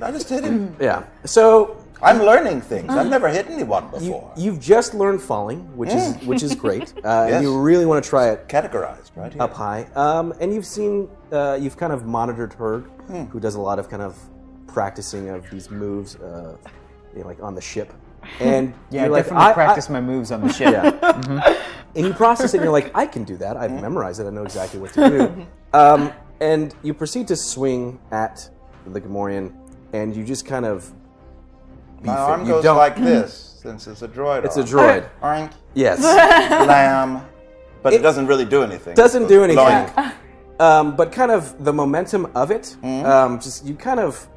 Speaker 10: I just hit him.
Speaker 2: Yeah. So
Speaker 10: I'm learning things. I've never hit anyone before.
Speaker 2: you've just learned falling, which is which is great. Uh,
Speaker 10: Yes.
Speaker 2: and you really want to try it
Speaker 10: Categorized, right? Here.
Speaker 2: up high. Um, and you've seen uh, you've kind of monitored her,
Speaker 3: Hmm.
Speaker 2: who does a lot of kind of practicing of these moves, uh, you know, like on the ship. And
Speaker 3: Yeah,
Speaker 2: you're
Speaker 3: I
Speaker 2: like,
Speaker 3: definitely
Speaker 2: I- I-
Speaker 3: practice my moves on the ship.
Speaker 2: Yeah. And you process it, and you're like, I can do that. I've
Speaker 3: Hmm.
Speaker 2: memorized it. I know exactly what to do. um, and you proceed to swing at the Gamorrean, and you just kind of.
Speaker 10: My
Speaker 2: beef it.
Speaker 10: arm
Speaker 2: You
Speaker 10: goes
Speaker 2: don't-
Speaker 10: like this, since it's a droid.
Speaker 2: It's a
Speaker 10: arm.
Speaker 2: droid.
Speaker 10: Oink,
Speaker 2: Yes.
Speaker 10: blam. But it, doesn't really do anything.
Speaker 2: Doesn't do anything.
Speaker 10: Loink.
Speaker 2: Um, but kind of the momentum of it, um, just you kind of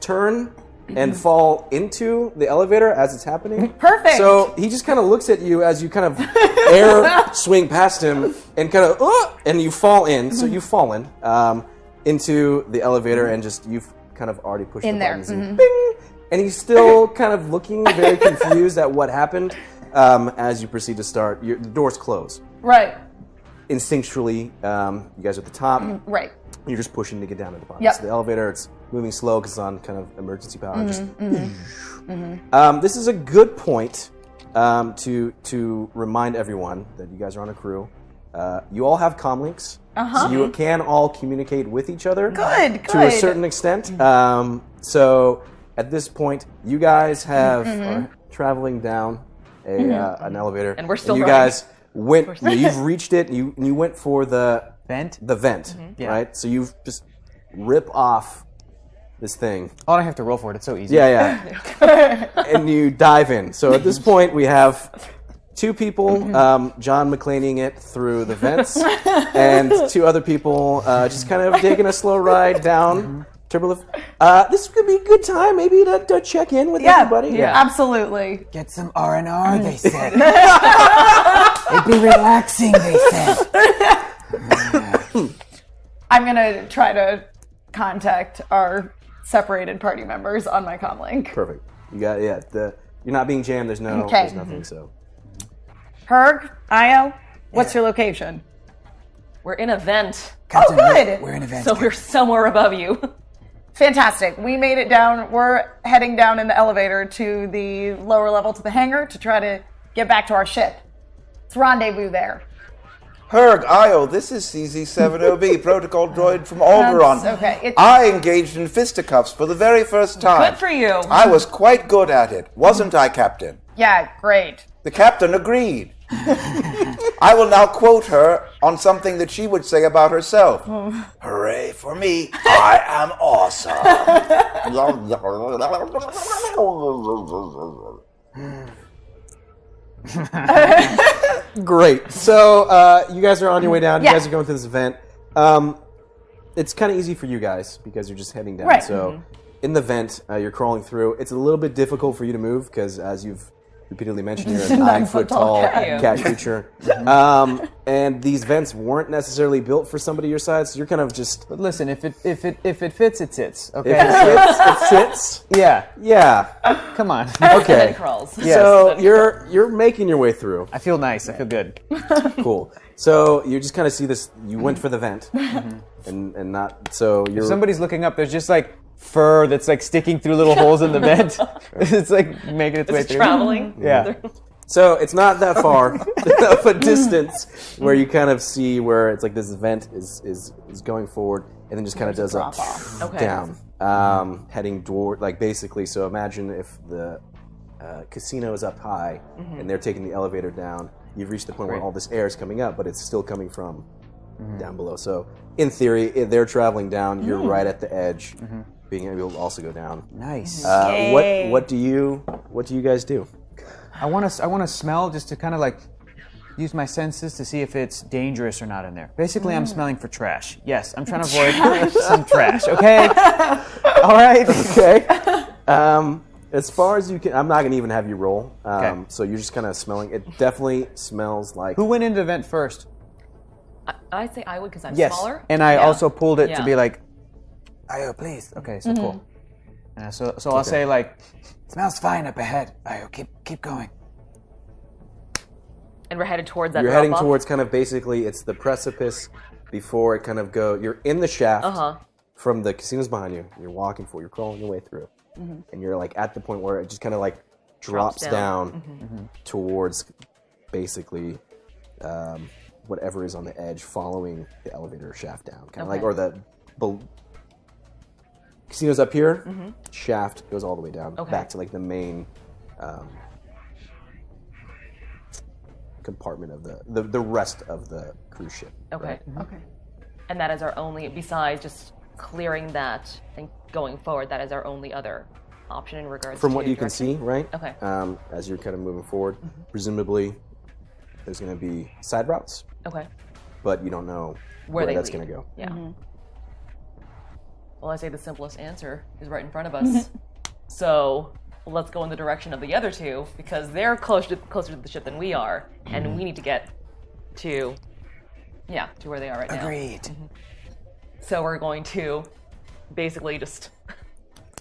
Speaker 2: turn and fall into the elevator as it's happening.
Speaker 4: Perfect.
Speaker 2: So he just kind of looks at you as you kind of air swing past him and kind of, "Uh," and you fall in. So you've fallen um, into the elevator and just you've kind of already pushed
Speaker 4: In
Speaker 2: the
Speaker 4: there. Mm-hmm.
Speaker 2: buttons and bing. And he's still kind of looking very confused at what happened um, as you proceed to start. Your, the doors close
Speaker 4: Right.
Speaker 2: instinctually, um, you guys are at the top.
Speaker 4: Right.
Speaker 2: You're just pushing to get down to the bottom.
Speaker 4: Yep. Mm-hmm,
Speaker 2: So the elevator, it's moving slow because it's on kind of emergency power. Just, Um, this is a good point um, to to remind everyone that you guys are on a crew. Uh, you all have comlinks, uh-huh. so you can all communicate with each other.
Speaker 4: Good,
Speaker 2: To a
Speaker 4: good. Mm-hmm.
Speaker 2: certain extent. Um, so at this point, you guys have
Speaker 4: Mm-hmm.
Speaker 2: are traveling down a uh, an elevator,
Speaker 7: And we're still
Speaker 2: you
Speaker 7: running.
Speaker 2: guys went. You've reached it. And you and you went for the
Speaker 3: Vent.
Speaker 2: the vent,
Speaker 3: Yeah.
Speaker 2: right? So you just rip off this thing.
Speaker 3: Oh, I don't have to roll for it. It's so easy.
Speaker 2: Yeah, yeah. and you dive in. So at this point, we have two people, um, John McLeaning it through the vents, and two other people uh, just kind of taking a slow ride down. Turbulent. Uh, this could be a good time, maybe to, to check in with
Speaker 4: Yeah.
Speaker 2: everybody.
Speaker 4: Absolutely.
Speaker 6: Get some R and R, they
Speaker 7: Mm.
Speaker 6: said. It'd be relaxing, they said.
Speaker 4: I'm gonna try to contact our separated party members on my comlink.
Speaker 2: Perfect. You got yeah. The, you're not being jammed. There's no.
Speaker 4: Okay.
Speaker 2: There's nothing. So
Speaker 4: Herg, Io, what's your location?
Speaker 7: We're in a vent,
Speaker 6: Captain,
Speaker 4: good.
Speaker 6: We're, we're in a vent.
Speaker 7: so we're somewhere above you.
Speaker 4: Fantastic. We made it down. We're heading down in the elevator to the lower level to the hangar to try to get back to our ship. It's rendezvous there.
Speaker 10: Herg, Io, this is CZ70B, protocol droid from Alderaan.
Speaker 4: That's okay. It's-
Speaker 10: I engaged in fisticuffs for the very first time.
Speaker 7: Good for you.
Speaker 10: I was quite good at it, wasn't I, Captain?
Speaker 4: Yeah, great.
Speaker 10: The captain agreed. I will now quote her on something that she would say about herself.
Speaker 7: Oh.
Speaker 10: Hooray for me! I am awesome.
Speaker 2: Great. So uh, you guys are on your way down.
Speaker 4: Yeah.
Speaker 2: You guys are going through this event. Um, it's kind of easy for you guys because you're just heading down.
Speaker 4: Right.
Speaker 2: So in the vent, uh, you're crawling through. It's a little bit difficult for you to move because, as you've repeatedly mentioned, you're a nine foot tall
Speaker 7: cat.
Speaker 2: cat, creature. um, and these vents weren't necessarily built for somebody your size. So you're kind of just
Speaker 3: But listen, if it if it if it fits, it sits. Okay.
Speaker 2: if it fits, it fits.
Speaker 3: yeah.
Speaker 2: Yeah.
Speaker 3: Come on.
Speaker 7: And then
Speaker 2: Okay.
Speaker 7: it crawls.
Speaker 2: So you're you're making your way through.
Speaker 3: I feel nice. I feel good.
Speaker 2: Cool. So you just kind of see this. You went for the vent, and and not so you're.
Speaker 3: Somebody's looking up. There's just like fur that's like sticking through little holes in the vent. it's like making its way
Speaker 7: It's
Speaker 3: through.
Speaker 7: traveling.
Speaker 3: Yeah.
Speaker 2: So it's not that far of a distance where you kind of see where it's like this vent is is is going forward, and then just kind of does a
Speaker 7: Okay.
Speaker 2: down, um, heading toward like basically. So imagine if the uh, casino is up high, and they're taking the elevator down. You've reached the point where all this air is coming up, but it's still coming from down below. So in theory, i- they're traveling down. You're right at the edge, being able to also go down.
Speaker 3: Nice.
Speaker 2: Uh, what what do you what do you guys do?
Speaker 3: I want to I want to smell just to kind of like use my senses to see if it's dangerous or not in there. Basically,
Speaker 2: Mm.
Speaker 3: I'm smelling for trash. Yes, I'm trying to avoid some trash. Okay. All right.
Speaker 2: Okay. Um, as far as you can, I'm not gonna even have you roll. Um,
Speaker 3: Okay.
Speaker 2: So you're just kind of smelling. It definitely smells like.
Speaker 3: Who went into the vent first?
Speaker 7: I, I'd say I would because I'm
Speaker 3: yes.
Speaker 7: smaller.
Speaker 3: And I
Speaker 7: Yeah.
Speaker 3: also pulled it to
Speaker 7: Yeah.
Speaker 3: be like, Ayo, please. Okay, so
Speaker 7: Mhm.
Speaker 3: cool. Uh, so so I'll say like,
Speaker 6: Smells fine up ahead. Ayo, keep keep going.
Speaker 7: and we're headed towards that.
Speaker 2: you're heading
Speaker 7: drop-off.
Speaker 2: towards kind of basically it's the precipice before it kind of go. You're in the shaft
Speaker 7: Uh-huh.
Speaker 2: from the casinos behind you. You're walking for. You're crawling your way through,
Speaker 7: Mhm.
Speaker 2: and you're like at the point where it just kind of like
Speaker 7: Drops
Speaker 2: drops,
Speaker 7: down.
Speaker 2: down,
Speaker 7: Mhm.
Speaker 2: towards basically um, whatever is on the edge, following the elevator shaft down, kind of like
Speaker 7: Okay.
Speaker 2: or the bel- casinos up here.
Speaker 7: Mhm.
Speaker 2: Shaft goes all the way down
Speaker 7: Okay.
Speaker 2: back to like the main. Um, compartment of the, the the rest of the cruise ship.
Speaker 7: Okay.
Speaker 2: right? Mm-hmm.
Speaker 7: Okay. And that is our only, besides just clearing that and going forward, that is our only other option in regards
Speaker 2: From
Speaker 7: to
Speaker 2: what you can
Speaker 7: direction?
Speaker 2: see, right?
Speaker 7: Okay. Mm-hmm.
Speaker 2: Um, as you're kind of moving forward, presumably there's going to be side routes,
Speaker 7: Okay.
Speaker 2: but you don't know where,
Speaker 7: Where, they
Speaker 2: that's
Speaker 7: lead. Mm-hmm.
Speaker 2: going to go.
Speaker 7: Yeah. Well, I say the simplest answer is right in front of us. so let's go in the direction of the other two because they're close to, closer to the ship than we are,
Speaker 2: Mm-hmm.
Speaker 7: and we need to get to, yeah, to where they are right now.
Speaker 6: Agreed.
Speaker 7: Mm-hmm. So we're going to basically just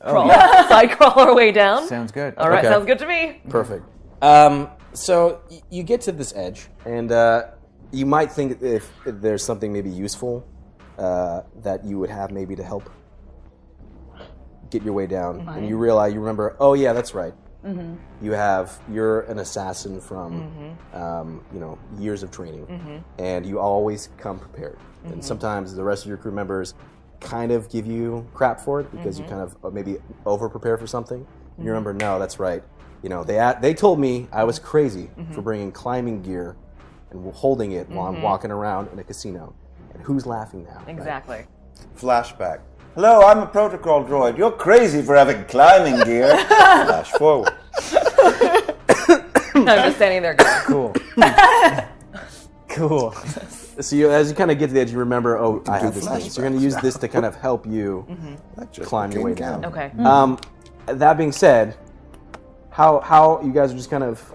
Speaker 2: Oh,
Speaker 7: crawl,
Speaker 2: yeah.
Speaker 7: side crawl our way down.
Speaker 2: Sounds good.
Speaker 7: All right,
Speaker 2: Okay.
Speaker 7: sounds good to me.
Speaker 2: Perfect. Um, so y- you get to this edge, and uh, you might think if there's something maybe useful uh, that you would have maybe to help get your way down, and you realize you remember, oh yeah, that's right.
Speaker 16: Mhm.
Speaker 2: You have you're an assassin from um, you know years of training,
Speaker 16: Mhm.
Speaker 2: and you always come prepared. And
Speaker 16: Mhm.
Speaker 2: sometimes the rest of your crew members kind of give you crap for it because
Speaker 16: Mhm.
Speaker 2: you kind of uh, maybe over prepare for something. You remember, no, that's right. You know, they a- they told me I was crazy for
Speaker 16: Mhm.
Speaker 2: bringing climbing gear and holding it while
Speaker 16: Mhm.
Speaker 2: I'm walking around in a casino. And who's laughing now? right?
Speaker 7: Exactly.
Speaker 10: Flashback. Hello, I'm a protocol droid. You're crazy for having climbing gear. Flash forward.
Speaker 7: I'm just standing there. Going,
Speaker 2: Cool. cool. so you, as you kind of get to the edge, you remember, oh, I have this Mm-hmm. thing. So you're going to use this to kind of help you
Speaker 7: Mm-hmm.
Speaker 2: climb your way down.
Speaker 7: Okay.
Speaker 2: Um, that being said, how how you guys are just kind of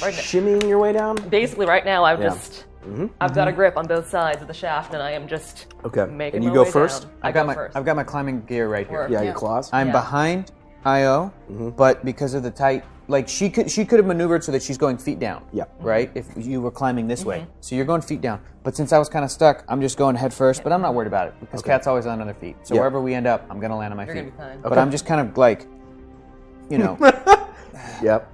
Speaker 7: Right now-
Speaker 2: shimmying your way down?
Speaker 7: Basically, right now I'm
Speaker 2: Yeah.
Speaker 7: just.
Speaker 2: Mhm.
Speaker 7: I've got a grip on both sides of the shaft, and I am just
Speaker 2: Okay.
Speaker 7: Making
Speaker 2: And you
Speaker 7: my
Speaker 2: go
Speaker 7: way
Speaker 2: first?
Speaker 7: down. I
Speaker 3: I've got
Speaker 7: go
Speaker 3: my
Speaker 7: first.
Speaker 3: I've got my climbing gear right here.
Speaker 7: Work. Yeah, your Yeah. claws?
Speaker 3: I'm
Speaker 7: Yeah.
Speaker 3: behind Io, but because of the tight, like she could she could have maneuvered so that she's going feet down.
Speaker 2: Yeah.
Speaker 3: Right. If
Speaker 7: Mm-hmm.
Speaker 3: you were climbing this way, so you're going feet down. But since I was kind of stuck, I'm just going head first. But I'm not worried about it because cat's always land on their feet. So
Speaker 2: Yeah.
Speaker 3: wherever we end up, I'm gonna land on my
Speaker 7: You're
Speaker 3: feet.
Speaker 7: gonna be fine.
Speaker 3: But
Speaker 2: Okay.
Speaker 3: I'm just kind of like, you know,
Speaker 2: Yep.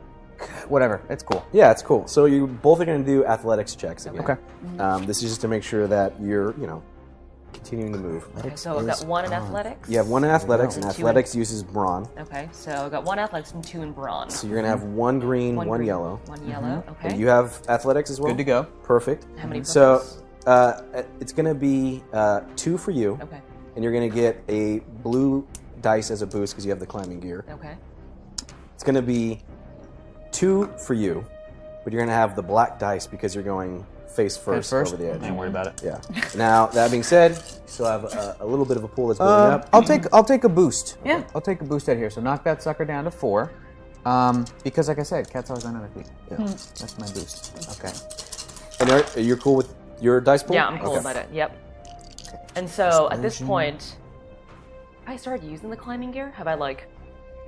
Speaker 3: whatever. It's cool.
Speaker 2: Yeah, it's cool. So you both are going to do athletics checks again.
Speaker 3: Okay.
Speaker 2: Um, this is just to make sure that you're, you know, continuing to move.
Speaker 7: Okay, so I've got one in athletics.
Speaker 2: You have one in athletics,
Speaker 7: Wow.
Speaker 2: and
Speaker 7: Two in-
Speaker 2: athletics uses brawn.
Speaker 7: Okay, so I've got one athletics and two in bronze.
Speaker 2: So you're gonna have one green,
Speaker 7: Mm-hmm. One
Speaker 2: one,
Speaker 7: green,
Speaker 2: yellow, Mm-hmm.
Speaker 7: one yellow, okay.
Speaker 2: And you have athletics as well.
Speaker 3: Good to go.
Speaker 2: Perfect.
Speaker 7: How many
Speaker 2: So uh, it's gonna be uh, two for you.
Speaker 7: Okay.
Speaker 2: And you're gonna get a blue dice as a boost because you have the climbing gear.
Speaker 7: Okay.
Speaker 2: It's gonna be two for you, but you're gonna have the black dice because you're going face first,
Speaker 3: first?
Speaker 2: over the edge.
Speaker 3: I ain't worried about it.
Speaker 2: Yeah. now that being said, you still have a, a little bit of a pool that's building
Speaker 3: Um,
Speaker 2: up.
Speaker 3: I'll take I'll take a boost.
Speaker 2: Yeah.
Speaker 3: I'll take a boost out here. So knock that sucker down to four. Um, because like I said, cat's always on their feet.
Speaker 2: Yeah.
Speaker 3: That's my boost. Okay.
Speaker 2: And are, are you cool with your dice pool?
Speaker 7: Yeah, I'm cool
Speaker 2: Okay.
Speaker 7: about it. Yep. And so at this
Speaker 2: Explosion.
Speaker 7: point, have I started using the climbing gear? Have I like?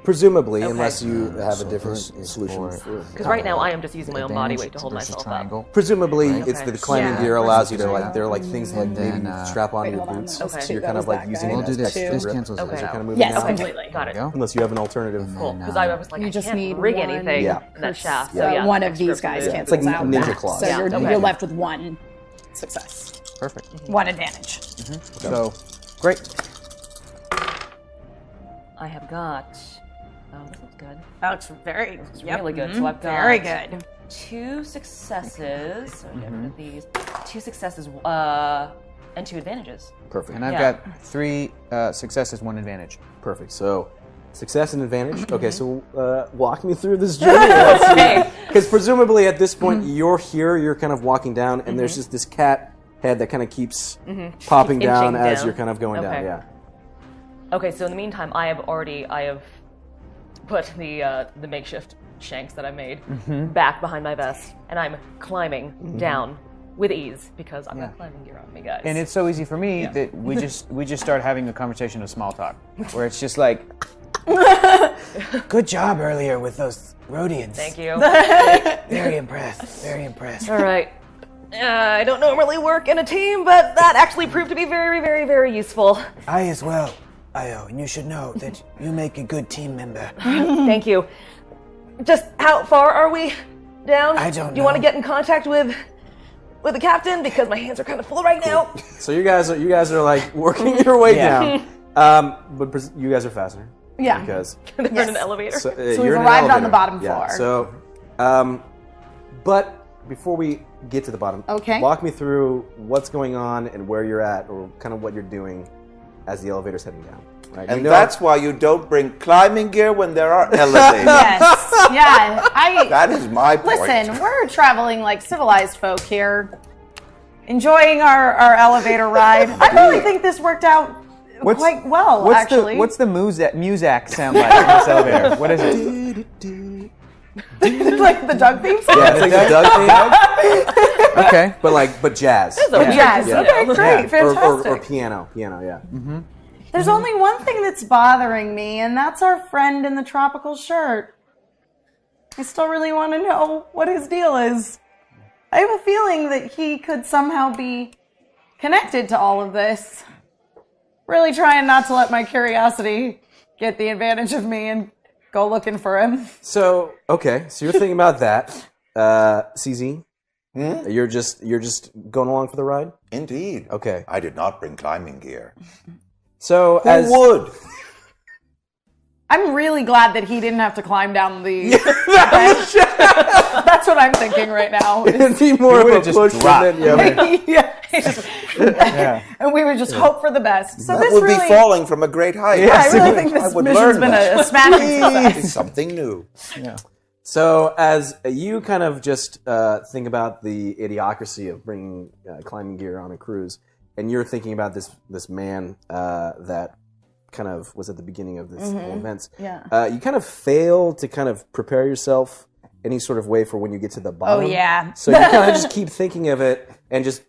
Speaker 2: Presumably,
Speaker 7: Okay.
Speaker 2: unless you have
Speaker 3: so
Speaker 2: a different
Speaker 3: this is
Speaker 2: solution.
Speaker 3: for-
Speaker 7: Because right
Speaker 2: Uh,
Speaker 7: now I am just using my own body weight to hold myself up.
Speaker 2: Presumably, it's
Speaker 7: Okay.
Speaker 2: the climbing
Speaker 7: Yeah.
Speaker 2: gear allows you to
Speaker 7: Yeah.
Speaker 2: like there are like things like maybe you can strap on your boots.
Speaker 7: Okay.
Speaker 2: So you're kind of like using
Speaker 3: uh, We'll
Speaker 2: it
Speaker 3: do
Speaker 2: as
Speaker 3: this.
Speaker 2: extra
Speaker 3: This
Speaker 2: grip
Speaker 3: cancels
Speaker 2: as
Speaker 7: Okay.
Speaker 2: you're kind of moving
Speaker 7: Yes,
Speaker 2: down.
Speaker 7: completely. Got it.
Speaker 2: Unless you have an alternative.
Speaker 7: Cool. Because I was like, I can't rig anything
Speaker 2: Yeah.
Speaker 7: in that shaft.
Speaker 2: Yeah.
Speaker 7: So yeah,
Speaker 1: one
Speaker 7: the
Speaker 1: of
Speaker 7: extra
Speaker 1: these guys
Speaker 7: food.
Speaker 2: It's
Speaker 1: cancels
Speaker 2: like
Speaker 1: out.
Speaker 2: ninja
Speaker 1: that.
Speaker 2: claws.
Speaker 1: So
Speaker 2: Yeah,
Speaker 1: you're,
Speaker 2: okay.
Speaker 1: you're left with one success,
Speaker 3: Perfect.
Speaker 1: one advantage.
Speaker 3: So great.
Speaker 7: I have got. Oh, this is good.
Speaker 4: Oh, it's very,
Speaker 7: It's
Speaker 4: yep.
Speaker 7: really good.
Speaker 4: Mhm.
Speaker 7: So I've got
Speaker 4: Very good.
Speaker 7: Two successes. So get rid of these. Two successes uh, and two advantages.
Speaker 2: Perfect.
Speaker 3: And I've
Speaker 7: Yeah.
Speaker 3: got three uh, successes, one advantage.
Speaker 2: Perfect. So success and advantage. Okay, so uh, walk me through this journey. Let's see.
Speaker 7: Okay.
Speaker 2: Because presumably at this point you're here, you're kind of walking down, and there's just this cat head that kind of keeps
Speaker 17: Mhm.
Speaker 2: popping
Speaker 17: Keeps
Speaker 2: down
Speaker 17: inching
Speaker 2: as
Speaker 17: down.
Speaker 2: you're kind of going down.
Speaker 17: Okay.
Speaker 2: Yeah.
Speaker 7: Okay, so in the meantime, I have already I have put the uh, the makeshift shanks that I made
Speaker 17: Mhm.
Speaker 7: back behind my vest, and I'm climbing
Speaker 3: Mhm.
Speaker 7: down with ease because I've
Speaker 3: Yeah.
Speaker 7: got climbing gear on me, guys.
Speaker 3: And it's so easy for me that we just we just start having a conversation of small talk, where it's just like, "Good job earlier with those Rhodians."
Speaker 7: Thank you.
Speaker 3: Very impressed. Very impressed.
Speaker 7: All right. Uh, I don't normally work in a team, but that actually proved to be very, very, very useful.
Speaker 6: I as well, Io, and you should know that you make a good team member.
Speaker 7: Thank you. Just how far are we down?
Speaker 6: I don't
Speaker 7: Do you want to
Speaker 6: know.
Speaker 7: get in contact with with the captain because my hands are kind of full right now?
Speaker 2: So you guys are you guys are like working your way
Speaker 7: Yeah.
Speaker 2: down, um, but pres- you guys are faster.
Speaker 4: Yeah.
Speaker 2: Because
Speaker 7: They're in an elevator.
Speaker 2: So, uh,
Speaker 4: So we've
Speaker 2: you're in an
Speaker 4: arrived on
Speaker 2: elevator.
Speaker 4: the bottom
Speaker 2: Yeah,
Speaker 4: floor.
Speaker 2: So, um, but before we get to the bottom,
Speaker 4: Okay.
Speaker 2: walk me through what's going on and where you're at, or kind of what you're doing as the elevator's heading down. Right?
Speaker 10: And that's why you don't bring climbing gear when there are elevators.
Speaker 4: yes. Yeah. I.
Speaker 10: That is my point.
Speaker 4: Listen, we're traveling like civilized folk here, enjoying our, our elevator ride. I really think this worked out quite well,
Speaker 3: what's
Speaker 4: actually.
Speaker 3: The, what's the Muzak, Muzak sound like in this elevator? What is it?
Speaker 4: like the Doug theme song?
Speaker 2: Yeah, it's like the Doug
Speaker 3: thing. okay,
Speaker 2: but like but jazz.
Speaker 4: This is a weird Jazz, deal. okay, great,
Speaker 2: Or- Or, or,
Speaker 4: fantastic.
Speaker 2: piano, piano, yeah. Mm-hmm.
Speaker 4: There's only one thing that's bothering me, and that's our friend in the tropical shirt. I still really want to know what his deal is. I have a feeling that he could somehow be connected to all of this. Really trying not to let my curiosity get the advantage of me and go looking for him.
Speaker 2: So okay, so you're thinking about that, uh, CZ.
Speaker 10: Hmm?
Speaker 2: You're just you're just going along for the ride.
Speaker 10: Indeed.
Speaker 2: Okay.
Speaker 10: I did not bring climbing gear.
Speaker 2: So
Speaker 10: Who
Speaker 2: as
Speaker 10: would?
Speaker 4: I'm really glad that he didn't have to climb down the. That's what I'm thinking right now.
Speaker 2: It'd be more of a push than yeah.
Speaker 4: yeah. and we would just hope for the best. So
Speaker 10: that
Speaker 4: this
Speaker 10: would
Speaker 4: really,
Speaker 10: be falling from a great height.
Speaker 4: Yeah, I really think this
Speaker 10: would
Speaker 4: mission's
Speaker 10: learn
Speaker 4: been a-
Speaker 10: that.
Speaker 4: a smashing success.
Speaker 10: It's Something new.
Speaker 3: Yeah.
Speaker 2: So as you kind of just uh, think about the idiocracy of bringing uh, climbing gear on a cruise, and you're thinking about this this man uh, that kind of was at the beginning of this
Speaker 4: Mhm.
Speaker 2: whole event.
Speaker 4: Yeah.
Speaker 2: Uh, you kind of fail to kind of prepare yourself any sort of way for when you get to the bottom.
Speaker 4: Oh, yeah.
Speaker 2: So you kind of just keep thinking of it, and just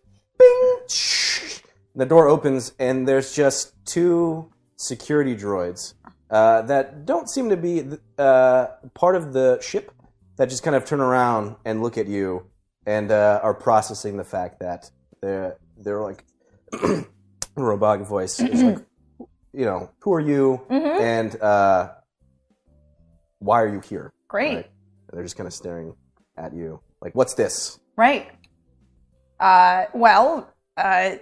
Speaker 2: the door opens and there's just two security droids uh, that don't seem to be uh, part of the ship that just kind of turn around and look at you and uh, are processing the fact that they're they're like robotic voice is like you know who are you
Speaker 4: Mhm.
Speaker 2: and uh, why are you here
Speaker 4: Great.
Speaker 2: Right? And they're just kind of staring at you like what's this
Speaker 4: right? Uh, well, uh,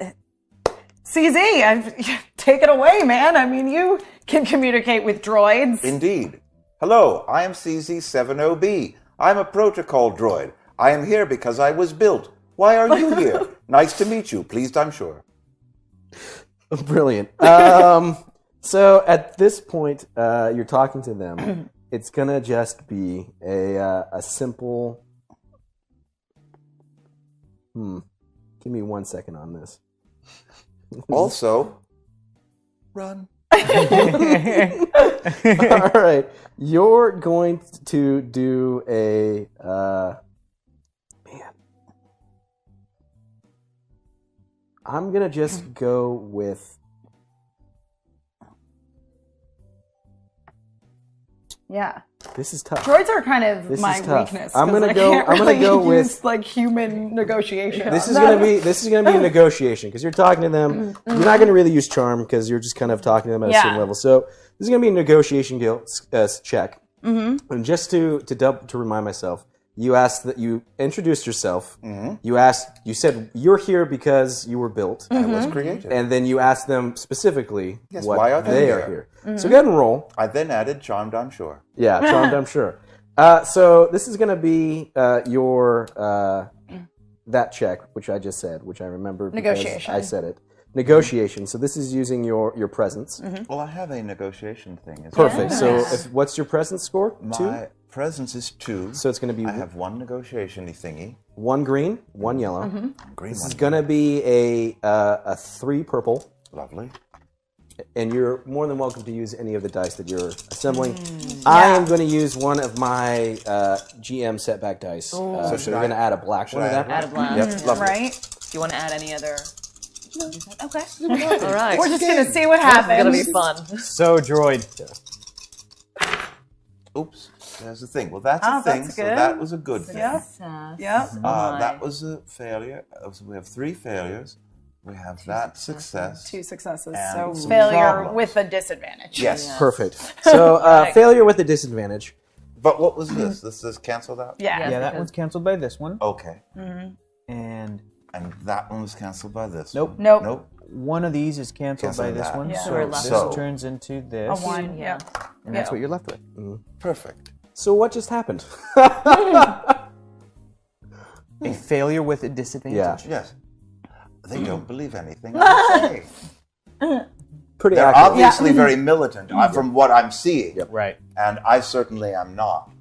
Speaker 4: CZ, I've, take it away, man. I mean, you can communicate with droids.
Speaker 10: Indeed. Hello, I am CZ70B. I'm a protocol droid. I am here because I was built. Why are you here? nice to meet you. Pleased, I'm sure.
Speaker 2: Brilliant. Um, so at this point, uh, you're talking to them. It's gonna just be a uh, a simple. Hmm. Give me one second on this.
Speaker 10: Also, run.
Speaker 2: All right, you're going to do a uh, man. I'm gonna just go with
Speaker 4: Yeah.
Speaker 2: this is tough.
Speaker 4: Droids are kind of
Speaker 2: This
Speaker 4: my
Speaker 2: is tough.
Speaker 4: weakness.
Speaker 2: I'm
Speaker 4: 'cause
Speaker 2: gonna
Speaker 4: I
Speaker 2: go-
Speaker 4: can't
Speaker 2: I'm gonna
Speaker 4: really
Speaker 2: go with-
Speaker 4: use, like human negotiation.
Speaker 2: This
Speaker 4: on
Speaker 2: is
Speaker 4: that.
Speaker 2: gonna be this is gonna be a negotiation because you're talking to them. You're not gonna really use charm because you're just kind of talking to them at a
Speaker 4: Yeah.
Speaker 2: certain level. So this is gonna be a negotiation guilt uh, check.
Speaker 4: Mhm.
Speaker 2: And just to to dub, to remind myself, you asked that you introduced yourself.
Speaker 10: Mm-hmm.
Speaker 2: You asked you said you're here because you were built.
Speaker 10: I was Mhm. created.
Speaker 2: And then you asked them specifically
Speaker 10: Yes,
Speaker 2: what
Speaker 10: why are they
Speaker 2: are
Speaker 10: here?
Speaker 2: here. So go ahead and roll.
Speaker 10: I then added charmed, I'm sure.
Speaker 2: Yeah, charmed, I'm sure. Uh, so this is going to be uh, your uh, that check, which I just said, which I remember because
Speaker 10: Negotiation.
Speaker 2: I said it. Negotiation. So this is using your your presence.
Speaker 10: Mm-hmm. Well, I have a negotiation thing. as well.
Speaker 2: Perfect. So if, what's your presence score?
Speaker 10: My
Speaker 2: Two.
Speaker 10: Presence is two.
Speaker 2: So it's going to be.
Speaker 10: I have one negotiation thingy.
Speaker 2: One green, one yellow.
Speaker 10: Mhm. Green,
Speaker 2: This
Speaker 10: one
Speaker 2: is going to be a uh, a three purple.
Speaker 10: Lovely.
Speaker 2: And you're more than welcome to use any of the dice that you're assembling. I am going to use one of my uh, GM setback dice.
Speaker 7: Ooh.
Speaker 2: Uh,
Speaker 7: So
Speaker 2: so
Speaker 7: should
Speaker 2: we're
Speaker 7: I-
Speaker 2: going to add a black one to
Speaker 7: should I
Speaker 2: that.
Speaker 7: add a black?
Speaker 2: Yep, lovely.
Speaker 7: Do you want to add any other?
Speaker 4: Okay.
Speaker 7: All right.
Speaker 4: We're just gonna see what
Speaker 7: This is gonna
Speaker 4: happens.
Speaker 7: be fun.
Speaker 2: So droid.
Speaker 10: Oops, there's a thing. Well, that's
Speaker 4: Oh,
Speaker 10: a thing.
Speaker 4: that's
Speaker 10: so
Speaker 4: good.
Speaker 10: that was a good thing.
Speaker 4: Yep.
Speaker 10: Uh, that was a failure. Uh, so we have three failures. We have that success.
Speaker 4: Two successes.
Speaker 10: And
Speaker 4: so
Speaker 10: some
Speaker 4: failure
Speaker 10: problems.
Speaker 4: with a disadvantage.
Speaker 10: Yes. Yeah.
Speaker 2: Perfect. So uh,
Speaker 10: Alright.
Speaker 2: failure with a disadvantage.
Speaker 10: But what was this? This is canceled out?
Speaker 4: Yeah. Yeah,
Speaker 3: Yeah, that one's canceled by this one.
Speaker 10: Okay.
Speaker 4: Mhm.
Speaker 3: And
Speaker 10: and that one was canceled by this.
Speaker 3: Nope.
Speaker 10: one. Nope. Nope.
Speaker 3: One of these is canceled
Speaker 10: Cancel
Speaker 3: by this
Speaker 10: that.
Speaker 3: one,
Speaker 10: Yeah.
Speaker 3: so
Speaker 10: We're
Speaker 3: this
Speaker 10: left with-
Speaker 3: turns into
Speaker 4: A
Speaker 3: this.
Speaker 4: one. Yeah.
Speaker 3: And that's
Speaker 4: Yeah.
Speaker 3: what you're left with.
Speaker 10: Perfect.
Speaker 2: So what just happened?
Speaker 3: A failure with a disadvantage.
Speaker 2: Yeah.
Speaker 10: Yes. They don't believe anything I'm saying.
Speaker 2: Pretty
Speaker 10: They're
Speaker 2: accurate.
Speaker 10: obviously
Speaker 2: Yeah.
Speaker 10: very militant uh, from what I'm seeing.
Speaker 3: Right.
Speaker 10: And I certainly am not.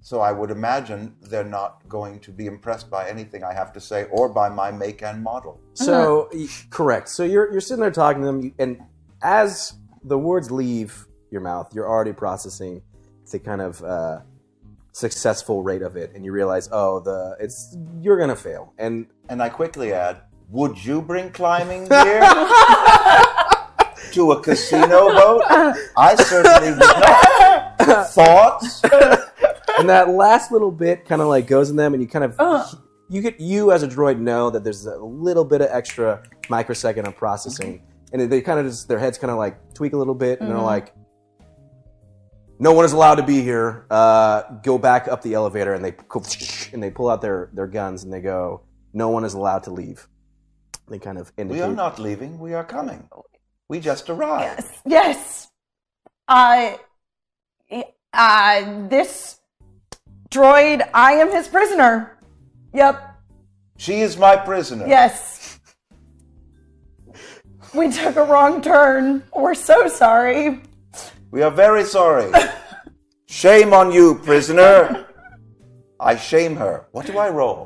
Speaker 10: So I would imagine they're not going to be impressed by anything I have to say or by my make and model.
Speaker 2: So y- correct. So you're you're sitting there talking to them, you, and as the words leave your mouth, you're already processing the kind of uh, successful rate of it, and you realize, oh, the it's you're gonna fail, and
Speaker 10: and I quickly add, would you bring climbing gear to a casino boat? I certainly would not. Thoughts?
Speaker 2: and that last little bit kind of like goes in them, and you kind of you get you as a droid know that there's a little bit of extra microsecond of processing, and they kind of just their heads kind of like tweak a little bit, and they're
Speaker 18: Mhm.
Speaker 2: like, "No one is allowed to be here." Uh, go back up the elevator, and they and they pull out their their guns, and they go, "No one is allowed to leave." They kind of indicate.
Speaker 10: We are not leaving, we are coming. We just arrived.
Speaker 4: Yes. Uh, uh, this droid, I am his prisoner. Yep.
Speaker 10: She is my prisoner.
Speaker 4: Yes. We took a wrong turn. We're so sorry.
Speaker 10: We are very sorry. shame on you, prisoner. I shame her. What do I roll?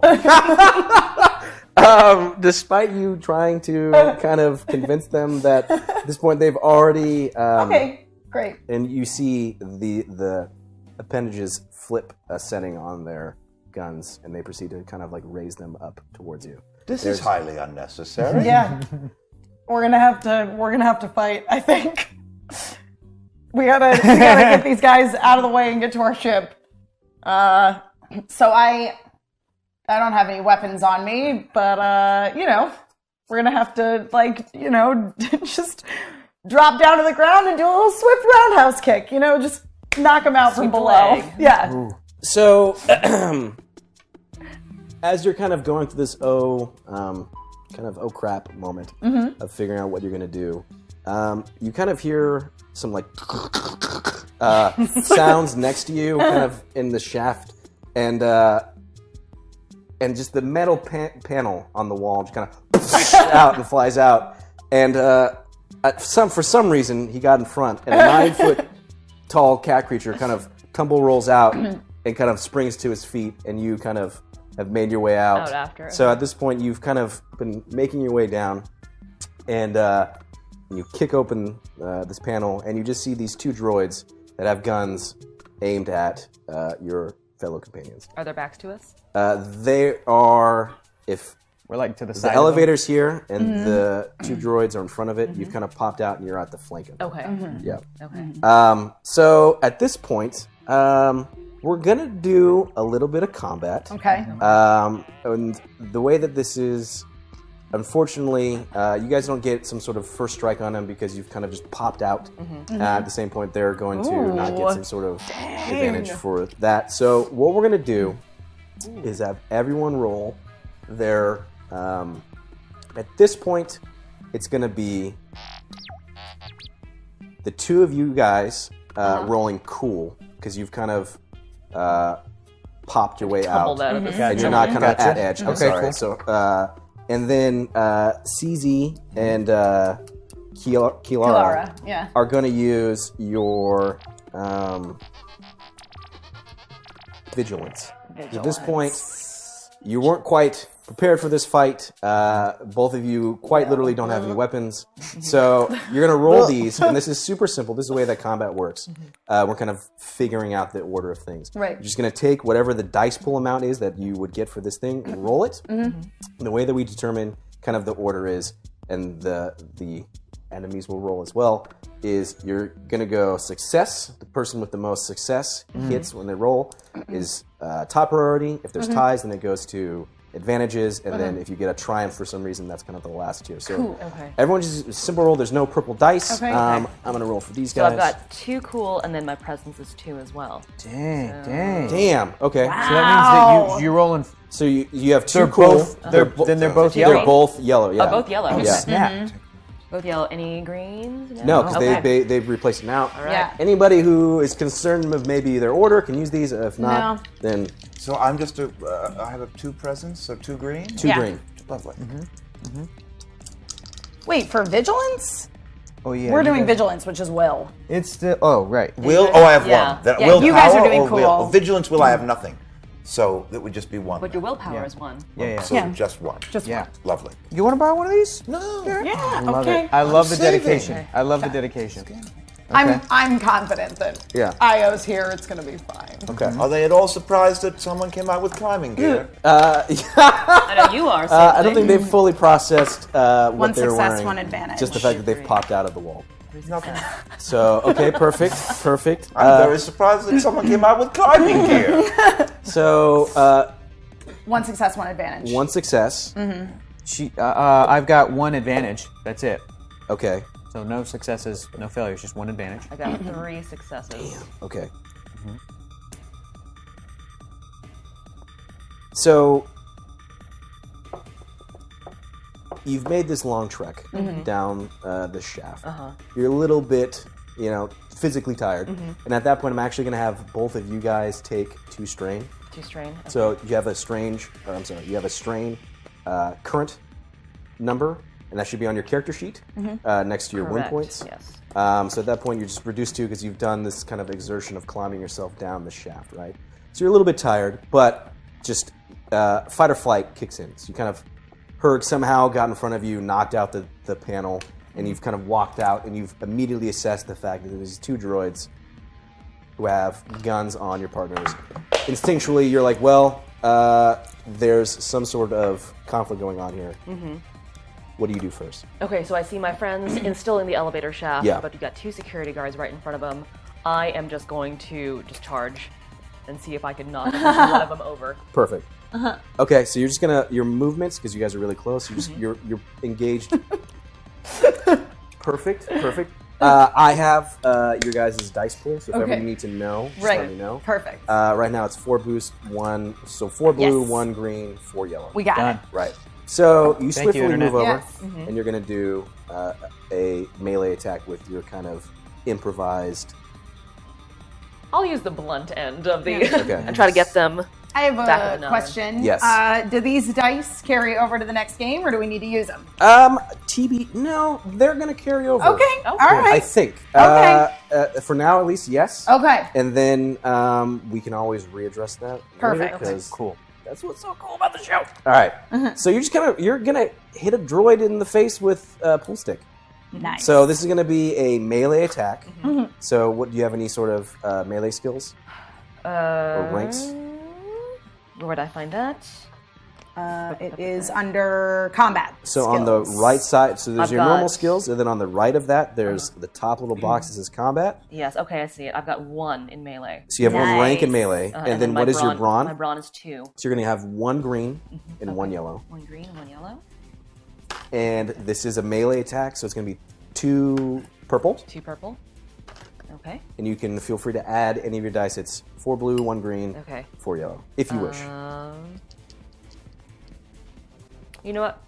Speaker 2: um, despite you trying to kind of convince them that at this point they've already um,
Speaker 4: Okay, great.
Speaker 2: and you see the the appendages flip a setting on their guns, and they proceed to kind of like raise them up towards you.
Speaker 10: This is highly unnecessary.
Speaker 4: Yeah. We're gonna have to. We're gonna have to fight. I think. We gotta. We gotta get these guys out of the way and get to our ship. Uh, so I, I don't have any weapons on me, but uh, you know, we're gonna have to like, you know, just drop down to the ground and do a little swift roundhouse kick. You know, just knock them out from below. Yeah.
Speaker 2: So, as you're kind of going through this oh, um, kind of oh crap moment
Speaker 18: Mhm.
Speaker 2: of figuring out what you're gonna do, um, you kind of hear some like uh, sounds next to you, kind of in the shaft, and uh, and just the metal pa- panel on the wall just kind of out and flies out, and uh, at some for some reason he got in front, and a nine foot tall cat creature kind of tumble rolls out and kind of springs to his feet, and you kind of have made your way out.
Speaker 7: Out after.
Speaker 2: So at this point, you've kind of been making your way down, and uh, you kick open uh, this panel, and you just see these two droids that have guns aimed at uh, your fellow companions.
Speaker 7: Are their backs to us?
Speaker 2: Uh, they are if
Speaker 3: we're like to the
Speaker 7: side of
Speaker 2: The
Speaker 7: them?
Speaker 2: elevator's here, and
Speaker 7: Mhm.
Speaker 2: the two droids are in front of it. You've kind of popped out, and you're at the flank of it.
Speaker 7: Okay. Mhm.
Speaker 2: Yeah.
Speaker 7: Okay.
Speaker 2: Um, so at this point, um, we're gonna do a little bit of combat.
Speaker 4: Okay.
Speaker 2: Um, and the way that this is, unfortunately, uh, you guys don't get some sort of first strike on them because you've kind of just popped out.
Speaker 18: Mhm.
Speaker 2: Uh, at the same point, they're going to not get
Speaker 18: Ooh.
Speaker 2: some sort of
Speaker 18: Dang.
Speaker 2: advantage for that. So what we're gonna do is have everyone roll their. Um, at this point, it's gonna be the two of you guys uh,
Speaker 18: Uh-huh.
Speaker 2: rolling cool because you've kind of uh, popped your way
Speaker 18: Tumbled
Speaker 2: out,
Speaker 18: out of the Mhm.
Speaker 2: and you're not kind of
Speaker 18: Gotcha.
Speaker 2: at edge. I'm
Speaker 18: Okay,
Speaker 2: sorry.
Speaker 18: cool.
Speaker 2: So, uh, and then uh, CZ and uh, Kilara,
Speaker 4: Kilara, yeah.
Speaker 2: are going to use your um, vigilance. At this point, you weren't quite prepared for this fight. Uh, both of you quite literally don't have any weapons, so you're gonna roll these. And this is super simple. This is the way that combat works. Uh, we're kind of figuring out the order of things.
Speaker 4: Right.
Speaker 2: You're just gonna take whatever the dice pool amount is that you would get for this thing, and roll it.
Speaker 4: Mhm.
Speaker 2: The way that we determine kind of the order is, and the the enemies will roll as well, is you're gonna go success. The person with the most success
Speaker 7: Mm-hmm.
Speaker 12: Mhm.
Speaker 2: hits when they roll is uh, top priority. If there's
Speaker 7: Mm-hmm.
Speaker 12: Mhm.
Speaker 2: ties, then it goes to advantages, and then
Speaker 12: Mhm.
Speaker 2: if you get a triumph for some reason, that's kind of the last tier. So
Speaker 7: Cool. Okay.
Speaker 2: everyone just simple roll. There's no purple dice.
Speaker 7: Okay.
Speaker 2: Um,
Speaker 7: Okay.
Speaker 2: I'm gonna roll for these
Speaker 7: So
Speaker 2: guys.
Speaker 7: I've got two cool, and then my presence is two as well.
Speaker 3: Dang,
Speaker 7: dang.
Speaker 2: Damn. Okay.
Speaker 3: So that means that you, you're rolling.
Speaker 2: So you you have two
Speaker 3: They're
Speaker 2: cool.
Speaker 3: both- they're-
Speaker 2: bo-
Speaker 3: then they're both yellow.
Speaker 2: They're both yellow. Yeah.
Speaker 7: Oh, both yellow.
Speaker 2: Yeah.
Speaker 7: Mhm. Both yellow. Any greens?
Speaker 2: No, because
Speaker 7: Oh. Okay.
Speaker 2: they, they, they've replaced them out.
Speaker 7: All right. Yeah.
Speaker 2: Anybody who is concerned with maybe their order can use these. If not,
Speaker 10: No.
Speaker 2: then
Speaker 10: So I'm just a. Uh, I have a two presents, so two green.
Speaker 2: Two Yeah. green.
Speaker 10: Lovely.
Speaker 4: Wait, for vigilance?
Speaker 3: Oh yeah.
Speaker 4: We're
Speaker 3: you
Speaker 4: doing
Speaker 3: guys-
Speaker 4: vigilance, which is will.
Speaker 3: It's still. Oh right.
Speaker 10: Will? Oh, I have
Speaker 4: Yeah.
Speaker 10: one. That,
Speaker 4: Yeah,
Speaker 10: Will
Speaker 4: you guys are
Speaker 10: power
Speaker 4: doing
Speaker 10: or will-
Speaker 4: cool.
Speaker 10: vigilance. Will I have nothing? So it would just be one.
Speaker 7: But your willpower is one.
Speaker 10: Yeah,
Speaker 3: yeah.
Speaker 10: So
Speaker 3: Yeah.
Speaker 10: just one.
Speaker 4: Just
Speaker 3: Yeah. one.
Speaker 10: Lovely.
Speaker 3: You want to buy one of these?
Speaker 10: No.
Speaker 3: I
Speaker 4: Yeah.
Speaker 3: love
Speaker 4: okay.
Speaker 3: it. I love the
Speaker 4: I'm saving.
Speaker 3: dedication. I love the dedication.
Speaker 4: I'm
Speaker 3: Okay.
Speaker 4: I'm confident that
Speaker 3: Yeah.
Speaker 4: Io's here. It's gonna be fine.
Speaker 10: Okay. Are they at all surprised that someone came out with climbing gear?
Speaker 2: Uh,
Speaker 7: I know you are.
Speaker 2: uh, I don't think they've fully processed uh, what
Speaker 4: One
Speaker 2: they're
Speaker 4: success,
Speaker 2: wearing.
Speaker 4: one advantage.
Speaker 2: Just the fact that they've popped out of the wall.
Speaker 10: Nothing.
Speaker 2: So okay, perfect, perfect. Uh,
Speaker 10: I'm very surprised that someone came out with climbing gear.
Speaker 2: So uh,
Speaker 4: One success, one advantage.
Speaker 2: one success.
Speaker 4: Mm-hmm.
Speaker 3: She, uh, uh, I've got one advantage. That's it.
Speaker 2: Okay.
Speaker 3: So no successes, no failures, just one advantage.
Speaker 7: I got three successes.
Speaker 2: Okay. So you've made this long trek
Speaker 12: Mhm.
Speaker 2: down uh, the shaft.
Speaker 12: Uh-huh.
Speaker 2: You're a little bit, you know, physically tired,
Speaker 7: Mhm.
Speaker 2: and at that point, I'm actually going to have both of you guys take two strain.
Speaker 7: Two strain,
Speaker 2: So you have a strange. Or I'm sorry. You have a strain uh, current number, and that should be on your character sheet
Speaker 12: Mhm.
Speaker 2: uh, next to your
Speaker 12: Correct,
Speaker 2: win points.
Speaker 12: yes.
Speaker 2: Um, so at that point, you're just reduced to because you've done this kind of exertion of climbing yourself down the shaft, right? So you're a little bit tired, but just uh, fight or flight kicks in. So you kind of Herg somehow got in front of you, knocked out the, the panel, and you've kind of walked out and you've immediately assessed the fact that there's two droids who have guns on your partners. Instinctually, you're like, well, uh, there's some sort of conflict going on here.
Speaker 4: Mm-hmm.
Speaker 7: Mhm.
Speaker 2: What do you do first?
Speaker 7: Okay, so I see my friends in, still in the elevator shaft,
Speaker 2: Yeah.
Speaker 7: but you got two security guards right in front of them. I am just going to just charge and see if I can knock at least one of them over.
Speaker 2: Perfect.
Speaker 7: Uh-huh.
Speaker 2: Okay, so you're just gonna your movements because you guys are really close. You're just,
Speaker 4: Mm-hmm.
Speaker 2: you're you're engaged. perfect,
Speaker 4: Uh-huh.
Speaker 2: perfect. Uh, I have uh, your guys' dice pool, so if ever
Speaker 4: Okay.
Speaker 2: you need to know, just
Speaker 4: Right.
Speaker 2: let me know.
Speaker 4: Perfect.
Speaker 2: Uh, right now it's four boost, one so four blue,
Speaker 4: Yes.
Speaker 2: one green, four yellow.
Speaker 4: We got Done. it.
Speaker 2: Right. So you
Speaker 12: Thank you,
Speaker 2: swiftly
Speaker 12: Internet.
Speaker 2: move over,
Speaker 12: Yes. Mhm.
Speaker 2: and you're gonna do uh, a melee attack with your kind of improvised.
Speaker 7: I'll use the blunt end of the
Speaker 2: Yeah. Okay.
Speaker 7: and try to get them.
Speaker 4: I have
Speaker 7: Back of
Speaker 4: a
Speaker 7: another.
Speaker 4: question.
Speaker 2: Yes.
Speaker 4: Uh, do these dice carry over to the next game, or do we need to use them?
Speaker 2: Um, TB. No, they're gonna carry over.
Speaker 4: Okay. All right.
Speaker 2: I think.
Speaker 4: Okay.
Speaker 2: Uh, uh, for now, at least, yes.
Speaker 4: Okay.
Speaker 2: And then um, we can always readdress that.
Speaker 4: Perfect.
Speaker 2: cool. That's what's so cool
Speaker 4: about the show.
Speaker 2: All right. So you're just kind of you're gonna hit a droid in the face with a pool stick.
Speaker 19: Nice.
Speaker 2: So this is gonna be a melee attack. So what do you have any sort of uh, melee skills
Speaker 7: Uh,
Speaker 2: or ranks?
Speaker 7: Where would I find that?
Speaker 4: Uh, it is under combat.
Speaker 2: So on the right side, so there's
Speaker 7: I've
Speaker 2: your normal
Speaker 7: got-
Speaker 2: skills, and then on the right of that, there's the top little box that says combat.
Speaker 7: Yes. Okay, I see it. I've got one in melee.
Speaker 2: So you have one rank in melee,
Speaker 7: Uh,
Speaker 2: and, then,
Speaker 7: my
Speaker 2: what is your brawn?
Speaker 7: My brawn is two.
Speaker 2: So you're gonna have one green and one yellow,
Speaker 7: One green, one yellow.
Speaker 2: and this is a melee attack, so it's gonna be two purple,
Speaker 7: Two purple. Okay.
Speaker 2: and you can feel free to add any of your dice. It's four blue, one green,
Speaker 7: Okay.
Speaker 2: four yellow, if you wish.
Speaker 7: Um, you know what?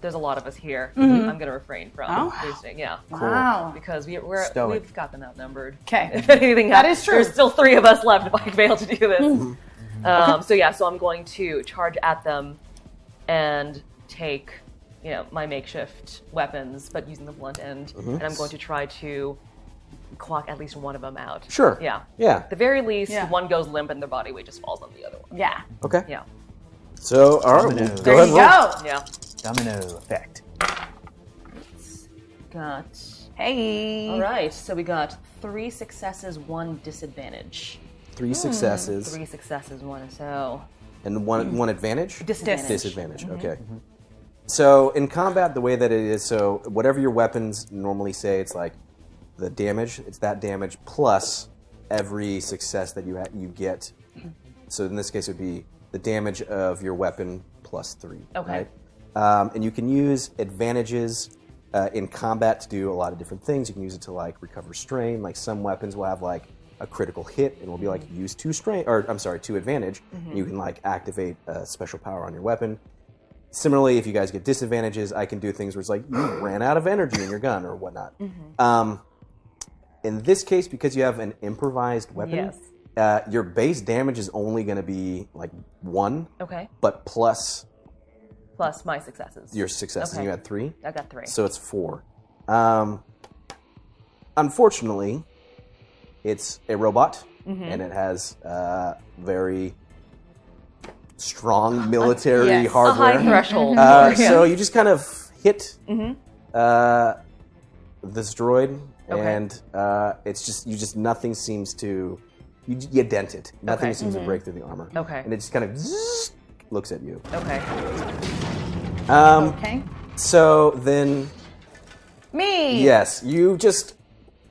Speaker 7: There's a lot of us here.
Speaker 2: Mm-hmm.
Speaker 4: Mhm.
Speaker 7: I'm gonna refrain from
Speaker 4: Oh.
Speaker 7: boosting. Yeah.
Speaker 4: Cool. Wow.
Speaker 7: Because we, we're
Speaker 4: Stoic.
Speaker 7: we've got them outnumbered.
Speaker 4: 'Kay.
Speaker 7: If anything
Speaker 4: That
Speaker 7: happens,
Speaker 4: is true.
Speaker 7: There's still three of us left. If I fail to do this.
Speaker 4: Mhm.
Speaker 2: Mm-hmm.
Speaker 7: Um, so yeah. So I'm going to charge at them, and take
Speaker 2: Mm-hmm.
Speaker 7: you know my makeshift weapons, but using the blunt end,
Speaker 12: Mhm.
Speaker 7: and I'm going to try to clock at least one of them out.
Speaker 2: Sure.
Speaker 7: Yeah.
Speaker 2: Yeah.
Speaker 7: At the very least,
Speaker 4: Yeah.
Speaker 7: one goes limp and their body weight just falls on the other one.
Speaker 4: Yeah.
Speaker 2: Okay.
Speaker 7: Yeah.
Speaker 2: So, all right,
Speaker 3: Dominoes.
Speaker 2: we'll
Speaker 3: There
Speaker 2: go ahead
Speaker 4: you
Speaker 2: and roll.
Speaker 4: go.
Speaker 7: Yeah.
Speaker 3: Domino effect.
Speaker 7: Got.
Speaker 4: Hey.
Speaker 7: All right. So we got three successes, one disadvantage.
Speaker 2: Three successes
Speaker 7: Hmm. Three successes, one. So
Speaker 2: and one one advantage.
Speaker 7: Disadvantage.
Speaker 2: Disadvantage.
Speaker 7: Mhm.
Speaker 2: Okay. So in combat, the way that it is, so whatever your weapons normally say, it's like the damage. It's that damage plus every success that you ha- you get. So in this case, it would be the damage of your weapon plus three.
Speaker 7: Okay.
Speaker 2: Right? Um, and you can use advantages uh, in combat to do a lot of different things. You can use it to like recover strain. Like some weapons will have like a critical hit and will be like use two strain, or I'm sorry, two advantage.
Speaker 20: Mhm.
Speaker 2: You can like activate a special power on your weapon. Similarly, if you guys get disadvantages, I can do things where it's like you ran out of energy in your gun or whatnot.
Speaker 7: Mm-hmm.
Speaker 2: Um, in this case, because you have an improvised weapon,
Speaker 7: Yes.
Speaker 2: uh, your base damage is only going to be like one,
Speaker 7: okay.
Speaker 2: but plus
Speaker 7: Plus my successes.
Speaker 2: your successes.
Speaker 7: Okay.
Speaker 2: You had three.
Speaker 7: I got three.
Speaker 2: So it's four. Um, unfortunately, it's a robot,
Speaker 7: Mhm.
Speaker 2: and it has uh, very strong military
Speaker 7: Yes. A high
Speaker 2: hardware
Speaker 7: threshold.
Speaker 2: Uh,
Speaker 7: Yeah.
Speaker 2: So you just kind of hit
Speaker 7: Mhm.
Speaker 2: uh, this droid,
Speaker 7: Okay.
Speaker 2: and uh, it's just you just nothing seems to you, you dent it. Nothing
Speaker 7: Okay.
Speaker 2: seems
Speaker 7: Mhm.
Speaker 2: to break through the armor.
Speaker 7: Okay.
Speaker 2: and it just kind of zzz, looks at you.
Speaker 7: Okay.
Speaker 2: Um,
Speaker 4: Okay.
Speaker 2: So then
Speaker 4: Me.
Speaker 2: Yes, you just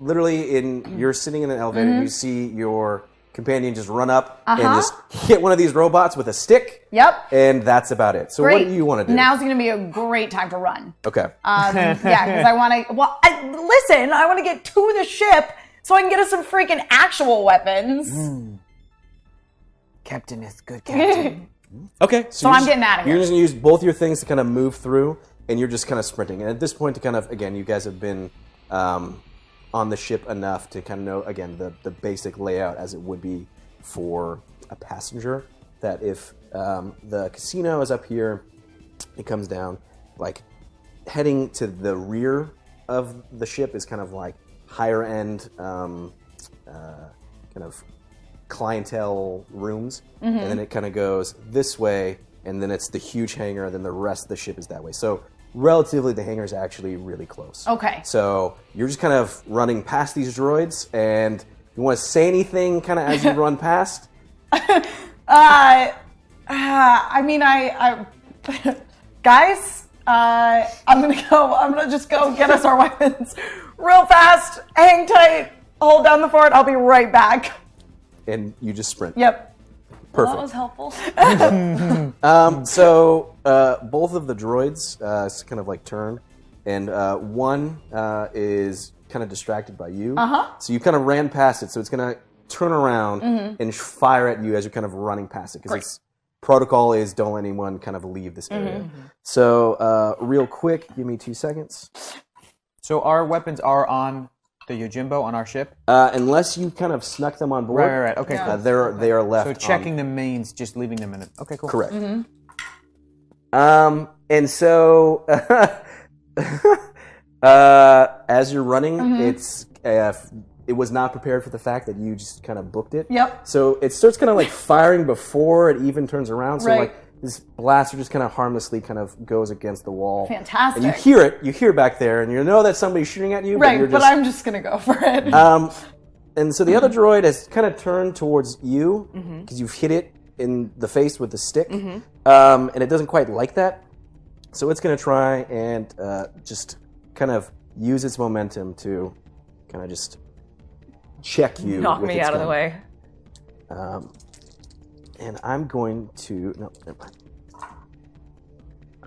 Speaker 2: literally in you're sitting in an elevator.
Speaker 7: Mm-hmm.
Speaker 2: and You see your companion just run up and
Speaker 4: Uh-huh.
Speaker 2: just hit one of these robots with a stick,
Speaker 4: Yep.
Speaker 2: and that's about it. So
Speaker 4: Great.
Speaker 2: what do you want to do?
Speaker 4: Now's going to be a great time to run.
Speaker 2: okay.
Speaker 4: Um, yeah, because I want to. Well, I, listen, I want to get to the ship so I can get us some freaking actual weapons.
Speaker 6: Captain is good captain.
Speaker 2: okay.
Speaker 4: So
Speaker 2: you're
Speaker 4: I'm
Speaker 2: just-
Speaker 4: getting outta here.
Speaker 2: You're just gonna use both your things to kind of move through, and you're just kind of sprinting. And at this point, to kind of again, you guys have been um, on the ship enough to kind of know again the the basic layout as it would be for a passenger. That if um, the casino is up here, it comes down like heading to the rear of the ship is kind of like higher end um, uh, kind of clientele rooms
Speaker 20: Mhm.
Speaker 2: and
Speaker 4: Mm-hmm.
Speaker 2: then it kind of goes this way and then it's the huge hangar and then the rest of the ship is that way so relatively the hangar is actually really close
Speaker 4: Okay.
Speaker 2: so you're just kind of running past these droids and you want to say anything kind of as you run past
Speaker 4: Uh, uh, I mean, I, I guys, uh, I'm gonna go. I'm gonna just go get us our weapons real fast. Hang tight. Hold down the fort. I'll be right back.
Speaker 2: and you just sprint
Speaker 4: Yep.
Speaker 2: perfect
Speaker 7: That was helpful.
Speaker 2: Um, so uh, both of the droids uh, s- kind of like turn, and uh, one uh, is kind of distracted by you.
Speaker 20: Uh-huh.
Speaker 2: So you kind of ran past it, so it's gonna turn around
Speaker 20: Mhm.
Speaker 2: and sh- fire at you as you're kind of running past it because
Speaker 20: Great.
Speaker 2: its protocol is don't let anyone kind of leave this area.
Speaker 20: Mhm.
Speaker 2: So uh, real quick, give me two seconds.
Speaker 3: So our weapons are on the Yojimbo on our ship.
Speaker 2: Uh, unless you kind of snuck them on board,
Speaker 3: Right, right, right. Okay,
Speaker 2: uh,
Speaker 3: cool.
Speaker 2: they're they are left.
Speaker 3: So
Speaker 2: on-
Speaker 3: checking them means just leaving them in. A, okay, cool.
Speaker 2: Correct. Um, and so, uh, as you're running,
Speaker 20: Mhm.
Speaker 2: it's uh, f- it was not prepared for the fact that you just kind of booked it.
Speaker 20: Yep.
Speaker 2: So it starts kind of like firing before it even turns around. So
Speaker 20: Right.
Speaker 2: like this blaster just kind of harmlessly kind of goes against the wall.
Speaker 4: Fantastic.
Speaker 2: And you hear it. You hear back there, and you know that somebody's shooting at you. But
Speaker 4: right,
Speaker 2: you're
Speaker 4: but,
Speaker 2: just,
Speaker 4: I'm just gonna go for it.
Speaker 3: Uh,
Speaker 2: um, and so the other
Speaker 7: Mm-hmm.
Speaker 2: droid has kind of turned towards you because
Speaker 4: Mhm.
Speaker 2: you've hit it in the face with the stick,
Speaker 7: Mm-hmm.
Speaker 20: Mhm.
Speaker 2: um, and it doesn't quite like that. So it's going to try and uh, just kind of use its momentum to kind of just check you.
Speaker 7: Knock
Speaker 2: with
Speaker 7: me
Speaker 2: its
Speaker 7: out of the
Speaker 2: gun.
Speaker 7: way.
Speaker 2: Um, and I'm going to no, never mind.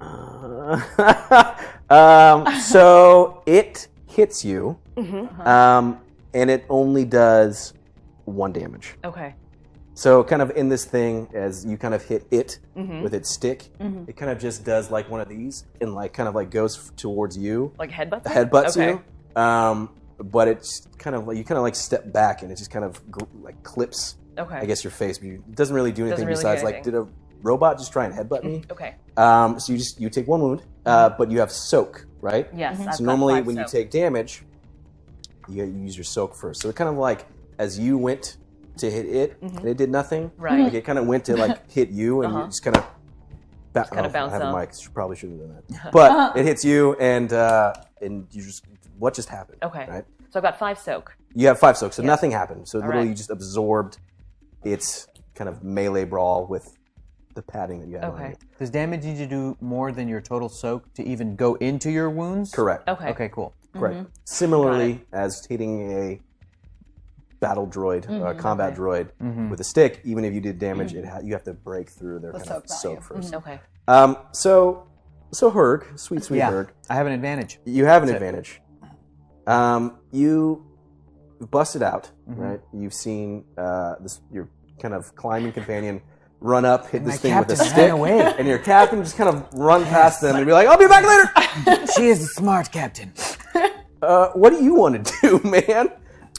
Speaker 2: Uh, um, so it hits you,
Speaker 7: Mhm.
Speaker 2: um, and it only does one damage.
Speaker 7: Okay.
Speaker 2: So, kind of in this thing, as you kind of hit it
Speaker 7: Mhm.
Speaker 2: with its stick,
Speaker 7: Mhm.
Speaker 2: it kind of just does like one of these and like kind of like goes f- towards you,
Speaker 7: Like headbutts. me?
Speaker 2: headbutts
Speaker 7: okay.
Speaker 2: you. Um, but it's kind of like you kind of like step back and it just kind of gr- like clips,
Speaker 7: Okay.
Speaker 2: I guess, your face. But you- it doesn't really do
Speaker 7: Doesn't
Speaker 2: anything
Speaker 7: really do
Speaker 2: besides like,
Speaker 7: anything.
Speaker 2: did a robot just try and headbutt me?
Speaker 7: Okay.
Speaker 2: Um, so you just you
Speaker 11: Mm-hmm.
Speaker 2: take one wound, uh, but you have soak, right?
Speaker 7: Yes, I've
Speaker 2: So
Speaker 7: got
Speaker 2: normally
Speaker 7: five
Speaker 2: when you
Speaker 7: soak.
Speaker 2: take damage, you, you use your soak first. So it kind of like as you went to hit it,
Speaker 11: Mhm.
Speaker 2: and it did nothing.
Speaker 11: Right.
Speaker 2: Like it kind of went to like hit you, and
Speaker 11: Uh-huh.
Speaker 2: you just kind of. Ba-
Speaker 11: kinda
Speaker 2: oh,
Speaker 11: bounce
Speaker 2: I have
Speaker 11: up.
Speaker 2: a mic. Sh- Probably shouldn't have done that. But it hits you, and uh, and you just what just happened?
Speaker 11: Okay.
Speaker 2: Right.
Speaker 11: So I've got five soak.
Speaker 2: You have five soaks, so
Speaker 11: Yeah.
Speaker 2: nothing happened. So
Speaker 11: All right.
Speaker 2: literally, you just absorbed its kind of melee brawl with the padding that you had. On you.
Speaker 3: Does damage need to do more than your total soak to even go into your wounds?
Speaker 2: Correct.
Speaker 11: Okay. Mm-hmm.
Speaker 3: Okay, cool.
Speaker 2: Correct. Similarly, as hitting a battle droid, uh,
Speaker 11: Mhm,
Speaker 2: combat droid
Speaker 3: Mhm.
Speaker 2: with a stick, even if you did damage, it ha- you have to break through their
Speaker 11: Mm-hmm. The
Speaker 2: kind
Speaker 11: soak Mm-hmm.
Speaker 2: of soak first.
Speaker 7: Mm,
Speaker 11: Okay.
Speaker 2: Um, so, so Herg, sweet, sweet
Speaker 3: Yeah,
Speaker 2: Herg.
Speaker 3: I have an advantage.
Speaker 2: You have an
Speaker 3: That's it.
Speaker 2: advantage. Um, you busted out,
Speaker 3: Mhm.
Speaker 2: right? You've seen uh, this your kind of climbing companion run up, hit
Speaker 3: And
Speaker 2: this
Speaker 3: my
Speaker 2: thing with a
Speaker 3: captain ran
Speaker 2: stick,
Speaker 3: away.
Speaker 2: and your captain just kind of run past them and be like, "I'll be back later."
Speaker 3: she is a smart captain.
Speaker 2: Uh, what do you want to do, man?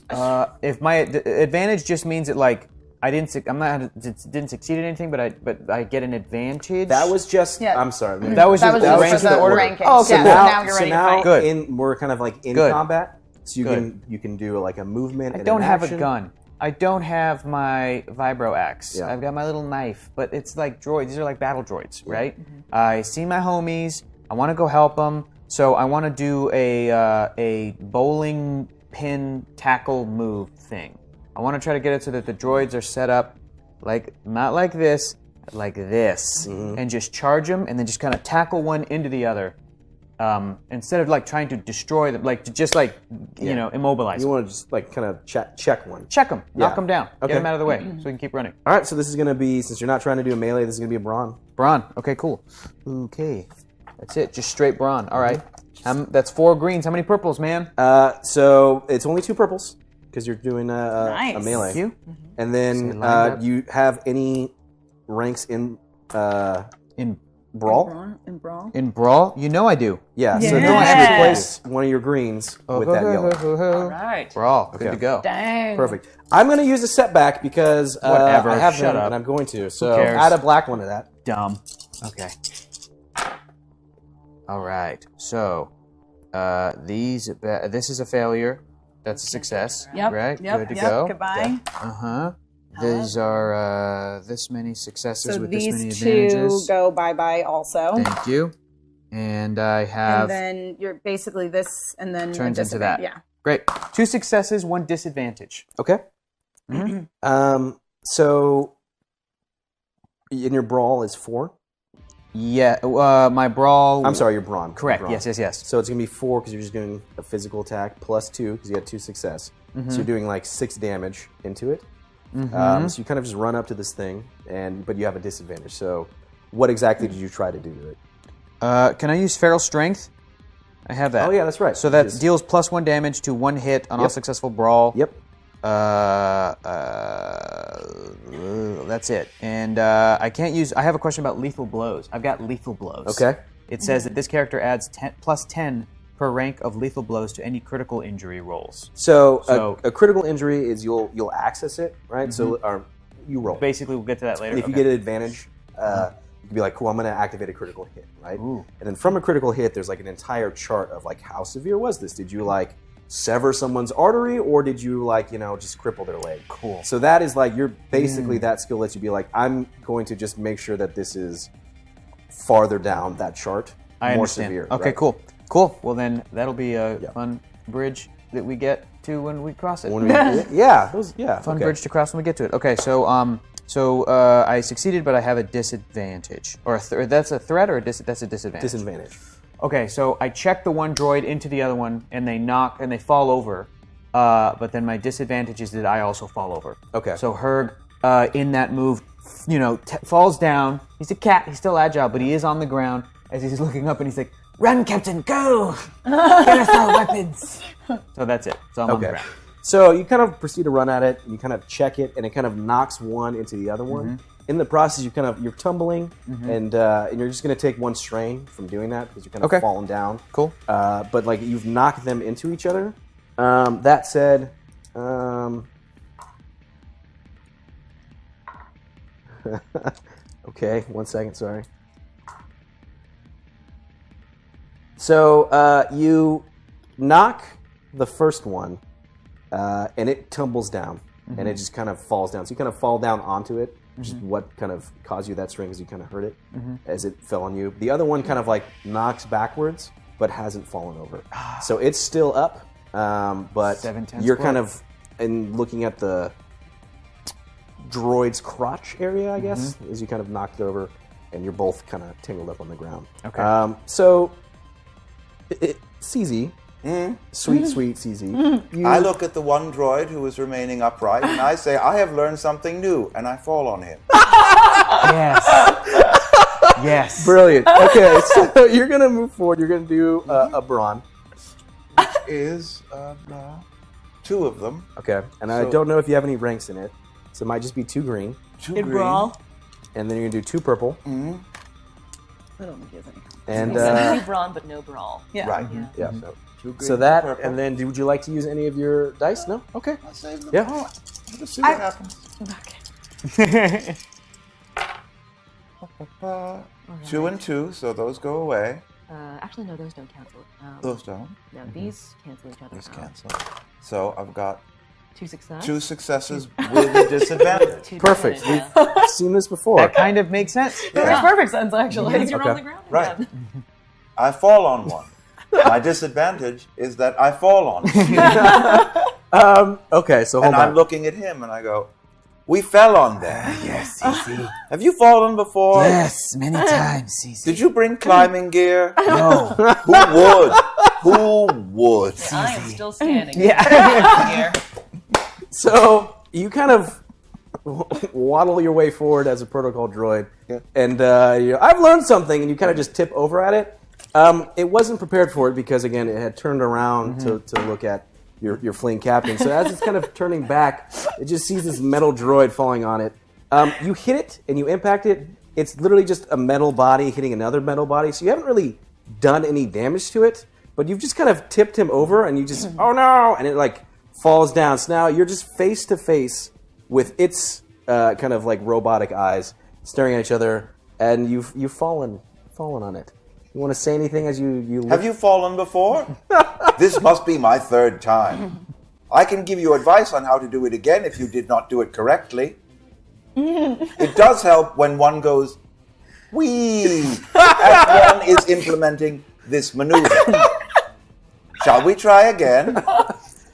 Speaker 3: Uh, if my d- advantage just means that, like, I didn't, suc- I'm not, d- didn't succeed in anything, but I, but I get an advantage.
Speaker 2: That was just. I'm sorry. let me-
Speaker 3: That was That just was the just rank for of the the order.
Speaker 4: ranking.
Speaker 2: Oh, so
Speaker 4: Yeah, so
Speaker 2: now,
Speaker 4: now you're
Speaker 2: so
Speaker 4: ready to
Speaker 2: now
Speaker 3: fight. Good.
Speaker 2: In, we're kind of like in
Speaker 3: Good.
Speaker 2: combat, so you
Speaker 3: Good.
Speaker 2: can you can do like a movement.
Speaker 3: I
Speaker 2: and
Speaker 3: don't
Speaker 2: an
Speaker 3: have
Speaker 2: action.
Speaker 3: a gun. I don't have my vibro axe.
Speaker 2: Yeah.
Speaker 3: I've got my little knife, but it's like droids. These are like battle droids, right? I see my homies. I want to go help them, so I want to do a uh, a bowling pin tackle move thing. I want to try to get it so that the droids are set up like not like this, but like this,
Speaker 2: Mm-hmm.
Speaker 3: and just charge them, and then just kind of tackle one into the other. Um, instead of like trying to destroy them, like to just like you
Speaker 2: Yeah.
Speaker 3: know immobilize.
Speaker 2: You want to just like kind of check check one.
Speaker 3: Check them. Knock
Speaker 2: Yeah.
Speaker 3: them down.
Speaker 2: Okay.
Speaker 3: Get them out of the way so we can keep running.
Speaker 2: All right, so this is gonna be since you're not trying to do a melee, this is gonna be a brawn.
Speaker 3: Brawn. Okay, cool. Okay. That's it. Just straight brawn. All right. Um, that's four greens. How many purples, man?
Speaker 2: Uh, so it's only two purples because you're doing a, a, a
Speaker 19: Nice.
Speaker 2: melee.
Speaker 19: Thank
Speaker 3: you.
Speaker 2: And
Speaker 3: So
Speaker 2: then
Speaker 3: lined
Speaker 2: uh,
Speaker 3: up.
Speaker 2: you have any ranks in uh,
Speaker 3: in
Speaker 2: brawl?
Speaker 19: And brawl.
Speaker 3: In brawl? You know I do.
Speaker 2: Yeah. So
Speaker 19: Yeah.
Speaker 2: go ahead and
Speaker 19: Yeah.
Speaker 2: replace one of your greens
Speaker 3: Oh,
Speaker 2: with that yellow.
Speaker 11: All right.
Speaker 3: Brawl. Good
Speaker 2: Okay.
Speaker 3: to go.
Speaker 19: Dang.
Speaker 2: Perfect. I'm going to use a setback because uh,
Speaker 3: Whatever,
Speaker 2: I have
Speaker 3: shut
Speaker 2: them
Speaker 3: up.
Speaker 2: and I'm going to. So
Speaker 3: cares?
Speaker 2: add a black one to that.
Speaker 3: Dumb. Okay. All right. So, uh, these uh, this is a failure. That's a success.
Speaker 19: Yep.
Speaker 3: Right.
Speaker 19: Yep.
Speaker 3: Good to
Speaker 19: yep.
Speaker 3: go.
Speaker 19: Goodbye.
Speaker 3: Uh huh. These are uh, this many successes
Speaker 19: So
Speaker 3: with this many
Speaker 19: these two
Speaker 3: advantages.
Speaker 19: go bye bye also.
Speaker 3: Thank you. And I have
Speaker 19: And then you're basically this and then a
Speaker 3: turns into that.
Speaker 19: disadvantage. Yeah.
Speaker 3: Great. Two successes, one disadvantage.
Speaker 2: Okay. Um, so in your brawl is four.
Speaker 3: Yeah. Uh, my brawl.
Speaker 2: I'm sorry, your brawn.
Speaker 3: Correct.
Speaker 2: Brawn.
Speaker 3: Yes. Yes. Yes.
Speaker 2: So it's gonna be four because you're just doing a physical attack plus two because you had two success. So you're doing like six damage into it. Um, so you kind of just run up to this thing, and but you have a disadvantage. So what exactly did you try to do to it?
Speaker 3: Uh, can I use feral strength? I have that.
Speaker 2: Oh yeah, that's right.
Speaker 3: So that
Speaker 2: Just-
Speaker 3: deals plus one damage to one hit on all
Speaker 2: Yep.
Speaker 3: successful brawl.
Speaker 2: Yep.
Speaker 3: Uh, uh, that's it. And uh, I can't use. I have a question about lethal blows. I've got lethal blows.
Speaker 2: Okay.
Speaker 3: It says that this character adds 10, plus 10 per rank of lethal blows to any critical injury rolls.
Speaker 2: So, a-
Speaker 3: So-
Speaker 2: a, critical injury is you'll you'll access it, right? So or you roll.
Speaker 3: Basically, we'll get to that later.
Speaker 2: And if you
Speaker 3: Okay.
Speaker 2: get an advantage, uh, you can be like, cool, I'm going to activate a critical hit, right?
Speaker 3: Ooh.
Speaker 2: And then from a critical hit, there's like an entire chart of like, how severe was this? Did you like sever someone's artery or did you like, you know, just cripple their leg?
Speaker 3: Cool. Mm.
Speaker 2: So that is like, you're basically that skill lets you be like, I'm going to just make sure that this is farther down that chart,
Speaker 3: I
Speaker 2: more
Speaker 3: understand.
Speaker 2: severe.
Speaker 3: Okay,
Speaker 2: right?
Speaker 3: cool. Cool. Well, then that'll be a
Speaker 2: Yeah.
Speaker 3: fun bridge that we get to when we cross it.
Speaker 2: When we- yeah, those, yeah.
Speaker 3: fun
Speaker 2: okay.
Speaker 3: bridge to cross when we get to it. Okay, so um, so uh, I succeeded, but I have a disadvantage, or a th- or that's a threat, or a dis- that's a disadvantage.
Speaker 2: Disadvantage.
Speaker 3: Okay, so I check the one droid into the other one, and they knock and they fall over. Uh, but then my disadvantage is that I also fall over.
Speaker 2: Okay.
Speaker 3: So Herg, uh, in that move, you know, t- falls down. He's a cat. He's still agile, but he is on the ground as he's looking up, and he's like, "Run, Captain, go! Get us our weapons." So that's it. So I'm on the
Speaker 2: Okay.
Speaker 3: ground.
Speaker 2: So you kind of proceed to run at it, you kind of check it, and it kind of knocks one into the other one.
Speaker 3: Mm-hmm.
Speaker 2: In the process, you kind of you're tumbling, and uh, and you're just going to take one strain from doing that because you're kind of
Speaker 3: Okay.
Speaker 2: falling down.
Speaker 3: Cool.
Speaker 2: Uh, but like you've knocked them into each other. Um, that said, um, okay, one second. Sorry. So uh, you knock the first one uh, and it tumbles down, and it
Speaker 21: Mhm.
Speaker 2: just kind of falls down. So you kind of fall down onto it. Which is what kind of caused you that string is you kind of hurt it
Speaker 21: Mhm.
Speaker 2: as it fell on you. The other one kind of like knocks backwards, but hasn't fallen over. so it's still up, um, but
Speaker 21: Seven-tenths
Speaker 2: you're kind
Speaker 21: blow.
Speaker 2: of and looking at the droid's crotch area, I
Speaker 10: Mm-hmm.
Speaker 2: guess, as you kind of knocked it over, and you're both kind of tangled up on the ground.
Speaker 21: Okay.
Speaker 2: Um, so, it, it, CZ, sweet,
Speaker 10: Mhm.
Speaker 2: sweet CZ. you-
Speaker 10: Mm-hmm. I look at the one droid who is remaining upright and I say, I have learned something new, and I fall on him.
Speaker 3: yes. yes.
Speaker 2: Brilliant. Okay, so you're gonna move forward. You're gonna do uh,
Speaker 10: Mm-hmm.
Speaker 2: a brawn.
Speaker 10: Is uh, uh, two of them.
Speaker 2: Okay, and I
Speaker 10: So-
Speaker 2: don't know if you have any ranks in it, so it might just be two green.
Speaker 10: Two In green. brawl?
Speaker 2: And then you're gonna do two purple. Mm-hmm.
Speaker 22: I don't think he has any.
Speaker 2: And
Speaker 7: Except
Speaker 2: uh,
Speaker 7: two brawn, but no brawl.
Speaker 22: Yeah.
Speaker 2: right, yeah. So,
Speaker 10: Mm-hmm. Two green,
Speaker 2: so
Speaker 10: two
Speaker 2: that,
Speaker 10: purple.
Speaker 2: and then do, would you like to use any of your dice? No. Okay.
Speaker 10: I'll save them
Speaker 2: Yeah.
Speaker 22: Oh,
Speaker 10: all. Let's see what happens. Uh, two and two, so those go away.
Speaker 23: Uh, actually, no, those don't cancel. Um,
Speaker 2: Oh.
Speaker 10: Those don't?
Speaker 23: No,
Speaker 2: Mm-hmm.
Speaker 10: Mhm.
Speaker 23: these cancel each other.
Speaker 10: These
Speaker 23: out.
Speaker 10: cancel. So I've got
Speaker 23: Two success.
Speaker 10: two successes with a disadvantage.
Speaker 23: Two
Speaker 2: Perfect.
Speaker 23: disadvantage, yeah.
Speaker 2: We've seen this before.
Speaker 3: That kind of makes sense.
Speaker 10: Yeah.
Speaker 24: Makes perfect sense, actually.
Speaker 10: Yeah, you're on Okay. the
Speaker 23: ground
Speaker 10: Right. I fall on one. My disadvantage is that I fall on him.
Speaker 2: um, okay, so hold
Speaker 10: and I'm
Speaker 2: on.
Speaker 10: looking at him and I go, We fell on them.
Speaker 25: Ah, yes, CC.
Speaker 10: Have you fallen before?
Speaker 25: Yes, many times, CC.
Speaker 10: Did you bring climbing gear?
Speaker 25: No.
Speaker 10: Who would? Who would?
Speaker 7: I am still standing.
Speaker 2: Yeah.
Speaker 7: Here.
Speaker 2: So you kind of w- waddle your way forward as a protocol droid, and uh, you I've learned something, and you kind of just tip over at it. Um, it wasn't prepared for it because, again, it had turned around to, to look at your, your fleeing captain. So as it's kind of turning back, it just sees this metal droid falling on it. Um, you hit it and you impact it. It's literally just a metal body hitting another metal body, so you haven't really done any damage to it. But you've just kind of tipped him over, and you just oh no, and it like falls down. So now you're just face to face with its uh, kind of like robotic eyes staring at each other, and you've you've fallen fallen on it. You want to say anything as you you
Speaker 10: Have you fallen before? this must be my third time. I can give you advice on how to do it again if you did not do it correctly. It does help when one goes, wee, as one is implementing this maneuver. Shall we try again?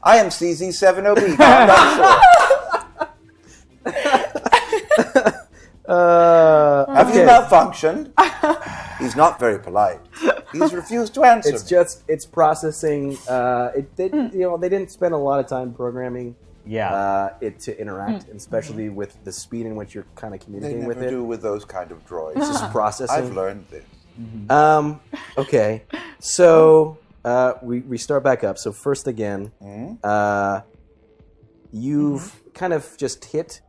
Speaker 10: I am CZ70B. but I'm not sure.
Speaker 2: Uh,
Speaker 10: Have you
Speaker 2: okay.
Speaker 10: malfunctioned? He's not very polite. He's refused to answer.
Speaker 2: It's just it's processing. Uh, it did
Speaker 7: Hmm.
Speaker 2: you know they didn't spend a lot of time programming.
Speaker 3: Yeah.
Speaker 2: Uh, it to interact,
Speaker 7: Hmm.
Speaker 2: and especially with the speed in which you're kind of
Speaker 10: They
Speaker 2: communicating
Speaker 10: never
Speaker 2: with it.
Speaker 10: do with those kind of droids.
Speaker 2: It's
Speaker 7: Ah.
Speaker 2: just processing.
Speaker 10: I've learned this.
Speaker 2: Um, okay. So uh, we, we start back up. So, first again,
Speaker 10: Hmm?
Speaker 2: uh, you've kind of just hit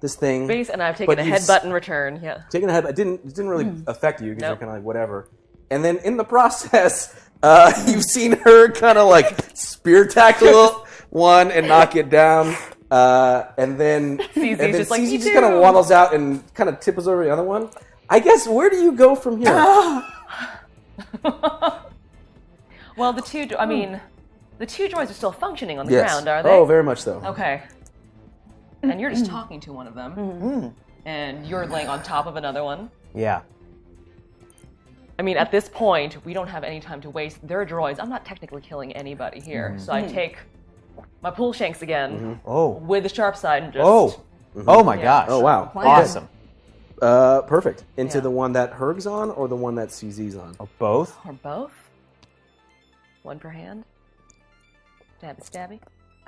Speaker 2: this thing.
Speaker 7: Base, Mm-hmm. and I've taken
Speaker 2: but
Speaker 7: a
Speaker 2: you've
Speaker 7: headbutt in return. Yeah.
Speaker 2: taking a head. It didn't. It didn't really affect you because
Speaker 7: Hmm. Nope.
Speaker 2: you're kind of like whatever. And then in the process, uh, you've seen her kind of like spear tackle one and knock it down. Uh, and then
Speaker 7: Cece's
Speaker 2: and then
Speaker 7: just like,
Speaker 2: Cece
Speaker 7: "Me
Speaker 2: just kind
Speaker 7: too."
Speaker 2: of waddles out and kind of tips over the other one. I guess where do you go from
Speaker 7: Oh,
Speaker 2: here?
Speaker 7: Well, the two. dro- I mean, the two droids are still functioning on the
Speaker 2: Hmm. Yes.
Speaker 7: ground, are they?
Speaker 2: Oh, very Hmm. much so.
Speaker 7: Okay. And you're just talking to one of them,
Speaker 2: Hmm.
Speaker 7: and you're laying on top of another one.
Speaker 3: Yeah.
Speaker 7: I mean, at this point, we don't have any time to waste. They're droids. I'm not technically killing anybody
Speaker 2: Hmm.
Speaker 7: here,
Speaker 3: Mhm.
Speaker 7: so I
Speaker 3: Mhm.
Speaker 7: take my pool shanks again
Speaker 2: Mm-hmm.
Speaker 3: Oh.
Speaker 7: with the sharp side and just.
Speaker 3: Oh. Oh my
Speaker 7: Yeah.
Speaker 3: gosh.
Speaker 2: Oh wow!
Speaker 7: Wow.
Speaker 3: Awesome.
Speaker 2: Uh, perfect. Into the one that Herg's on or the one that CZ's on?
Speaker 3: both.
Speaker 7: Or both. One per hand. Stabby, stabby.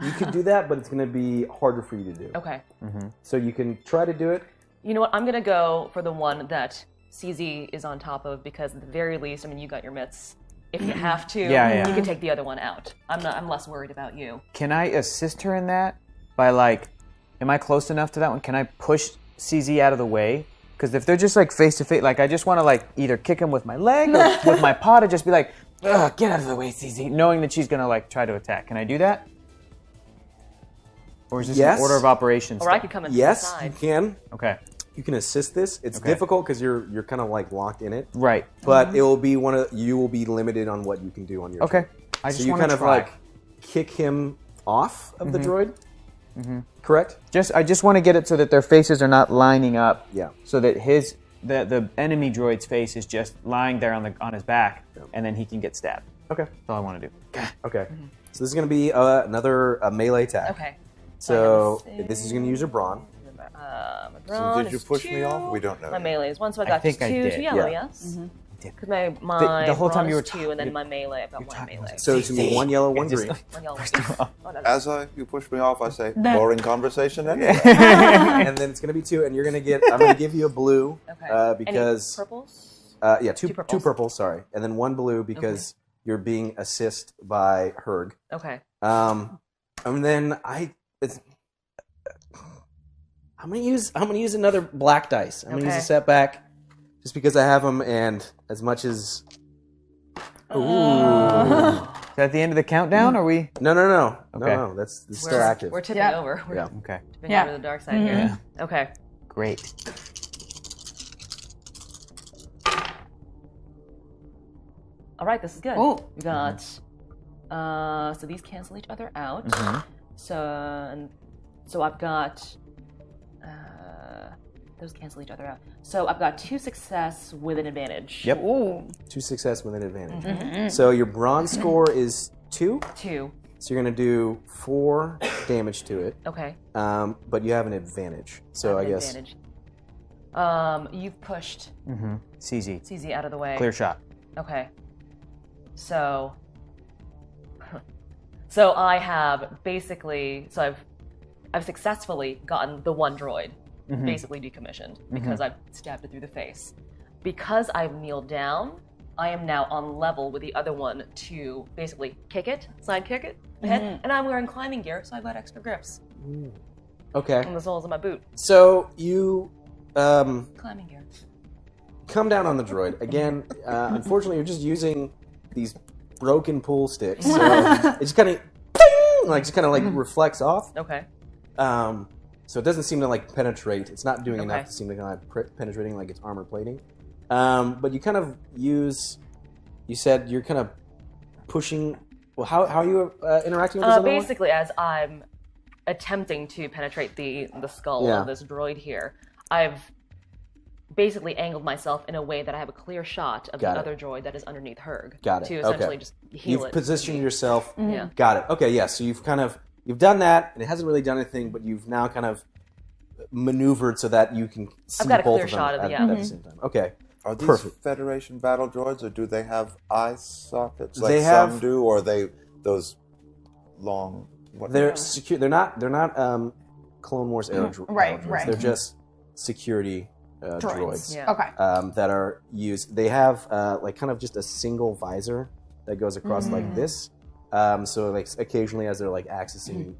Speaker 2: You could do that, but it's going to be harder for you to do.
Speaker 7: Okay.
Speaker 2: So you can try to do it.
Speaker 7: You know what? I'm gonna go for the one that CZ is on top of because at the very least, I mean, you got your mitts. If you have to,
Speaker 3: Yeah, yeah.
Speaker 7: you can take the other one out. I'm not. I'm less worried about you.
Speaker 3: Can I assist her in that by like, am I close enough to that one? Can I push CZ out of the way? Because if they're just like face to face, like I just want to like either kick him with my leg or with my paw to just be like, Ugh, get out of the way, CZ, knowing that she's gonna like try to attack. Can I do that? Or is this
Speaker 2: Yes.
Speaker 3: an order of operations?
Speaker 7: Or I could come in from the
Speaker 2: Yes, you
Speaker 7: side.
Speaker 2: can.
Speaker 3: Okay.
Speaker 2: You can assist this. It's
Speaker 3: Okay.
Speaker 2: difficult because you're you're kind of like locked in it.
Speaker 3: Right. Mm-hmm.
Speaker 2: But it will be one of you will be limited on what you can do on your.
Speaker 3: Okay.
Speaker 2: turn.
Speaker 3: I just
Speaker 2: so you
Speaker 3: wanna
Speaker 2: kind of
Speaker 3: try.
Speaker 2: like kick him off of the
Speaker 3: Mhm.
Speaker 2: droid.
Speaker 3: Mm-hmm.
Speaker 2: Correct.
Speaker 3: Just I just want to get it so that their faces are not lining up.
Speaker 2: Yeah.
Speaker 3: So that his the the enemy droid's face is just lying there on the on his back, and then he can get stabbed.
Speaker 2: Okay.
Speaker 3: That's all I want to do.
Speaker 2: Okay.
Speaker 3: Mm-hmm.
Speaker 2: So this is going to be uh, another uh, melee attack.
Speaker 7: Okay.
Speaker 2: So this is going to use your brawn.
Speaker 7: Uh, my
Speaker 2: So
Speaker 7: brawn
Speaker 2: did you
Speaker 7: is
Speaker 2: push
Speaker 7: two.
Speaker 2: me off? We don't know
Speaker 7: My
Speaker 2: yet.
Speaker 7: melee is one, so I
Speaker 2: I
Speaker 7: got
Speaker 2: think
Speaker 7: two
Speaker 2: I did,
Speaker 7: to yellow,
Speaker 2: yeah. Mm-hmm.
Speaker 7: yes? Because my, my
Speaker 2: the whole
Speaker 7: brawn
Speaker 2: time you
Speaker 7: is
Speaker 2: were
Speaker 7: two, and then
Speaker 2: you-
Speaker 7: my melee, I've got one melee.
Speaker 2: So it's going to be one yellow, one green.
Speaker 7: One yellow.
Speaker 26: As I, you push me off, I say,
Speaker 7: No.
Speaker 26: boring conversation anyway.
Speaker 2: and then it's going to be two, and you're going to get. I'm going to give you a blue
Speaker 7: Okay.
Speaker 2: uh,
Speaker 7: Any
Speaker 2: because
Speaker 7: purples?
Speaker 2: Uh, yeah, two
Speaker 7: Two
Speaker 2: two
Speaker 7: purples.
Speaker 2: purples. Sorry, and then one blue because you're being assist by Herg.
Speaker 7: Okay.
Speaker 2: Um, and then I, it's, I'm gonna use I'm gonna use another black dice. I'm gonna
Speaker 7: Okay.
Speaker 2: use a setback, just because I have them, and as much as. Ooh.
Speaker 3: Is that the end of the
Speaker 2: Mm.
Speaker 3: countdown? Are we?
Speaker 2: No, no, no,
Speaker 3: Okay.
Speaker 2: no, no. That's, that's still
Speaker 7: We're-
Speaker 2: active.
Speaker 7: We're tipping
Speaker 3: Yeah.
Speaker 7: over. We're
Speaker 2: Yeah. Mm-hmm.
Speaker 3: Okay.
Speaker 7: Tipping
Speaker 19: Yeah.
Speaker 7: over the dark side
Speaker 19: Mhm.
Speaker 7: here. Okay.
Speaker 3: Great.
Speaker 7: All right, this is good.
Speaker 19: Oh.
Speaker 7: We got. Uh, so these cancel each other out.
Speaker 19: Mhm.
Speaker 2: Mm-hmm.
Speaker 7: So and so I've got. Uh, those cancel each other out. So I've got two success with an advantage.
Speaker 2: Yep. Two success with an advantage.
Speaker 7: Mhm.
Speaker 2: So your bronze score is two.
Speaker 7: Two.
Speaker 2: So you're gonna do four damage to it.
Speaker 7: Okay.
Speaker 2: Um, but you have an advantage. So I,
Speaker 7: An
Speaker 2: guess
Speaker 7: Advantage. Um, you've pushed
Speaker 3: Mm-hmm. CZ.
Speaker 7: CZ out of the way.
Speaker 3: Clear shot.
Speaker 7: Okay. So. So I have basically. So I've. I've successfully gotten the one droid
Speaker 19: Mhm.
Speaker 7: basically decommissioned because
Speaker 19: Mhm.
Speaker 7: I've stabbed it through the face. Because I've kneeled down, I am now on level with the other one to basically kick it, side kick it, head,
Speaker 2: Mhm.
Speaker 7: and I'm wearing climbing gear, so I've got extra grips
Speaker 2: okay.
Speaker 7: on the soles of my boot.
Speaker 2: So you um,
Speaker 7: Climbing gear.
Speaker 2: come down on the droid again. Uh, unfortunately, you're just using these broken pool sticks. So it just kind of like just kind of like reflects off.
Speaker 7: Okay.
Speaker 2: Um, so it doesn't seem to like penetrate. It's not doing
Speaker 7: Okay.
Speaker 2: enough to seem to kind of pre- penetrating like it's armor plating. Um, but you kind of use. You said you're kind of pushing. Well, how how are you uh, interacting with this
Speaker 7: Uh,
Speaker 2: other one?
Speaker 7: basically, as I'm attempting to penetrate the the skull
Speaker 2: Yeah.
Speaker 7: of this droid here, I've basically angled myself in a way that I have a clear shot of
Speaker 2: Got
Speaker 7: the
Speaker 2: it.
Speaker 7: other droid that is underneath Herg.
Speaker 2: Got it.
Speaker 7: To essentially
Speaker 2: okay.
Speaker 7: just heal
Speaker 2: you've
Speaker 7: it.
Speaker 2: positioned yourself.
Speaker 7: Mhm. Yeah.
Speaker 2: Got it. Okay. Yeah. So you've kind of you've done that, and it hasn't really done anything, but you've now kind of maneuvered so that you can see
Speaker 7: I've got a
Speaker 2: both
Speaker 7: clear
Speaker 2: of them
Speaker 7: shot of
Speaker 2: at,
Speaker 7: the
Speaker 2: at
Speaker 7: yeah.
Speaker 2: the same time. Okay.
Speaker 26: Are these
Speaker 2: Perfect.
Speaker 26: Federation battle droids, or do they have eye sockets like
Speaker 2: They have-
Speaker 26: some do, or are they those long? What
Speaker 2: They're secure. They're not. They're not um, Clone Wars era dro-
Speaker 4: Right,
Speaker 2: droids.
Speaker 4: right.
Speaker 2: They're just security uh,
Speaker 4: Droids,
Speaker 2: droids.
Speaker 4: yeah. Okay.
Speaker 2: Um, that are used. They have uh, like kind of just a single visor that goes across like
Speaker 12: Mhm.
Speaker 2: this. Um, so like occasionally, as they're like accessing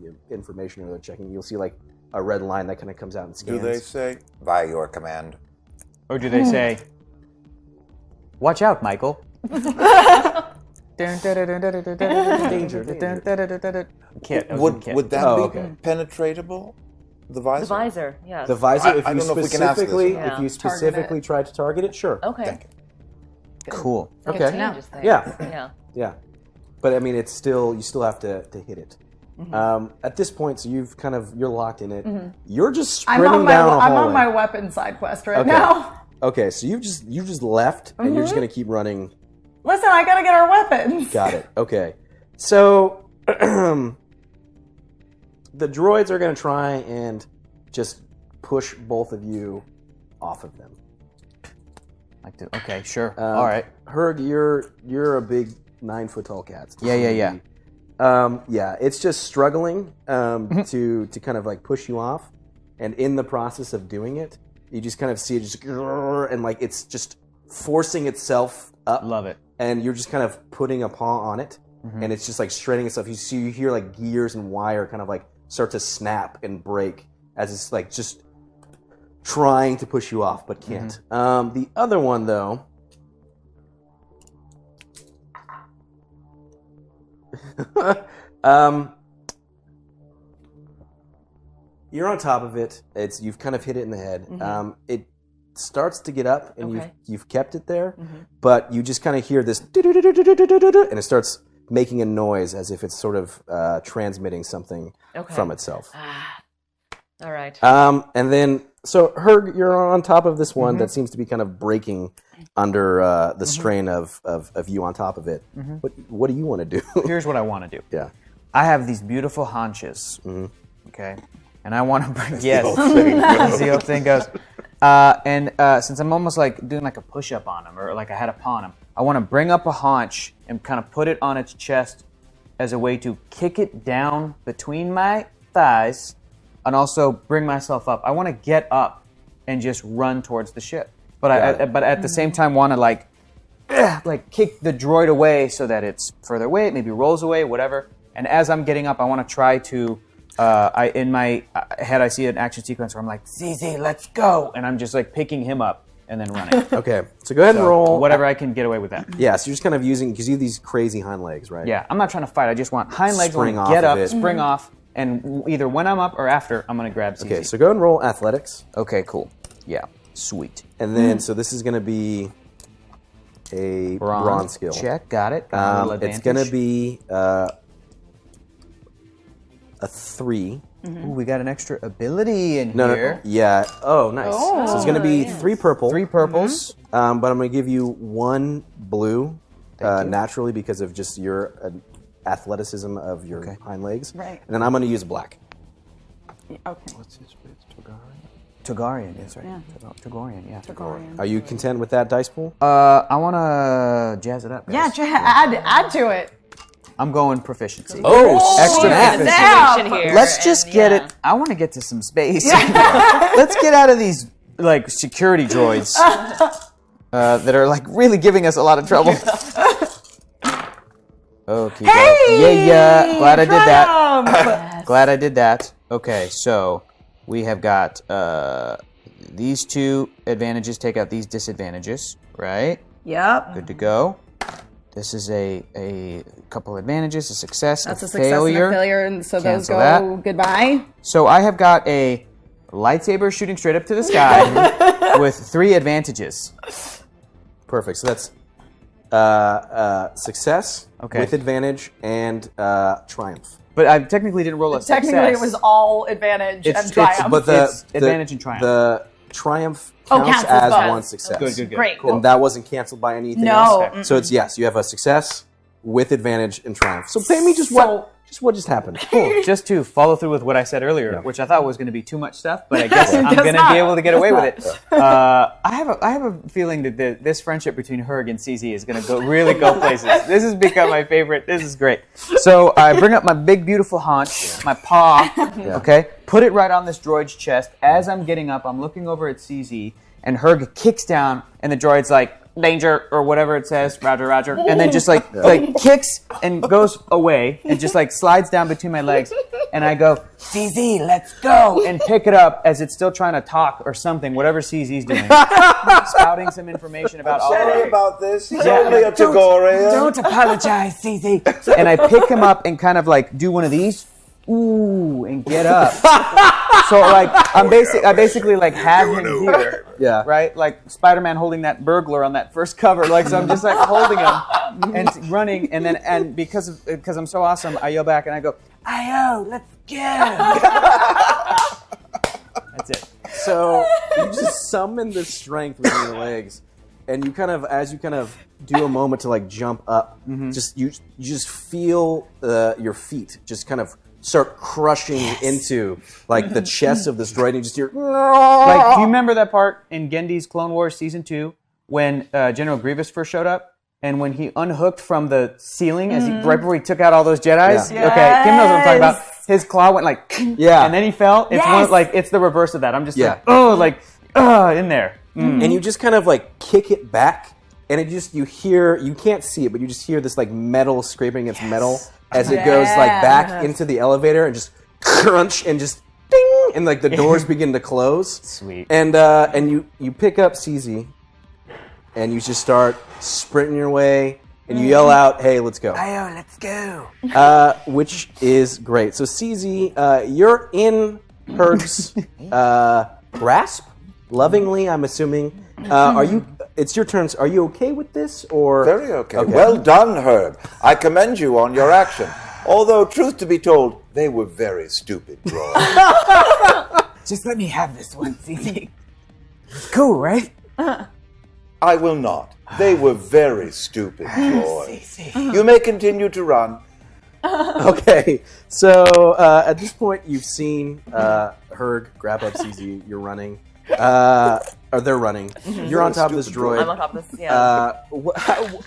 Speaker 2: you know, information or they're checking, you'll see like a red line that kind of comes out and
Speaker 26: do
Speaker 2: scans.
Speaker 26: they say by your command?
Speaker 3: Or do they
Speaker 2: Hmm.
Speaker 3: say, "Watch out, Michael"?
Speaker 26: Danger,
Speaker 3: Kit.
Speaker 26: Would
Speaker 3: kit.
Speaker 26: would that
Speaker 2: Oh,
Speaker 26: be
Speaker 2: okay.
Speaker 26: penetratable? The visor.
Speaker 7: The visor, yes.
Speaker 2: The visor.
Speaker 26: I-
Speaker 2: If
Speaker 26: I
Speaker 2: you
Speaker 26: don't know if we can ask this.
Speaker 2: specifically,
Speaker 7: Yeah.
Speaker 2: if you
Speaker 7: Target it.
Speaker 2: specifically try to target it, sure.
Speaker 7: Okay.
Speaker 3: Cool.
Speaker 7: That
Speaker 2: okay.
Speaker 7: changes things.
Speaker 2: Yeah.
Speaker 7: Yeah.
Speaker 2: Yeah. But I mean, it's still you still have to, to hit it.
Speaker 4: Mhm.
Speaker 2: Um, at this point, so you've kind of you're locked in it.
Speaker 4: Mhm.
Speaker 2: You're just
Speaker 4: I'm
Speaker 2: sprinting
Speaker 4: on my
Speaker 2: down a
Speaker 4: I'm on
Speaker 2: hallway.
Speaker 4: my weapon side quest right
Speaker 2: Okay.
Speaker 4: now.
Speaker 2: Okay, so you've just you've just left, and you're just
Speaker 4: Mhm.
Speaker 2: gonna keep running.
Speaker 4: Listen, I gotta get our weapons.
Speaker 2: Got it. Okay, so the droids are gonna try and just push both of you off of them.
Speaker 3: Like to- okay, sure.
Speaker 2: Um,
Speaker 3: All right.
Speaker 2: Herg, you're you're a big nine foot tall cat.
Speaker 3: Yeah, yeah, yeah.
Speaker 2: Um, yeah, it's just struggling
Speaker 3: Mm-hmm.
Speaker 2: um, to to kind of like push you off, and in the process of doing it, you just kind of see it just grrr, and like it's just forcing itself up.
Speaker 3: Love it.
Speaker 2: And you're just kind of putting a paw on it,
Speaker 3: Mhm.
Speaker 2: and it's just like shredding itself. You see, you hear like gears and wire kind of like start to snap and break as it's like just trying to push you off but can't. Um, the other one though. um, you're on top of it. It's you've kind of hit it in the head.
Speaker 12: Mhm.
Speaker 2: Um, it starts to get up, and
Speaker 12: Okay.
Speaker 2: you've you've kept it there,
Speaker 12: Mhm.
Speaker 2: but you just kind of hear this, "Do-do-do-do-do-do-do-do-do," and it starts making a noise as if it's sort of uh, transmitting something
Speaker 7: Okay.
Speaker 2: from itself.
Speaker 7: Ah. All right.
Speaker 2: Um, and then, so Herg, you're on top of this one
Speaker 7: Mhm.
Speaker 3: Mm-hmm.
Speaker 2: that seems to be kind of breaking under uh, the strain of, of, of you on top of it.
Speaker 3: Mhm.
Speaker 2: What, what do you want to do?
Speaker 3: Here's what I want to do.
Speaker 2: Yeah.
Speaker 3: I have these beautiful haunches.
Speaker 6: Mm-hmm.
Speaker 3: Okay. And I want to bring.
Speaker 6: As the
Speaker 3: Yes.
Speaker 6: old saying
Speaker 3: As
Speaker 6: goes.
Speaker 3: the old thing goes. Uh, and uh, since I'm almost like doing like a push up on him or like I had upon him, I want to bring up a haunch and kind of put it on its chest as a way to kick it down between my thighs and also bring myself up. I want to get up and just run towards the ship. But I,
Speaker 6: Got
Speaker 3: I,
Speaker 6: it.
Speaker 3: but at the same time want to like like kick the droid away so that it's further away, it maybe rolls away, whatever. And as I'm getting up, I want to try to. Uh, I in my uh, head, I see an action sequence where I'm like, "ZZ, let's go!" and I'm just like picking him up and then running.
Speaker 2: okay, so go ahead and roll.
Speaker 3: whatever I can get away with that.
Speaker 2: Yeah, so you're just kind of using, because you have these crazy hind legs, right?
Speaker 3: Yeah, I'm not trying to fight. I just want hind legs. I
Speaker 2: Spring
Speaker 3: wanna
Speaker 2: off
Speaker 3: get
Speaker 2: of
Speaker 3: up,
Speaker 2: it.
Speaker 3: spring
Speaker 2: Mhm.
Speaker 3: off, and w- either when I'm up or after, I'm gonna grab ZZ.
Speaker 2: Okay, so go ahead and roll athletics.
Speaker 3: Okay, cool. Yeah, sweet.
Speaker 2: And then,
Speaker 3: Mhm.
Speaker 2: so this is going to be a
Speaker 3: Bronze
Speaker 2: bronze, skill.
Speaker 3: check, got it. Got a
Speaker 2: Um,
Speaker 3: little
Speaker 2: it's going to
Speaker 3: advantage.
Speaker 2: be uh, a three.
Speaker 3: Ooh, we got an extra ability in
Speaker 2: No,
Speaker 3: here.
Speaker 2: no, yeah. Oh, nice. so it's going to be three purple. Three
Speaker 3: purples.
Speaker 2: Um, but I'm going to give you one blue uh, naturally because of just your uh, athleticism of your hind legs.
Speaker 27: Right.
Speaker 2: And then I'm going to use black.
Speaker 27: Okay.
Speaker 6: What's his face?
Speaker 3: Togarian is right.
Speaker 27: Yeah.
Speaker 3: Togarian, yeah.
Speaker 2: Are you content with that dice pool?
Speaker 3: Uh, I want to jazz it up. guys.
Speaker 4: Yeah, j- add add to it.
Speaker 3: I'm going proficiency.
Speaker 4: Oh,
Speaker 3: extra
Speaker 4: snap.
Speaker 2: Uh,
Speaker 3: proficiency.
Speaker 4: Snap.
Speaker 3: Let's just get it. I want to get to some space. Let's get out of these like security droids uh, that are like really giving us a lot of trouble. okay. yeah, yeah. Glad I did that. Glad I did that. Okay, so we have got uh, these two advantages take out these disadvantages, right?
Speaker 27: Yep.
Speaker 3: Good to go. This is a a couple advantages, a success,
Speaker 27: That's
Speaker 3: a,
Speaker 27: a success
Speaker 3: failure.
Speaker 27: and a failure, and so those
Speaker 3: Cancel
Speaker 27: go
Speaker 3: that.
Speaker 27: goodbye.
Speaker 3: So I have got a lightsaber shooting straight up to the sky with three advantages.
Speaker 2: Perfect. So that's uh, uh, success
Speaker 3: Okay.
Speaker 2: with advantage and uh, triumph.
Speaker 3: But I technically didn't roll a
Speaker 4: Technically, it
Speaker 3: success.
Speaker 4: was all advantage and triumph.
Speaker 2: but the,
Speaker 3: It's
Speaker 2: the-
Speaker 3: advantage and triumph.
Speaker 2: The triumph
Speaker 4: Oh,
Speaker 2: counts,
Speaker 4: counts as
Speaker 2: as
Speaker 4: both.
Speaker 2: one success.
Speaker 4: Good, good, good. Great, cool.
Speaker 2: And that wasn't canceled by anything
Speaker 4: No,
Speaker 2: else.
Speaker 4: mm-mm.
Speaker 2: So it's yes, you have a success with advantage and triumph. So pay me just what just what just happened.
Speaker 3: Cool. Just to follow through with what I said earlier, which I thought was going to be too much stuff, but I guess
Speaker 2: Guess
Speaker 3: I'm going to
Speaker 2: not.
Speaker 3: be able to get away with
Speaker 2: Guess
Speaker 3: it. Uh, I have a I have a feeling that the, this friendship between Herg and CZ is going to go really go places. This has become my favorite. This is great. So I bring up my big beautiful haunch, my paw, okay, put it right on this droid's chest. As I'm getting up, I'm looking over at CZ, and Herg kicks down, and the droid's like. Danger or whatever it says, Roger, Roger, and then just like
Speaker 6: Yeah.
Speaker 3: like kicks and goes away and just like slides down between my legs. And I go, CZ, let's go! And pick it up as it's still trying to talk or something, whatever CZ's doing. spouting some information about all
Speaker 10: Sorry
Speaker 3: the-
Speaker 10: about this. He's
Speaker 3: Yeah.
Speaker 10: only a
Speaker 3: Don't-
Speaker 10: Tagorian.
Speaker 3: don't apologize, CZ. and I pick him up and kind of like do one of these, ooh, and get up. so like I'm basic, I basically like have him here,
Speaker 2: yeah,
Speaker 3: right? Like Spider-Man holding that burglar on that first cover. Like so, I'm just like holding him and running, and then and because of, because I'm so awesome, I yell back and I go, Io, let's go. That's it.
Speaker 2: So you just summon the strength within your legs, and you kind of, as you kind of do a moment to like jump up,
Speaker 3: Mm-hmm.
Speaker 2: just you, you just feel uh, your feet just kind of start crushing into like the chest of this droid, and you just hear.
Speaker 3: Like, do you remember that part in Gendy's Clone Wars season two when uh, General Grievous first showed up? And when he unhooked from the ceiling, as he,
Speaker 6: Mhm.
Speaker 3: right before he took out all those Jedi's,
Speaker 6: Yeah.
Speaker 3: okay, Kim knows what I'm talking about.
Speaker 6: Yes.
Speaker 3: His claw went like,
Speaker 2: yeah,
Speaker 3: and then he fell. It's one
Speaker 6: Yes.
Speaker 3: of- like it's the reverse of that. I'm just like,
Speaker 2: Yeah.
Speaker 3: oh, like, oh, in there. Mm.
Speaker 2: and you just kind of like kick it back and it just you hear you can't see it but you just hear this like metal scraping against metal as it goes like
Speaker 6: Yeah.
Speaker 2: back into the elevator and just crunch and just ding and like the doors begin to close
Speaker 3: sweet
Speaker 2: and uh and you you pick up CZ and you just start sprinting your way and you yell out hey let's go
Speaker 6: Io, let's go.
Speaker 2: uh, which is great. So CZ, uh, you're in Herg's uh, grasp, lovingly, I'm assuming. Uh, are you? it's your turn. Are you okay with this? Or
Speaker 10: very okay. Well done, Herb. I commend you on your action. Although, truth to be told, they were very stupid drawings.
Speaker 6: Just let me have this one, CC. It's cool, right?
Speaker 10: I will not. They were very stupid drawings.
Speaker 6: Cece.
Speaker 10: You may continue to run.
Speaker 2: okay, so uh, at this point, you've seen uh, Herg grab up CZ. You're running. Uh, or they're running.
Speaker 7: Mhm.
Speaker 2: You're on top of this droid.
Speaker 7: I'm on top of this, yeah.
Speaker 2: Uh, wha- how- wha-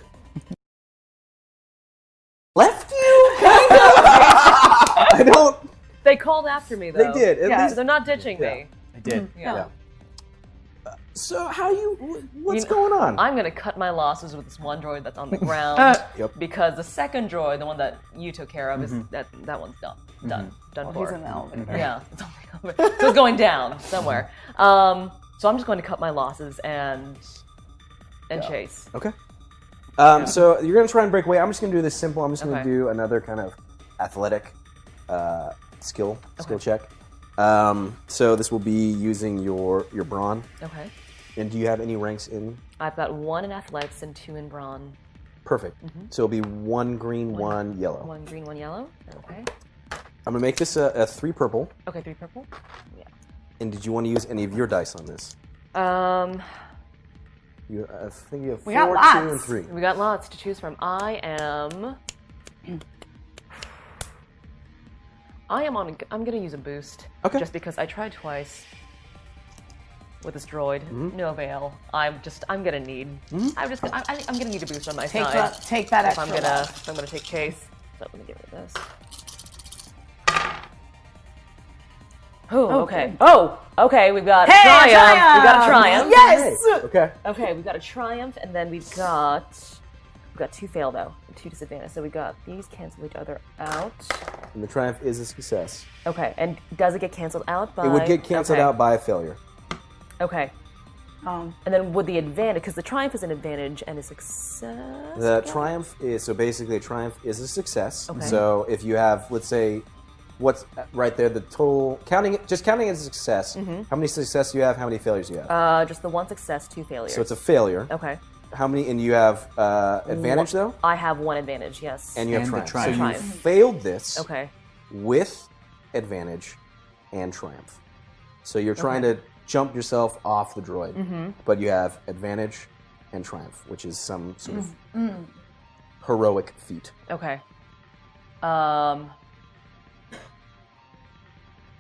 Speaker 2: left you? I don't.
Speaker 7: They called after me
Speaker 2: They
Speaker 7: though.
Speaker 2: did, at
Speaker 7: yeah,
Speaker 2: least-
Speaker 7: they're not ditching me.
Speaker 2: I did.
Speaker 7: Yeah.
Speaker 2: So how you? wh- What's going on?
Speaker 7: I'm gonna cut my losses with this one droid that's on the ground
Speaker 2: Uh, Yep.
Speaker 7: because the second droid, the one that you took care of, is
Speaker 2: Mm-hmm.
Speaker 7: that that one's done, done, done
Speaker 4: Well,
Speaker 7: for.
Speaker 4: Oh, he's in the elevator.
Speaker 7: Yeah, it's on the elevator. so it's going down somewhere.
Speaker 2: Mm-hmm.
Speaker 7: Um, so I'm just going to cut my losses and and chase.
Speaker 2: Okay. Um, So you're gonna try and break away. I'm just gonna do this simple. I'm just gonna
Speaker 7: Okay.
Speaker 2: do another kind of athletic uh, skill skill check. Um, so this will be using your your brawn.
Speaker 7: Okay.
Speaker 2: And do you have any ranks in?
Speaker 7: I've got one in athletics and two in brawn.
Speaker 2: Perfect.
Speaker 7: Mhm.
Speaker 2: So it'll be one green, one, yellow.
Speaker 7: One green, one yellow. Okay.
Speaker 2: I'm gonna make this a, a three purple.
Speaker 7: Okay, three purple. Yeah.
Speaker 2: And did you want to use any of your dice on this?
Speaker 7: Um,
Speaker 2: You, I think you have
Speaker 7: we
Speaker 2: four,
Speaker 7: got lots.
Speaker 2: two, and three.
Speaker 7: We got lots to choose from. I am. I am on. I'm gonna use a boost. Okay. Just because I tried twice with this droid,
Speaker 4: Mm-hmm.
Speaker 7: no avail. I'm just. I'm gonna need. I'm just. I, I, I'm gonna need a boost on my
Speaker 4: Take
Speaker 7: side.
Speaker 4: that- take that
Speaker 7: If I'm
Speaker 4: extra
Speaker 7: gonna.
Speaker 4: life.
Speaker 7: If I'm gonna take chase. So I'm gonna get rid of this.
Speaker 4: Oh,
Speaker 7: Oh, okay. Oh, okay. We've got
Speaker 4: Hey, a
Speaker 7: triumph. We've got a
Speaker 4: triumph!
Speaker 7: triumph.
Speaker 4: Yes! Hey,
Speaker 2: Okay.
Speaker 7: Okay, we've got a triumph, and then we've got we've got two fail though, and two disadvantage. So we got these cancel each other out.
Speaker 2: And the triumph is a success.
Speaker 7: Okay, and does it get canceled out by?
Speaker 2: It would get canceled
Speaker 7: okay.
Speaker 2: out by a failure.
Speaker 7: Okay.
Speaker 4: Um.
Speaker 7: And then would the advantage? Because the triumph is an advantage and a success.
Speaker 2: The triumph is so basically a triumph is a success.
Speaker 7: Okay.
Speaker 2: So if you have, let's say, what's right there, the total counting it, just counting it as a success.
Speaker 7: Mhm.
Speaker 2: How many success you have? How many failures you have?
Speaker 7: Uh, just the one success, two failures.
Speaker 2: so it's a failure.
Speaker 7: Okay.
Speaker 2: How many? And you have uh, advantage
Speaker 7: One-
Speaker 2: though,
Speaker 7: I have one advantage. Yes.
Speaker 2: and you have triumph. So you
Speaker 7: Triumph.
Speaker 2: failed this.
Speaker 7: Okay.
Speaker 2: With advantage and triumph. So you're
Speaker 7: Okay.
Speaker 2: trying to jump yourself off the droid,
Speaker 7: Mhm.
Speaker 2: but you have advantage and triumph, which is some sort of
Speaker 7: Mm.
Speaker 2: heroic feat.
Speaker 7: Okay. Um.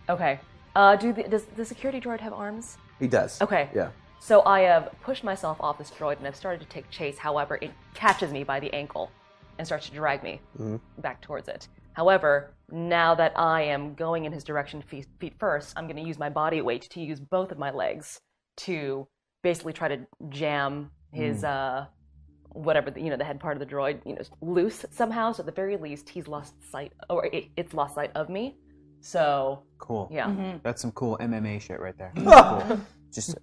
Speaker 7: Okay. Uh, do the, does the security droid have arms?
Speaker 2: He does.
Speaker 7: Okay.
Speaker 2: Yeah.
Speaker 7: So I have pushed myself off this droid and I've started to take chase. However, it catches me by the ankle and starts to drag me
Speaker 2: Mhm.
Speaker 7: back towards it. However, now that I am going in his direction feet, feet first, I'm going to use my body weight to use both of my legs to basically try to jam his uh, whatever the, you know the head part of the droid you know loose somehow. So at the very least, he's lost sight or it, it's lost sight of me. So
Speaker 3: Cool.
Speaker 7: Yeah. Mhm.
Speaker 3: That's some cool MMA shit right there.
Speaker 2: Cool.
Speaker 3: Just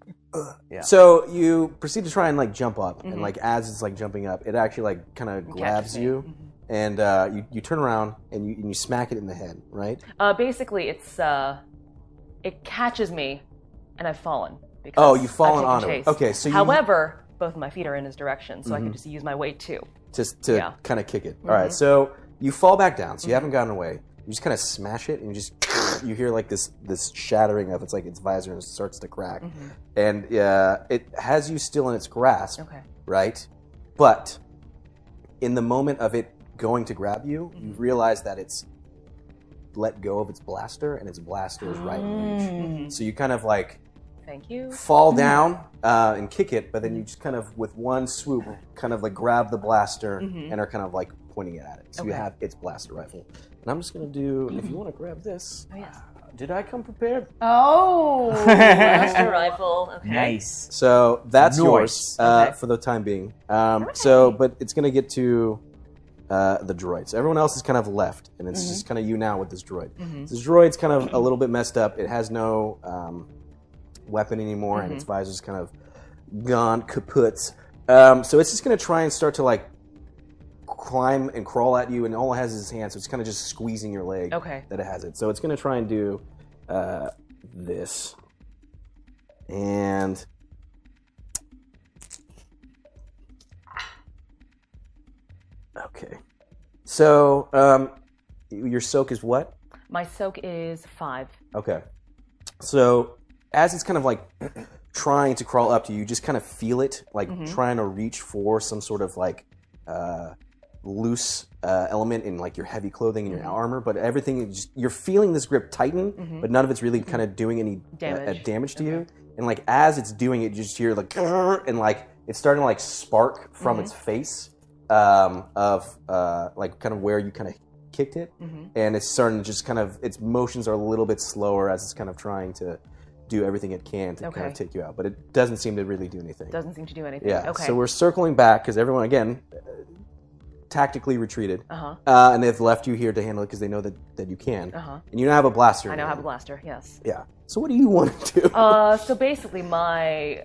Speaker 3: yeah.
Speaker 2: So you proceed to try and like jump up, and
Speaker 3: Mhm.
Speaker 2: like as it's like jumping up, it actually like kind of grabs
Speaker 7: me.
Speaker 2: you, and uh, you you turn around and you and you smack it in the head, right?
Speaker 7: Uh, basically, it's uh, it catches me, and I've fallen. Because
Speaker 2: Oh, you've fallen
Speaker 7: I've
Speaker 2: on
Speaker 7: taken
Speaker 2: it.
Speaker 7: chase.
Speaker 2: Okay, so you-
Speaker 7: however, both of my feet are in his direction, so I can
Speaker 2: Mhm.
Speaker 7: just use my weight too.
Speaker 2: Just to
Speaker 7: Yeah.
Speaker 2: kind of kick it. All right, so you fall back down, so you haven't gotten away. You just kind of smash it, and you just you hear like this this shattering of it's like its visor and it starts to crack,
Speaker 7: Mhm.
Speaker 2: and uh, it has you still in its grasp,
Speaker 7: Okay.
Speaker 2: right? But in the moment of it going to grab you, you
Speaker 7: Mm-hmm.
Speaker 2: realize that it's let go of its blaster, and its blaster is right
Speaker 7: Ah. Mm-hmm.
Speaker 2: in reach. So you kind of like
Speaker 7: Thank you.
Speaker 2: fall down uh, and kick it, but then
Speaker 7: Mm-hmm.
Speaker 2: you just kind of, with one swoop, kind of like grab the blaster
Speaker 7: Mhm.
Speaker 2: and are kind of like pointing it at it. So you
Speaker 7: Okay.
Speaker 2: have its blaster rifle. And I'm just going to do, if you want to grab this. uh,
Speaker 7: Oh, yes.
Speaker 2: Did I come prepared?
Speaker 4: Oh.
Speaker 7: Blaster rifle. Okay.
Speaker 2: So that's
Speaker 7: Nice.
Speaker 2: yours uh,
Speaker 7: Okay.
Speaker 2: for the time being. Um, So, but it's going to get to uh, the droid. So everyone else is kind of left, and it's
Speaker 28: Mhm.
Speaker 7: Mm-hmm.
Speaker 2: just kind of you now with this droid.
Speaker 28: Mhm.
Speaker 2: This droid's kind of a little bit messed up. It has no um, weapon anymore, and
Speaker 28: Mhm.
Speaker 2: its visor's kind of gone kaput. Um, so it's just going to try and start to like climb and crawl at you, and all it has is its hand. So it's kind of just squeezing your leg
Speaker 7: Okay.
Speaker 2: that it has it. So it's going to try and do uh, this. And So um, your soak is what?
Speaker 7: My soak is five.
Speaker 2: Okay. So as it's kind of like trying to crawl up to you, you just kind of feel it, like
Speaker 7: Mhm.
Speaker 2: trying to reach for some sort of like uh, loose uh, element in like your heavy clothing and your armor. But everything, is just, you're feeling this grip tighten,
Speaker 12: Mhm.
Speaker 2: but none of it's really kind of doing any uh, uh,
Speaker 12: Damage.
Speaker 2: damage to you. And like as it's doing it, you just hear like "Grrr," and like it's starting to like spark from
Speaker 12: Mhm.
Speaker 2: its face um, of uh, like kind of where you kind of kicked it
Speaker 7: Mm-hmm.
Speaker 12: Mhm.
Speaker 2: and it's starting to just kind of its motions are a little bit slower as it's kind of trying to do everything it can to kind
Speaker 7: Okay.
Speaker 2: of take you out but it doesn't seem to really do anything
Speaker 7: Doesn't seem to do anything.
Speaker 2: yeah
Speaker 7: Okay.
Speaker 2: so we're circling back because everyone again uh, tactically retreated
Speaker 7: Uh-huh.
Speaker 2: Uh, and they've left you here to handle it because they know that, that you can
Speaker 7: Uh-huh.
Speaker 2: and you now have a blaster
Speaker 7: I
Speaker 2: in
Speaker 7: now
Speaker 2: your
Speaker 7: have a
Speaker 2: hand.
Speaker 7: blaster. Yes.
Speaker 2: yeah so what do you want to do
Speaker 7: uh, so basically, my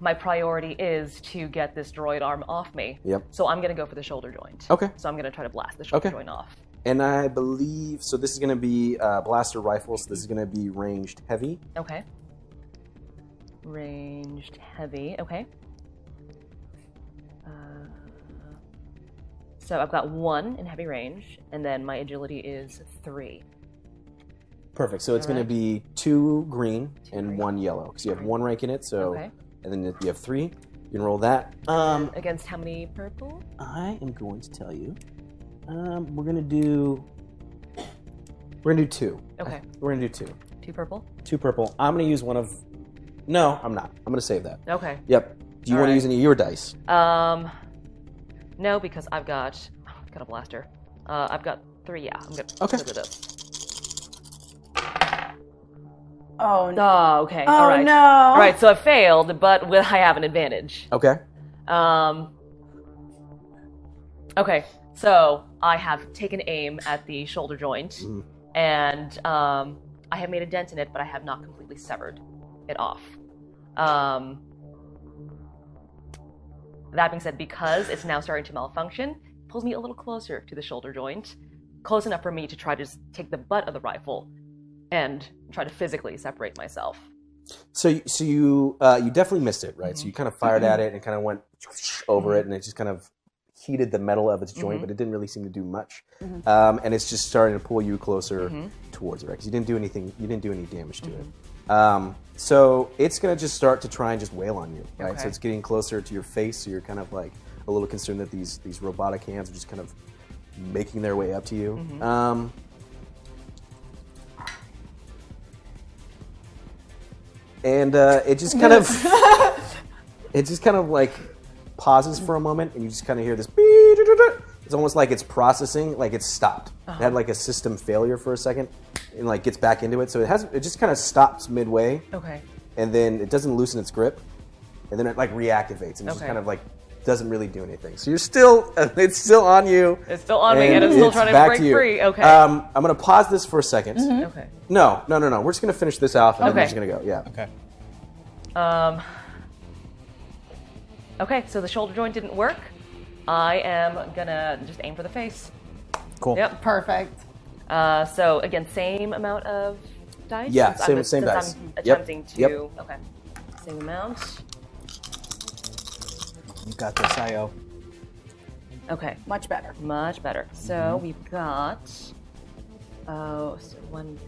Speaker 7: my priority is to get this droid arm off me.
Speaker 2: Yep.
Speaker 7: So I'm gonna go for the shoulder joint.
Speaker 2: Okay.
Speaker 7: So I'm gonna try to blast the shoulder
Speaker 2: Okay.
Speaker 7: joint off.
Speaker 2: and i believe so this is going to be uh, blaster rifle so this is going to be ranged heavy
Speaker 7: Okay. Ranged heavy. Okay. Uh, so I've got one in heavy range, and then my agility is three.
Speaker 2: Perfect. So it's
Speaker 7: All
Speaker 2: going
Speaker 7: right.
Speaker 2: to be two green and one yellow because you have one rank in it. So,
Speaker 7: Okay.
Speaker 2: and then if you have three, you can roll that. Um,
Speaker 7: Against how many purple?
Speaker 2: I am going to tell you. Um, we're gonna do. We're gonna do two.
Speaker 7: Okay.
Speaker 2: We're gonna do two.
Speaker 7: Two purple.
Speaker 2: Two purple. I'm gonna use one of. No, I'm not. I'm gonna save that.
Speaker 7: Okay.
Speaker 2: Yep. Do you
Speaker 7: All
Speaker 2: want
Speaker 7: right.
Speaker 2: to use any of your dice?
Speaker 7: Um, no, because I've got I've got a blaster. Uh, I've got three. Yeah, I'm gonna
Speaker 2: okay.
Speaker 4: Oh
Speaker 7: no. Ah, okay.
Speaker 4: Oh,
Speaker 7: All right.
Speaker 4: no.
Speaker 7: All right. So I failed, but with I have an advantage.
Speaker 2: Okay.
Speaker 7: Um. Okay. So I have taken aim at the shoulder joint,
Speaker 2: Mhm.
Speaker 7: and um, I have made a dent in it, but I have not completely severed it off. Um, that being said, because it's now starting to malfunction, it pulls me a little closer to the shoulder joint, close enough for me to try to s- take the butt of the rifle and try to physically separate myself.
Speaker 2: So, you- so you uh, you definitely missed it, right? So you kind of fired at it and kind of went over it, and it just kind of heated the metal of its joint,
Speaker 12: Mhm.
Speaker 2: but it didn't really seem to do much.
Speaker 12: Mhm.
Speaker 2: Um, and it's just starting to pull you closer
Speaker 12: Mhm.
Speaker 2: towards it, right? Because you didn't do anything, you didn't do any damage to it. Um, so it's gonna just start to try and just wail on you, right?
Speaker 12: Okay.
Speaker 2: So it's getting closer to your face, so you're kind of like a little concerned that these these robotic hands are just kind of making their way up to you.
Speaker 12: Mhm.
Speaker 2: Um, and uh, it just kind of it just kind of like pauses for a moment and you just kind of hear this it's almost like it's processing like it's stopped it
Speaker 7: Uh-huh.
Speaker 2: had like a system failure for a second and like gets back into it so it has it just kind of stops midway
Speaker 7: Okay.
Speaker 2: and then it doesn't loosen its grip and then it like reactivates and it just
Speaker 7: Okay.
Speaker 2: kind of like doesn't really do anything so you're still it's still on you
Speaker 7: It's still on me, and I'm still
Speaker 2: it's
Speaker 7: trying to
Speaker 2: back
Speaker 7: break
Speaker 2: you.
Speaker 7: free. Okay.
Speaker 2: um, i'm gonna pause this for a 2nd
Speaker 7: Mhm. Okay.
Speaker 2: no no no no we're just gonna finish this off and then we're
Speaker 7: Okay.
Speaker 2: just gonna go yeah okay
Speaker 7: Um, okay, so the shoulder joint didn't work. I am gonna just aim for the face.
Speaker 2: Cool.
Speaker 7: Yep.
Speaker 4: Perfect.
Speaker 7: Uh, so again, same amount of dice.
Speaker 2: Yeah,
Speaker 7: since
Speaker 2: same-
Speaker 7: I'm-
Speaker 2: same
Speaker 7: since
Speaker 2: dice.
Speaker 7: I'm
Speaker 2: Yep,
Speaker 7: attempting to.
Speaker 2: yep.
Speaker 7: Okay. Same amount.
Speaker 3: You got this, Io.
Speaker 7: Okay.
Speaker 4: Much better. Mm-hmm.
Speaker 7: Much better. So
Speaker 3: Mhm.
Speaker 7: we've got. Oh, so one.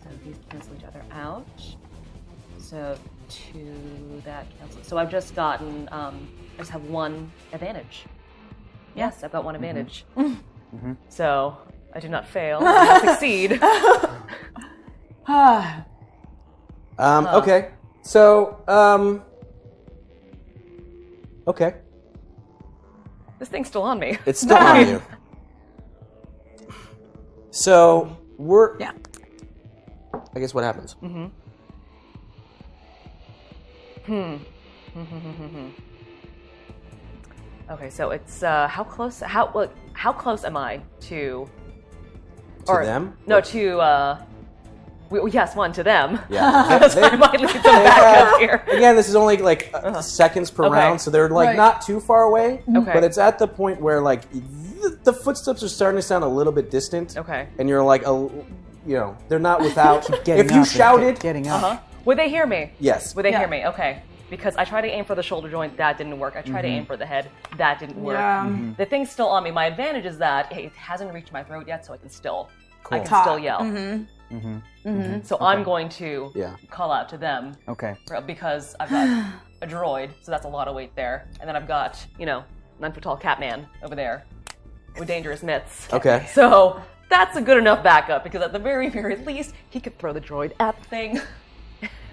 Speaker 7: So these cancel each other out. So two that cancel. So I've just gotten. Um, I just have one advantage. Yes, I've got one advantage.
Speaker 3: Mm-hmm.
Speaker 7: So I did not fail. I did not succeed.
Speaker 4: Ah,
Speaker 2: Um,
Speaker 7: Huh.
Speaker 2: Okay. So, um, okay.
Speaker 7: This thing's still on me.
Speaker 2: It's still on you. So we're yeah. I guess what happens?
Speaker 7: Mm-hmm. Hmm. okay, so it's uh, how close? How well, how close am I to?
Speaker 2: To them?
Speaker 7: No, to uh, we, yes, one to them.
Speaker 2: Yeah.
Speaker 7: That's
Speaker 2: They-
Speaker 7: why I might leave them back up here.
Speaker 2: Again, this is only like uh seconds per
Speaker 7: Okay.
Speaker 2: round, so they're like
Speaker 7: Right.
Speaker 2: not too far away.
Speaker 7: Okay.
Speaker 2: But it's at the point where like the, the footsteps are starting to sound a little bit distant.
Speaker 7: Okay.
Speaker 2: And you're like a, you know, they're not without.
Speaker 3: Getting
Speaker 2: if you
Speaker 3: up,
Speaker 2: shouted,
Speaker 3: getting
Speaker 7: Uh huh. Would they hear me?
Speaker 2: Yes.
Speaker 7: Would they hear me? Okay.
Speaker 11: because I tried to aim for the shoulder joint, that didn't work. I tried to
Speaker 7: Mhm.
Speaker 2: Mm-hmm.
Speaker 11: aim for the head, that didn't work.
Speaker 7: Yeah. Mhm.
Speaker 11: The thing's still on me. My advantage is that it hasn't reached my throat yet, so I can still, I
Speaker 3: Cool.
Speaker 11: can
Speaker 3: Talk.
Speaker 11: still yell. Mm-hmm.
Speaker 3: Mhm.
Speaker 2: Mm-hmm.
Speaker 3: Mhm. Mhm.
Speaker 11: So
Speaker 3: Okay.
Speaker 11: I'm going to
Speaker 3: Yeah.
Speaker 11: call out to them.
Speaker 3: Okay.
Speaker 11: for- Because I've got a droid, so that's a lot of weight there, and then I've got you know nine foot tall Catman over there with dangerous mitts.
Speaker 2: Okay.
Speaker 11: So that's a good enough backup because at the very very least he could throw the droid at the thing.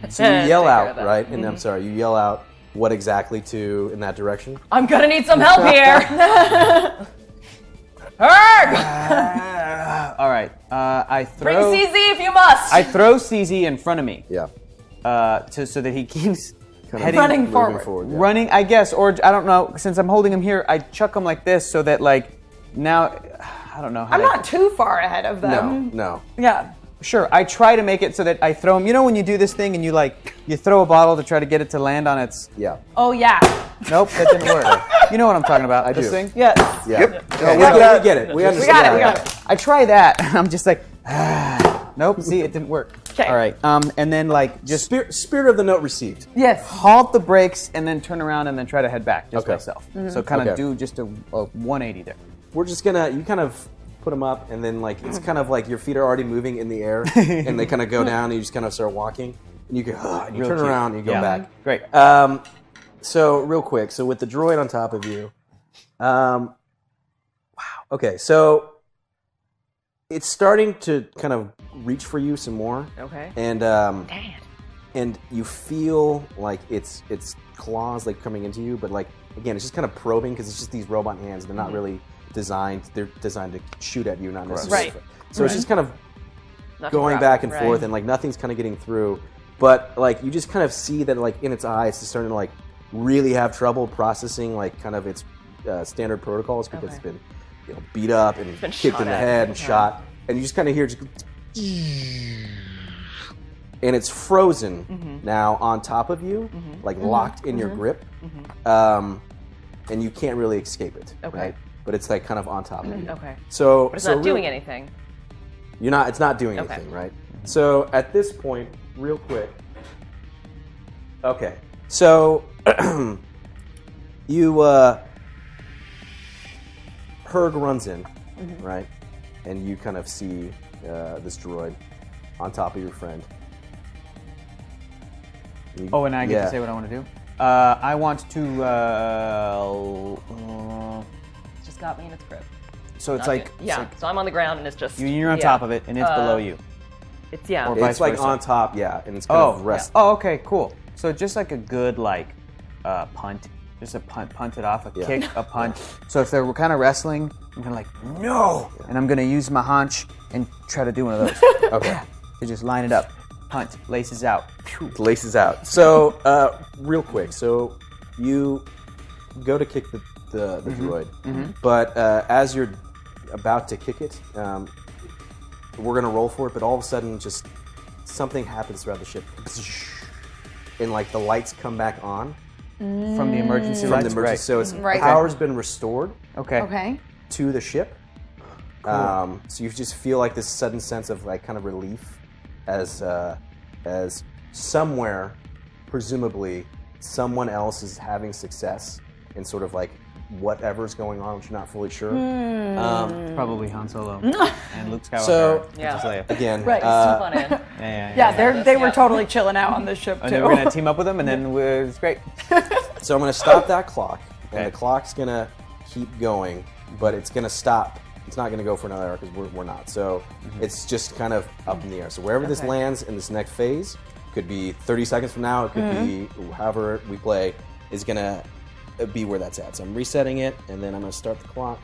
Speaker 2: So you yell
Speaker 11: Take care of
Speaker 2: out,
Speaker 11: that.
Speaker 2: right? And I'm
Speaker 11: Mhm.
Speaker 2: sorry, you yell out what exactly to in that direction?
Speaker 7: Uh,
Speaker 11: I'm gonna need some help here. Erg!
Speaker 3: All right. Uh, I
Speaker 11: Bring
Speaker 3: throw.
Speaker 11: CZ if you must.
Speaker 3: I throw CZ in front of me.
Speaker 2: Yeah.
Speaker 3: Uh, to, so that he keeps
Speaker 11: of
Speaker 3: heading,
Speaker 11: Running moving forward. forward, yeah.
Speaker 3: Running, I guess, or I don't know. Since I'm holding him here, I chuck him like this so that like now, I don't know. How
Speaker 4: I'm
Speaker 3: to-
Speaker 4: not too far ahead of them.
Speaker 2: No,
Speaker 4: Yeah.
Speaker 3: Sure, I try to make it so that I throw him. You know when you do this thing and you like you throw a bottle to try to get it to land on its.
Speaker 2: Yeah.
Speaker 4: Oh yeah.
Speaker 3: Nope, that didn't work. you know what I'm talking about. I this
Speaker 2: do.
Speaker 3: thing.
Speaker 4: Yes.
Speaker 2: Yeah. Yep. No, we get it, we get it. We understand.
Speaker 3: got it. We
Speaker 2: Yeah.
Speaker 3: got it. I try that. and I'm just like, ah, nope. See, it didn't work. All right. Um, and then like just
Speaker 2: spirit, spirit of the note received.
Speaker 4: Yes.
Speaker 3: Halt the brakes and then turn around and then try to head back just
Speaker 2: Okay.
Speaker 3: myself.
Speaker 11: Mm-hmm.
Speaker 2: Mhm.
Speaker 3: So kind of
Speaker 2: Okay.
Speaker 3: do just a, a 180 there.
Speaker 2: We're just gonna you kind of put them up, and then like it's kind of like your feet are already moving in the air, and they kind of go down, and you just kind of start walking, and you go, "Ugh," and you
Speaker 3: Real
Speaker 2: turn
Speaker 3: cute.
Speaker 2: around, and you go
Speaker 3: Yeah.
Speaker 2: back.
Speaker 3: Great.
Speaker 2: Um, so real quick, so with the droid on top of you, um, wow. Okay, so it's starting to kind of reach for you some more.
Speaker 11: Okay.
Speaker 2: And um, and you feel like it's its claws like coming into you, but like again, it's just kind of probing because it's just these robot hands. They're not
Speaker 11: Mhm.
Speaker 2: really designed. They're designed to shoot at you, not
Speaker 11: Correct.
Speaker 2: necessarily.
Speaker 11: Right.
Speaker 2: So it's
Speaker 11: Right.
Speaker 2: just kind of
Speaker 11: Not to
Speaker 2: going
Speaker 11: grab,
Speaker 2: back and
Speaker 11: right.
Speaker 2: forth, and like nothing's kind of getting through. But like you just kind of see that like in its eye, it's just starting to like really have trouble processing like kind of its uh, standard protocols because it's been you know, beat up and
Speaker 12: been
Speaker 2: kicked
Speaker 12: shot
Speaker 2: in the
Speaker 12: at.
Speaker 2: head and
Speaker 12: Yeah.
Speaker 2: shot, and you just kind of hear just and it's frozen
Speaker 11: Mm-hmm.
Speaker 12: Mhm.
Speaker 2: now on top of you,
Speaker 12: Mhm.
Speaker 2: like
Speaker 12: Mhm.
Speaker 2: locked in your
Speaker 12: Mhm.
Speaker 2: grip,
Speaker 12: Mhm.
Speaker 2: um, and you can't really escape it.
Speaker 11: Mm-hmm. Okay.
Speaker 2: Right? But it's like kind of on top of you.
Speaker 11: okay.
Speaker 2: So
Speaker 11: but it's
Speaker 2: so
Speaker 11: not
Speaker 2: real-
Speaker 11: doing anything.
Speaker 2: You're not. It's not doing
Speaker 11: Okay.
Speaker 2: anything, right? So at this point, real quick. Okay. So you uh, Herg runs in,
Speaker 11: Mm-hmm.
Speaker 12: Mhm.
Speaker 2: right? And you kind of see uh, this droid on top of your friend. You-
Speaker 3: Oh, and I get
Speaker 2: yeah.
Speaker 3: to say what I want to do. Uh, I want to. Uh, uh,
Speaker 11: It's just got me in its grip.
Speaker 3: So it's
Speaker 11: Not
Speaker 3: like-
Speaker 11: good.
Speaker 3: it's
Speaker 11: yeah.
Speaker 3: like-
Speaker 11: so I'm on the ground and it's just
Speaker 3: You- you're on
Speaker 11: yeah.
Speaker 3: top of it and it's
Speaker 11: Uh,
Speaker 3: below you.
Speaker 11: It's yeah.
Speaker 3: Or vice
Speaker 2: It's like
Speaker 3: versa.
Speaker 2: on top, yeah, and it's kind
Speaker 3: oh,
Speaker 2: of rest.
Speaker 3: yeah. Oh, okay, cool. So just like a good like uh, punt, just a punt, punt it off, a
Speaker 2: Yeah.
Speaker 3: kick, a punt. So if they're kind of wrestling, I'm gonna like no, and I'm gonna use my hunch and try to do one of those.
Speaker 2: okay,
Speaker 3: to just line it up, punt, laces out.
Speaker 2: It laces out. So, uh, real quick, so you go to kick the, the, the
Speaker 12: Mhm.
Speaker 2: droid,
Speaker 12: Mhm.
Speaker 2: but uh, as you're about to kick it, um, we're gonna roll for it. But all of a sudden, just something happens throughout the ship, and like the lights come back on
Speaker 3: From the emergency
Speaker 2: From
Speaker 3: lights?
Speaker 2: the emergency,
Speaker 3: Right.
Speaker 2: so it's
Speaker 3: Right.
Speaker 2: power's been restored.
Speaker 3: Okay.
Speaker 4: Okay.
Speaker 2: To the ship.
Speaker 3: Cool.
Speaker 2: Um, so you just feel like this sudden sense of like kind of relief, as uh, as somewhere, presumably, someone else is having success in sort of like whatever's going on, which you're not fully sure.
Speaker 3: Hmm.
Speaker 2: Um,
Speaker 3: Probably Han Solo and Luke Skywalker.
Speaker 2: So
Speaker 3: and Princess Leia.
Speaker 2: again,
Speaker 4: Right.
Speaker 2: uh,
Speaker 4: yeah,
Speaker 3: yeah,
Speaker 4: they're, they were totally chilling out on this ship too.
Speaker 3: And then we're gonna team up with them, and then we're, it's great.
Speaker 2: So I'm going to stop that clock, and the clock's going to keep going, but it's going to stop. It's not going to go for another hour because we're, we're not. So
Speaker 3: Mm-hmm.
Speaker 2: it's just kind of up in the air. So wherever this
Speaker 12: Okay.
Speaker 2: lands in this next phase, could be 30 seconds from now, it could
Speaker 3: Mm-hmm.
Speaker 2: be however we play, is going to be where that's at. So I'm resetting it, and then I'm going to start the clock.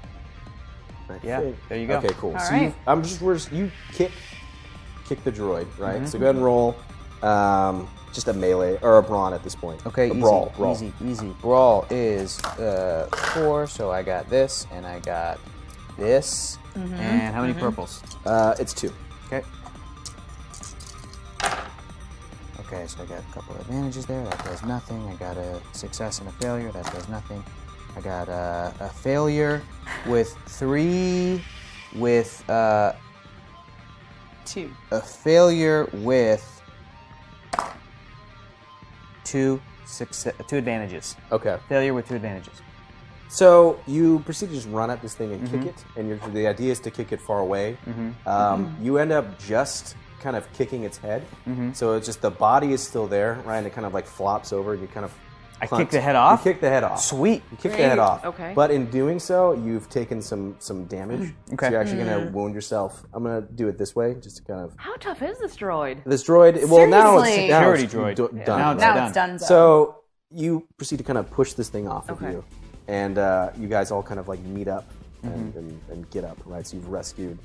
Speaker 2: I
Speaker 3: Yeah,
Speaker 2: think.
Speaker 3: there you go.
Speaker 2: Okay, cool.
Speaker 3: All
Speaker 2: so
Speaker 3: right.
Speaker 2: you, I'm just we're just, you kick, kick the droid, right?
Speaker 3: Mhm.
Speaker 2: So go ahead and roll, um, just a melee or a brawn at this point.
Speaker 3: Okay,
Speaker 2: a
Speaker 3: easy,
Speaker 2: brawl, brawl.
Speaker 3: easy, easy. Brawl is uh, four, so I got this, and I got this.
Speaker 2: Mhm.
Speaker 3: And how many
Speaker 2: Mhm.
Speaker 3: purples?
Speaker 2: Uh, it's two.
Speaker 3: Okay. Okay, so I got a couple advantages there. That does nothing. I got a success and a failure. That does nothing. I got uh, a, a failure with three, with uh,
Speaker 4: two.
Speaker 3: A failure with two, Six, two advantages.
Speaker 2: Okay.
Speaker 3: Failure with two advantages.
Speaker 2: So you proceed to just run at this thing and
Speaker 3: Mhm.
Speaker 2: kick it, and you're, the idea is to kick it far away.
Speaker 3: Mhm.
Speaker 2: Um, You end up just kind of kicking its head,
Speaker 3: Mhm.
Speaker 2: so it's just the body is still there, right? And it kind of like flops over, and you kind of.
Speaker 3: I
Speaker 2: punt.
Speaker 3: kick the head off?
Speaker 2: You kick the head off.
Speaker 3: Sweet.
Speaker 2: You kick the
Speaker 3: Great.
Speaker 2: head off.
Speaker 3: Okay.
Speaker 2: But in doing so, you've taken some some damage.
Speaker 3: Okay.
Speaker 2: So you're actually gonna
Speaker 7: Mm.
Speaker 2: wound yourself. I'm gonna do it this way, just to kind of.
Speaker 7: How tough is this droid?
Speaker 2: This droid. Well, now it's
Speaker 7: Seriously?
Speaker 2: now
Speaker 3: Security
Speaker 2: it's
Speaker 3: droid.
Speaker 2: do-
Speaker 7: Yeah.
Speaker 2: done.
Speaker 3: Now it's
Speaker 2: right?
Speaker 4: Now it's done. done, though.
Speaker 2: So you proceed to kind of push this thing off
Speaker 7: Okay.
Speaker 2: of you, and uh, you guys all kind of like meet up and, and, and get up, right? So you've rescued.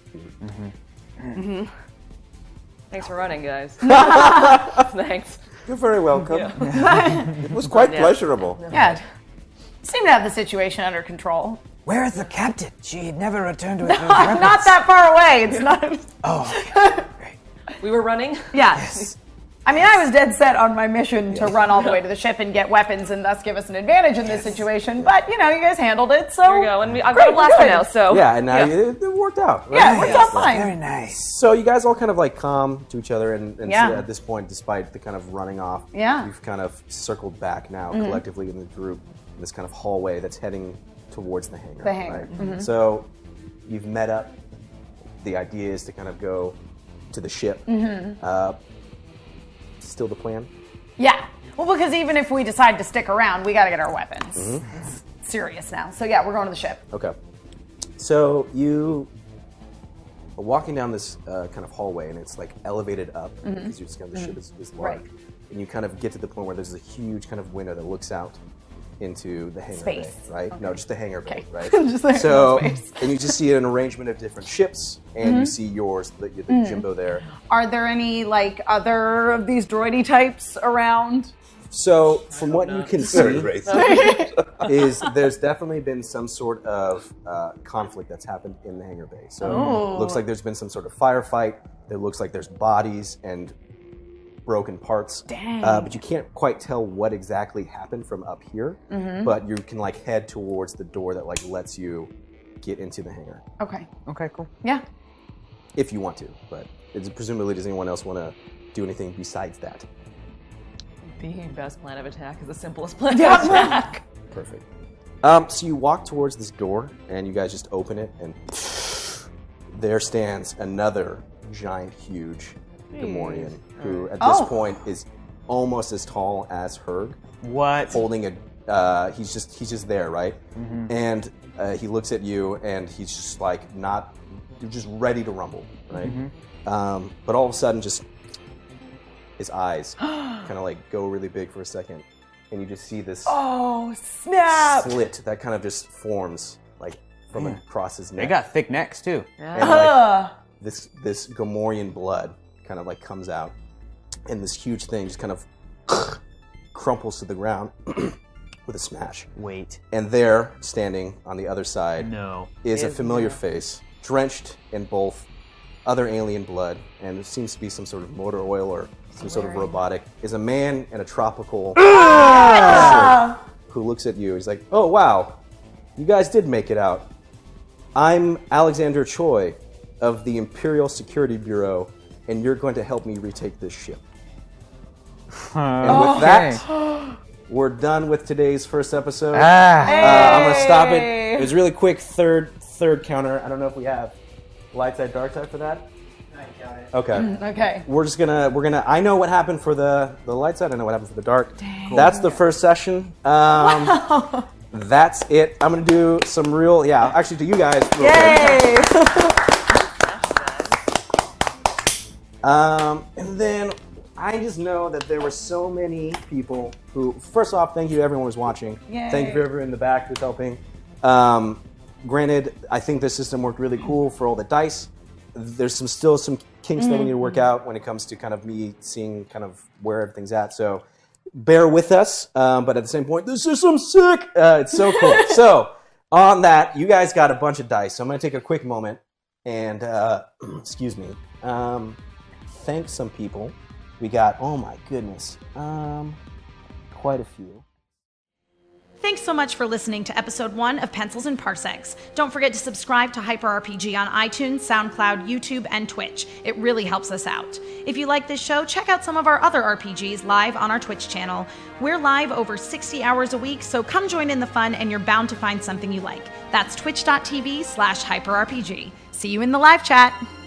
Speaker 7: hmm Thanks for running, guys. Thanks.
Speaker 10: You're very welcome.
Speaker 7: Yeah.
Speaker 10: it was quite
Speaker 7: Yeah.
Speaker 10: pleasurable.
Speaker 4: Yeah. Seem to have the situation under control.
Speaker 6: Where is the captain? She had never returned with
Speaker 4: No,
Speaker 6: those weapons.
Speaker 4: not that far away. It's not.
Speaker 7: We were running?
Speaker 4: Yeah. I mean, I was dead set on my mission to run all the way to the ship and get weapons and thus give us an advantage in this situation. But, you know, you guys handled it, so. Here we go.
Speaker 7: And we, I've got a blaster now, so.
Speaker 2: yeah, and now you- it, it worked out. Right?
Speaker 4: Yeah, it worked out fine.
Speaker 6: Very nice.
Speaker 2: So you guys all kind of like calm to each other, and, and
Speaker 4: Yeah.
Speaker 2: so at this point, despite the kind of running off,
Speaker 4: Yeah.
Speaker 2: you've kind of circled back now
Speaker 4: Mhm.
Speaker 2: collectively in the group in this kind of hallway that's heading towards the hangar.
Speaker 4: The hangar, mhm.
Speaker 2: So you've met up. The idea is to kind of go to the ship.
Speaker 4: Mhm.
Speaker 2: Uh, still the plan.
Speaker 4: Yeah. Well, because even if we decide to stick around, we got to get our weapons. Serious now. So, yeah, we're going to the ship.
Speaker 2: Okay. So you are walking down this uh, kind of hallway, and it's like elevated up
Speaker 29: Mhm.
Speaker 2: because you just kind of, the ship is, is large,
Speaker 29: Mm-hmm. Right.
Speaker 2: and you kind of get to the point where there's a huge kind of window that looks out into the hangar bay,
Speaker 29: Space.
Speaker 2: right? No, just the hangar bay, right?
Speaker 29: Just the hangar
Speaker 2: so,
Speaker 29: bay
Speaker 2: and you just see an arrangement of different ships, and
Speaker 29: Mm-hmm.
Speaker 2: you
Speaker 4: Mhm.
Speaker 2: see yours, the, the
Speaker 4: Mhm.
Speaker 2: Jimbo there.
Speaker 4: Are there any, like, other of these droidy types around?
Speaker 2: So, from what you can see,
Speaker 10: Very racist.
Speaker 2: is there's definitely been some sort of uh, conflict that's happened in the hangar bay. So,
Speaker 29: Oh.
Speaker 2: looks like there's been some sort of firefight. It looks like there's bodies and broken parts.
Speaker 29: Dang.
Speaker 2: Uh, but you can't quite tell what exactly happened from up here.
Speaker 29: Mm-hmm.
Speaker 4: Mhm.
Speaker 2: But you can like head towards the door that like lets you get into the hangar
Speaker 4: Okay.
Speaker 3: Okay, cool.
Speaker 4: Yeah.
Speaker 2: if you want to. But it's presumably does anyone else want to do anything besides that?
Speaker 30: The best plan of attack is the simplest plan
Speaker 4: Yeah.
Speaker 30: of attack.
Speaker 2: Perfect. Um, so you walk towards this door, and you guys just open it, and there stands another giant, huge Demorian, who at this
Speaker 29: Oh.
Speaker 2: point is almost as tall as Herg.
Speaker 3: What?
Speaker 2: Holding a, uh, he's just he's just there, right?
Speaker 29: Mhm.
Speaker 2: And uh, he looks at you, and he's just like not, just ready to rumble, right? Um, but all of a sudden, just his eyes kind of like go really big for a second, and you just see this
Speaker 4: Oh, snap!
Speaker 2: slit that kind of just forms like from
Speaker 3: Yeah.
Speaker 2: across his neck.
Speaker 3: They got thick necks too.
Speaker 2: And, like, this this Gamorrean blood kind of like comes out, and this huge thing just kind of crumples to the ground with a smash.
Speaker 3: Wait.
Speaker 2: And there, standing on the other side,
Speaker 3: No.
Speaker 2: is a
Speaker 3: Is-
Speaker 2: familiar
Speaker 3: no.
Speaker 2: face, drenched in both other alien blood and it seems to be some sort of motor oil or some sort of
Speaker 29: Hilarious.
Speaker 2: robotic. Is a man in a tropical
Speaker 29: Ah!
Speaker 2: shirt who looks at you. He's like, "Oh wow, you guys did make it out. I'm Alexander Choi of the Imperial Security Bureau, and you're going to help me retake this ship." And with that, we're done with today's first episode.
Speaker 29: Ah.
Speaker 2: Uh, I'm gonna stop it.
Speaker 29: Hey.
Speaker 2: It was really quick. Third, third counter. I don't know if we have light side, dark side for that. Okay.
Speaker 4: Mm, okay.
Speaker 2: We're just gonna we're gonna. I know what happened for the the light side. I know what happened for the dark. That's the first session. Um, That's it. I'm gonna do some real yeah. Actually, to you guys. real quick. Um, and then I just know that there were so many people who, first off, thank you to everyone who's watching.
Speaker 29: Yay.
Speaker 2: Thank you for everyone in the back who's helping. Um, granted, I think this system worked really cool for all the dice. There's some still some kinks that we need to work out when it comes to kind of me seeing kind of where everything's at. So bear with us, um, but at the same point, this system's sick. Uh, it's so cool. so on that, you guys got a bunch of dice. So I'm gonna take a quick moment and uh, excuse me. Um, thank some people. We got, oh my goodness, um, quite a few.
Speaker 1: Thanks Thanks so much for listening to episode one of Pencils and Parsecs. Don't forget to subscribe to HyperRPG on iTunes, SoundCloud, YouTube, and Twitch. It really helps us out. If you like this show, check out some of our other RPGs live on our Twitch channel. We're live over 60 hours a week, so come join in the fun and you're bound to find something you like. That's twitch.tv slash hyperrpg. See you in the live chat.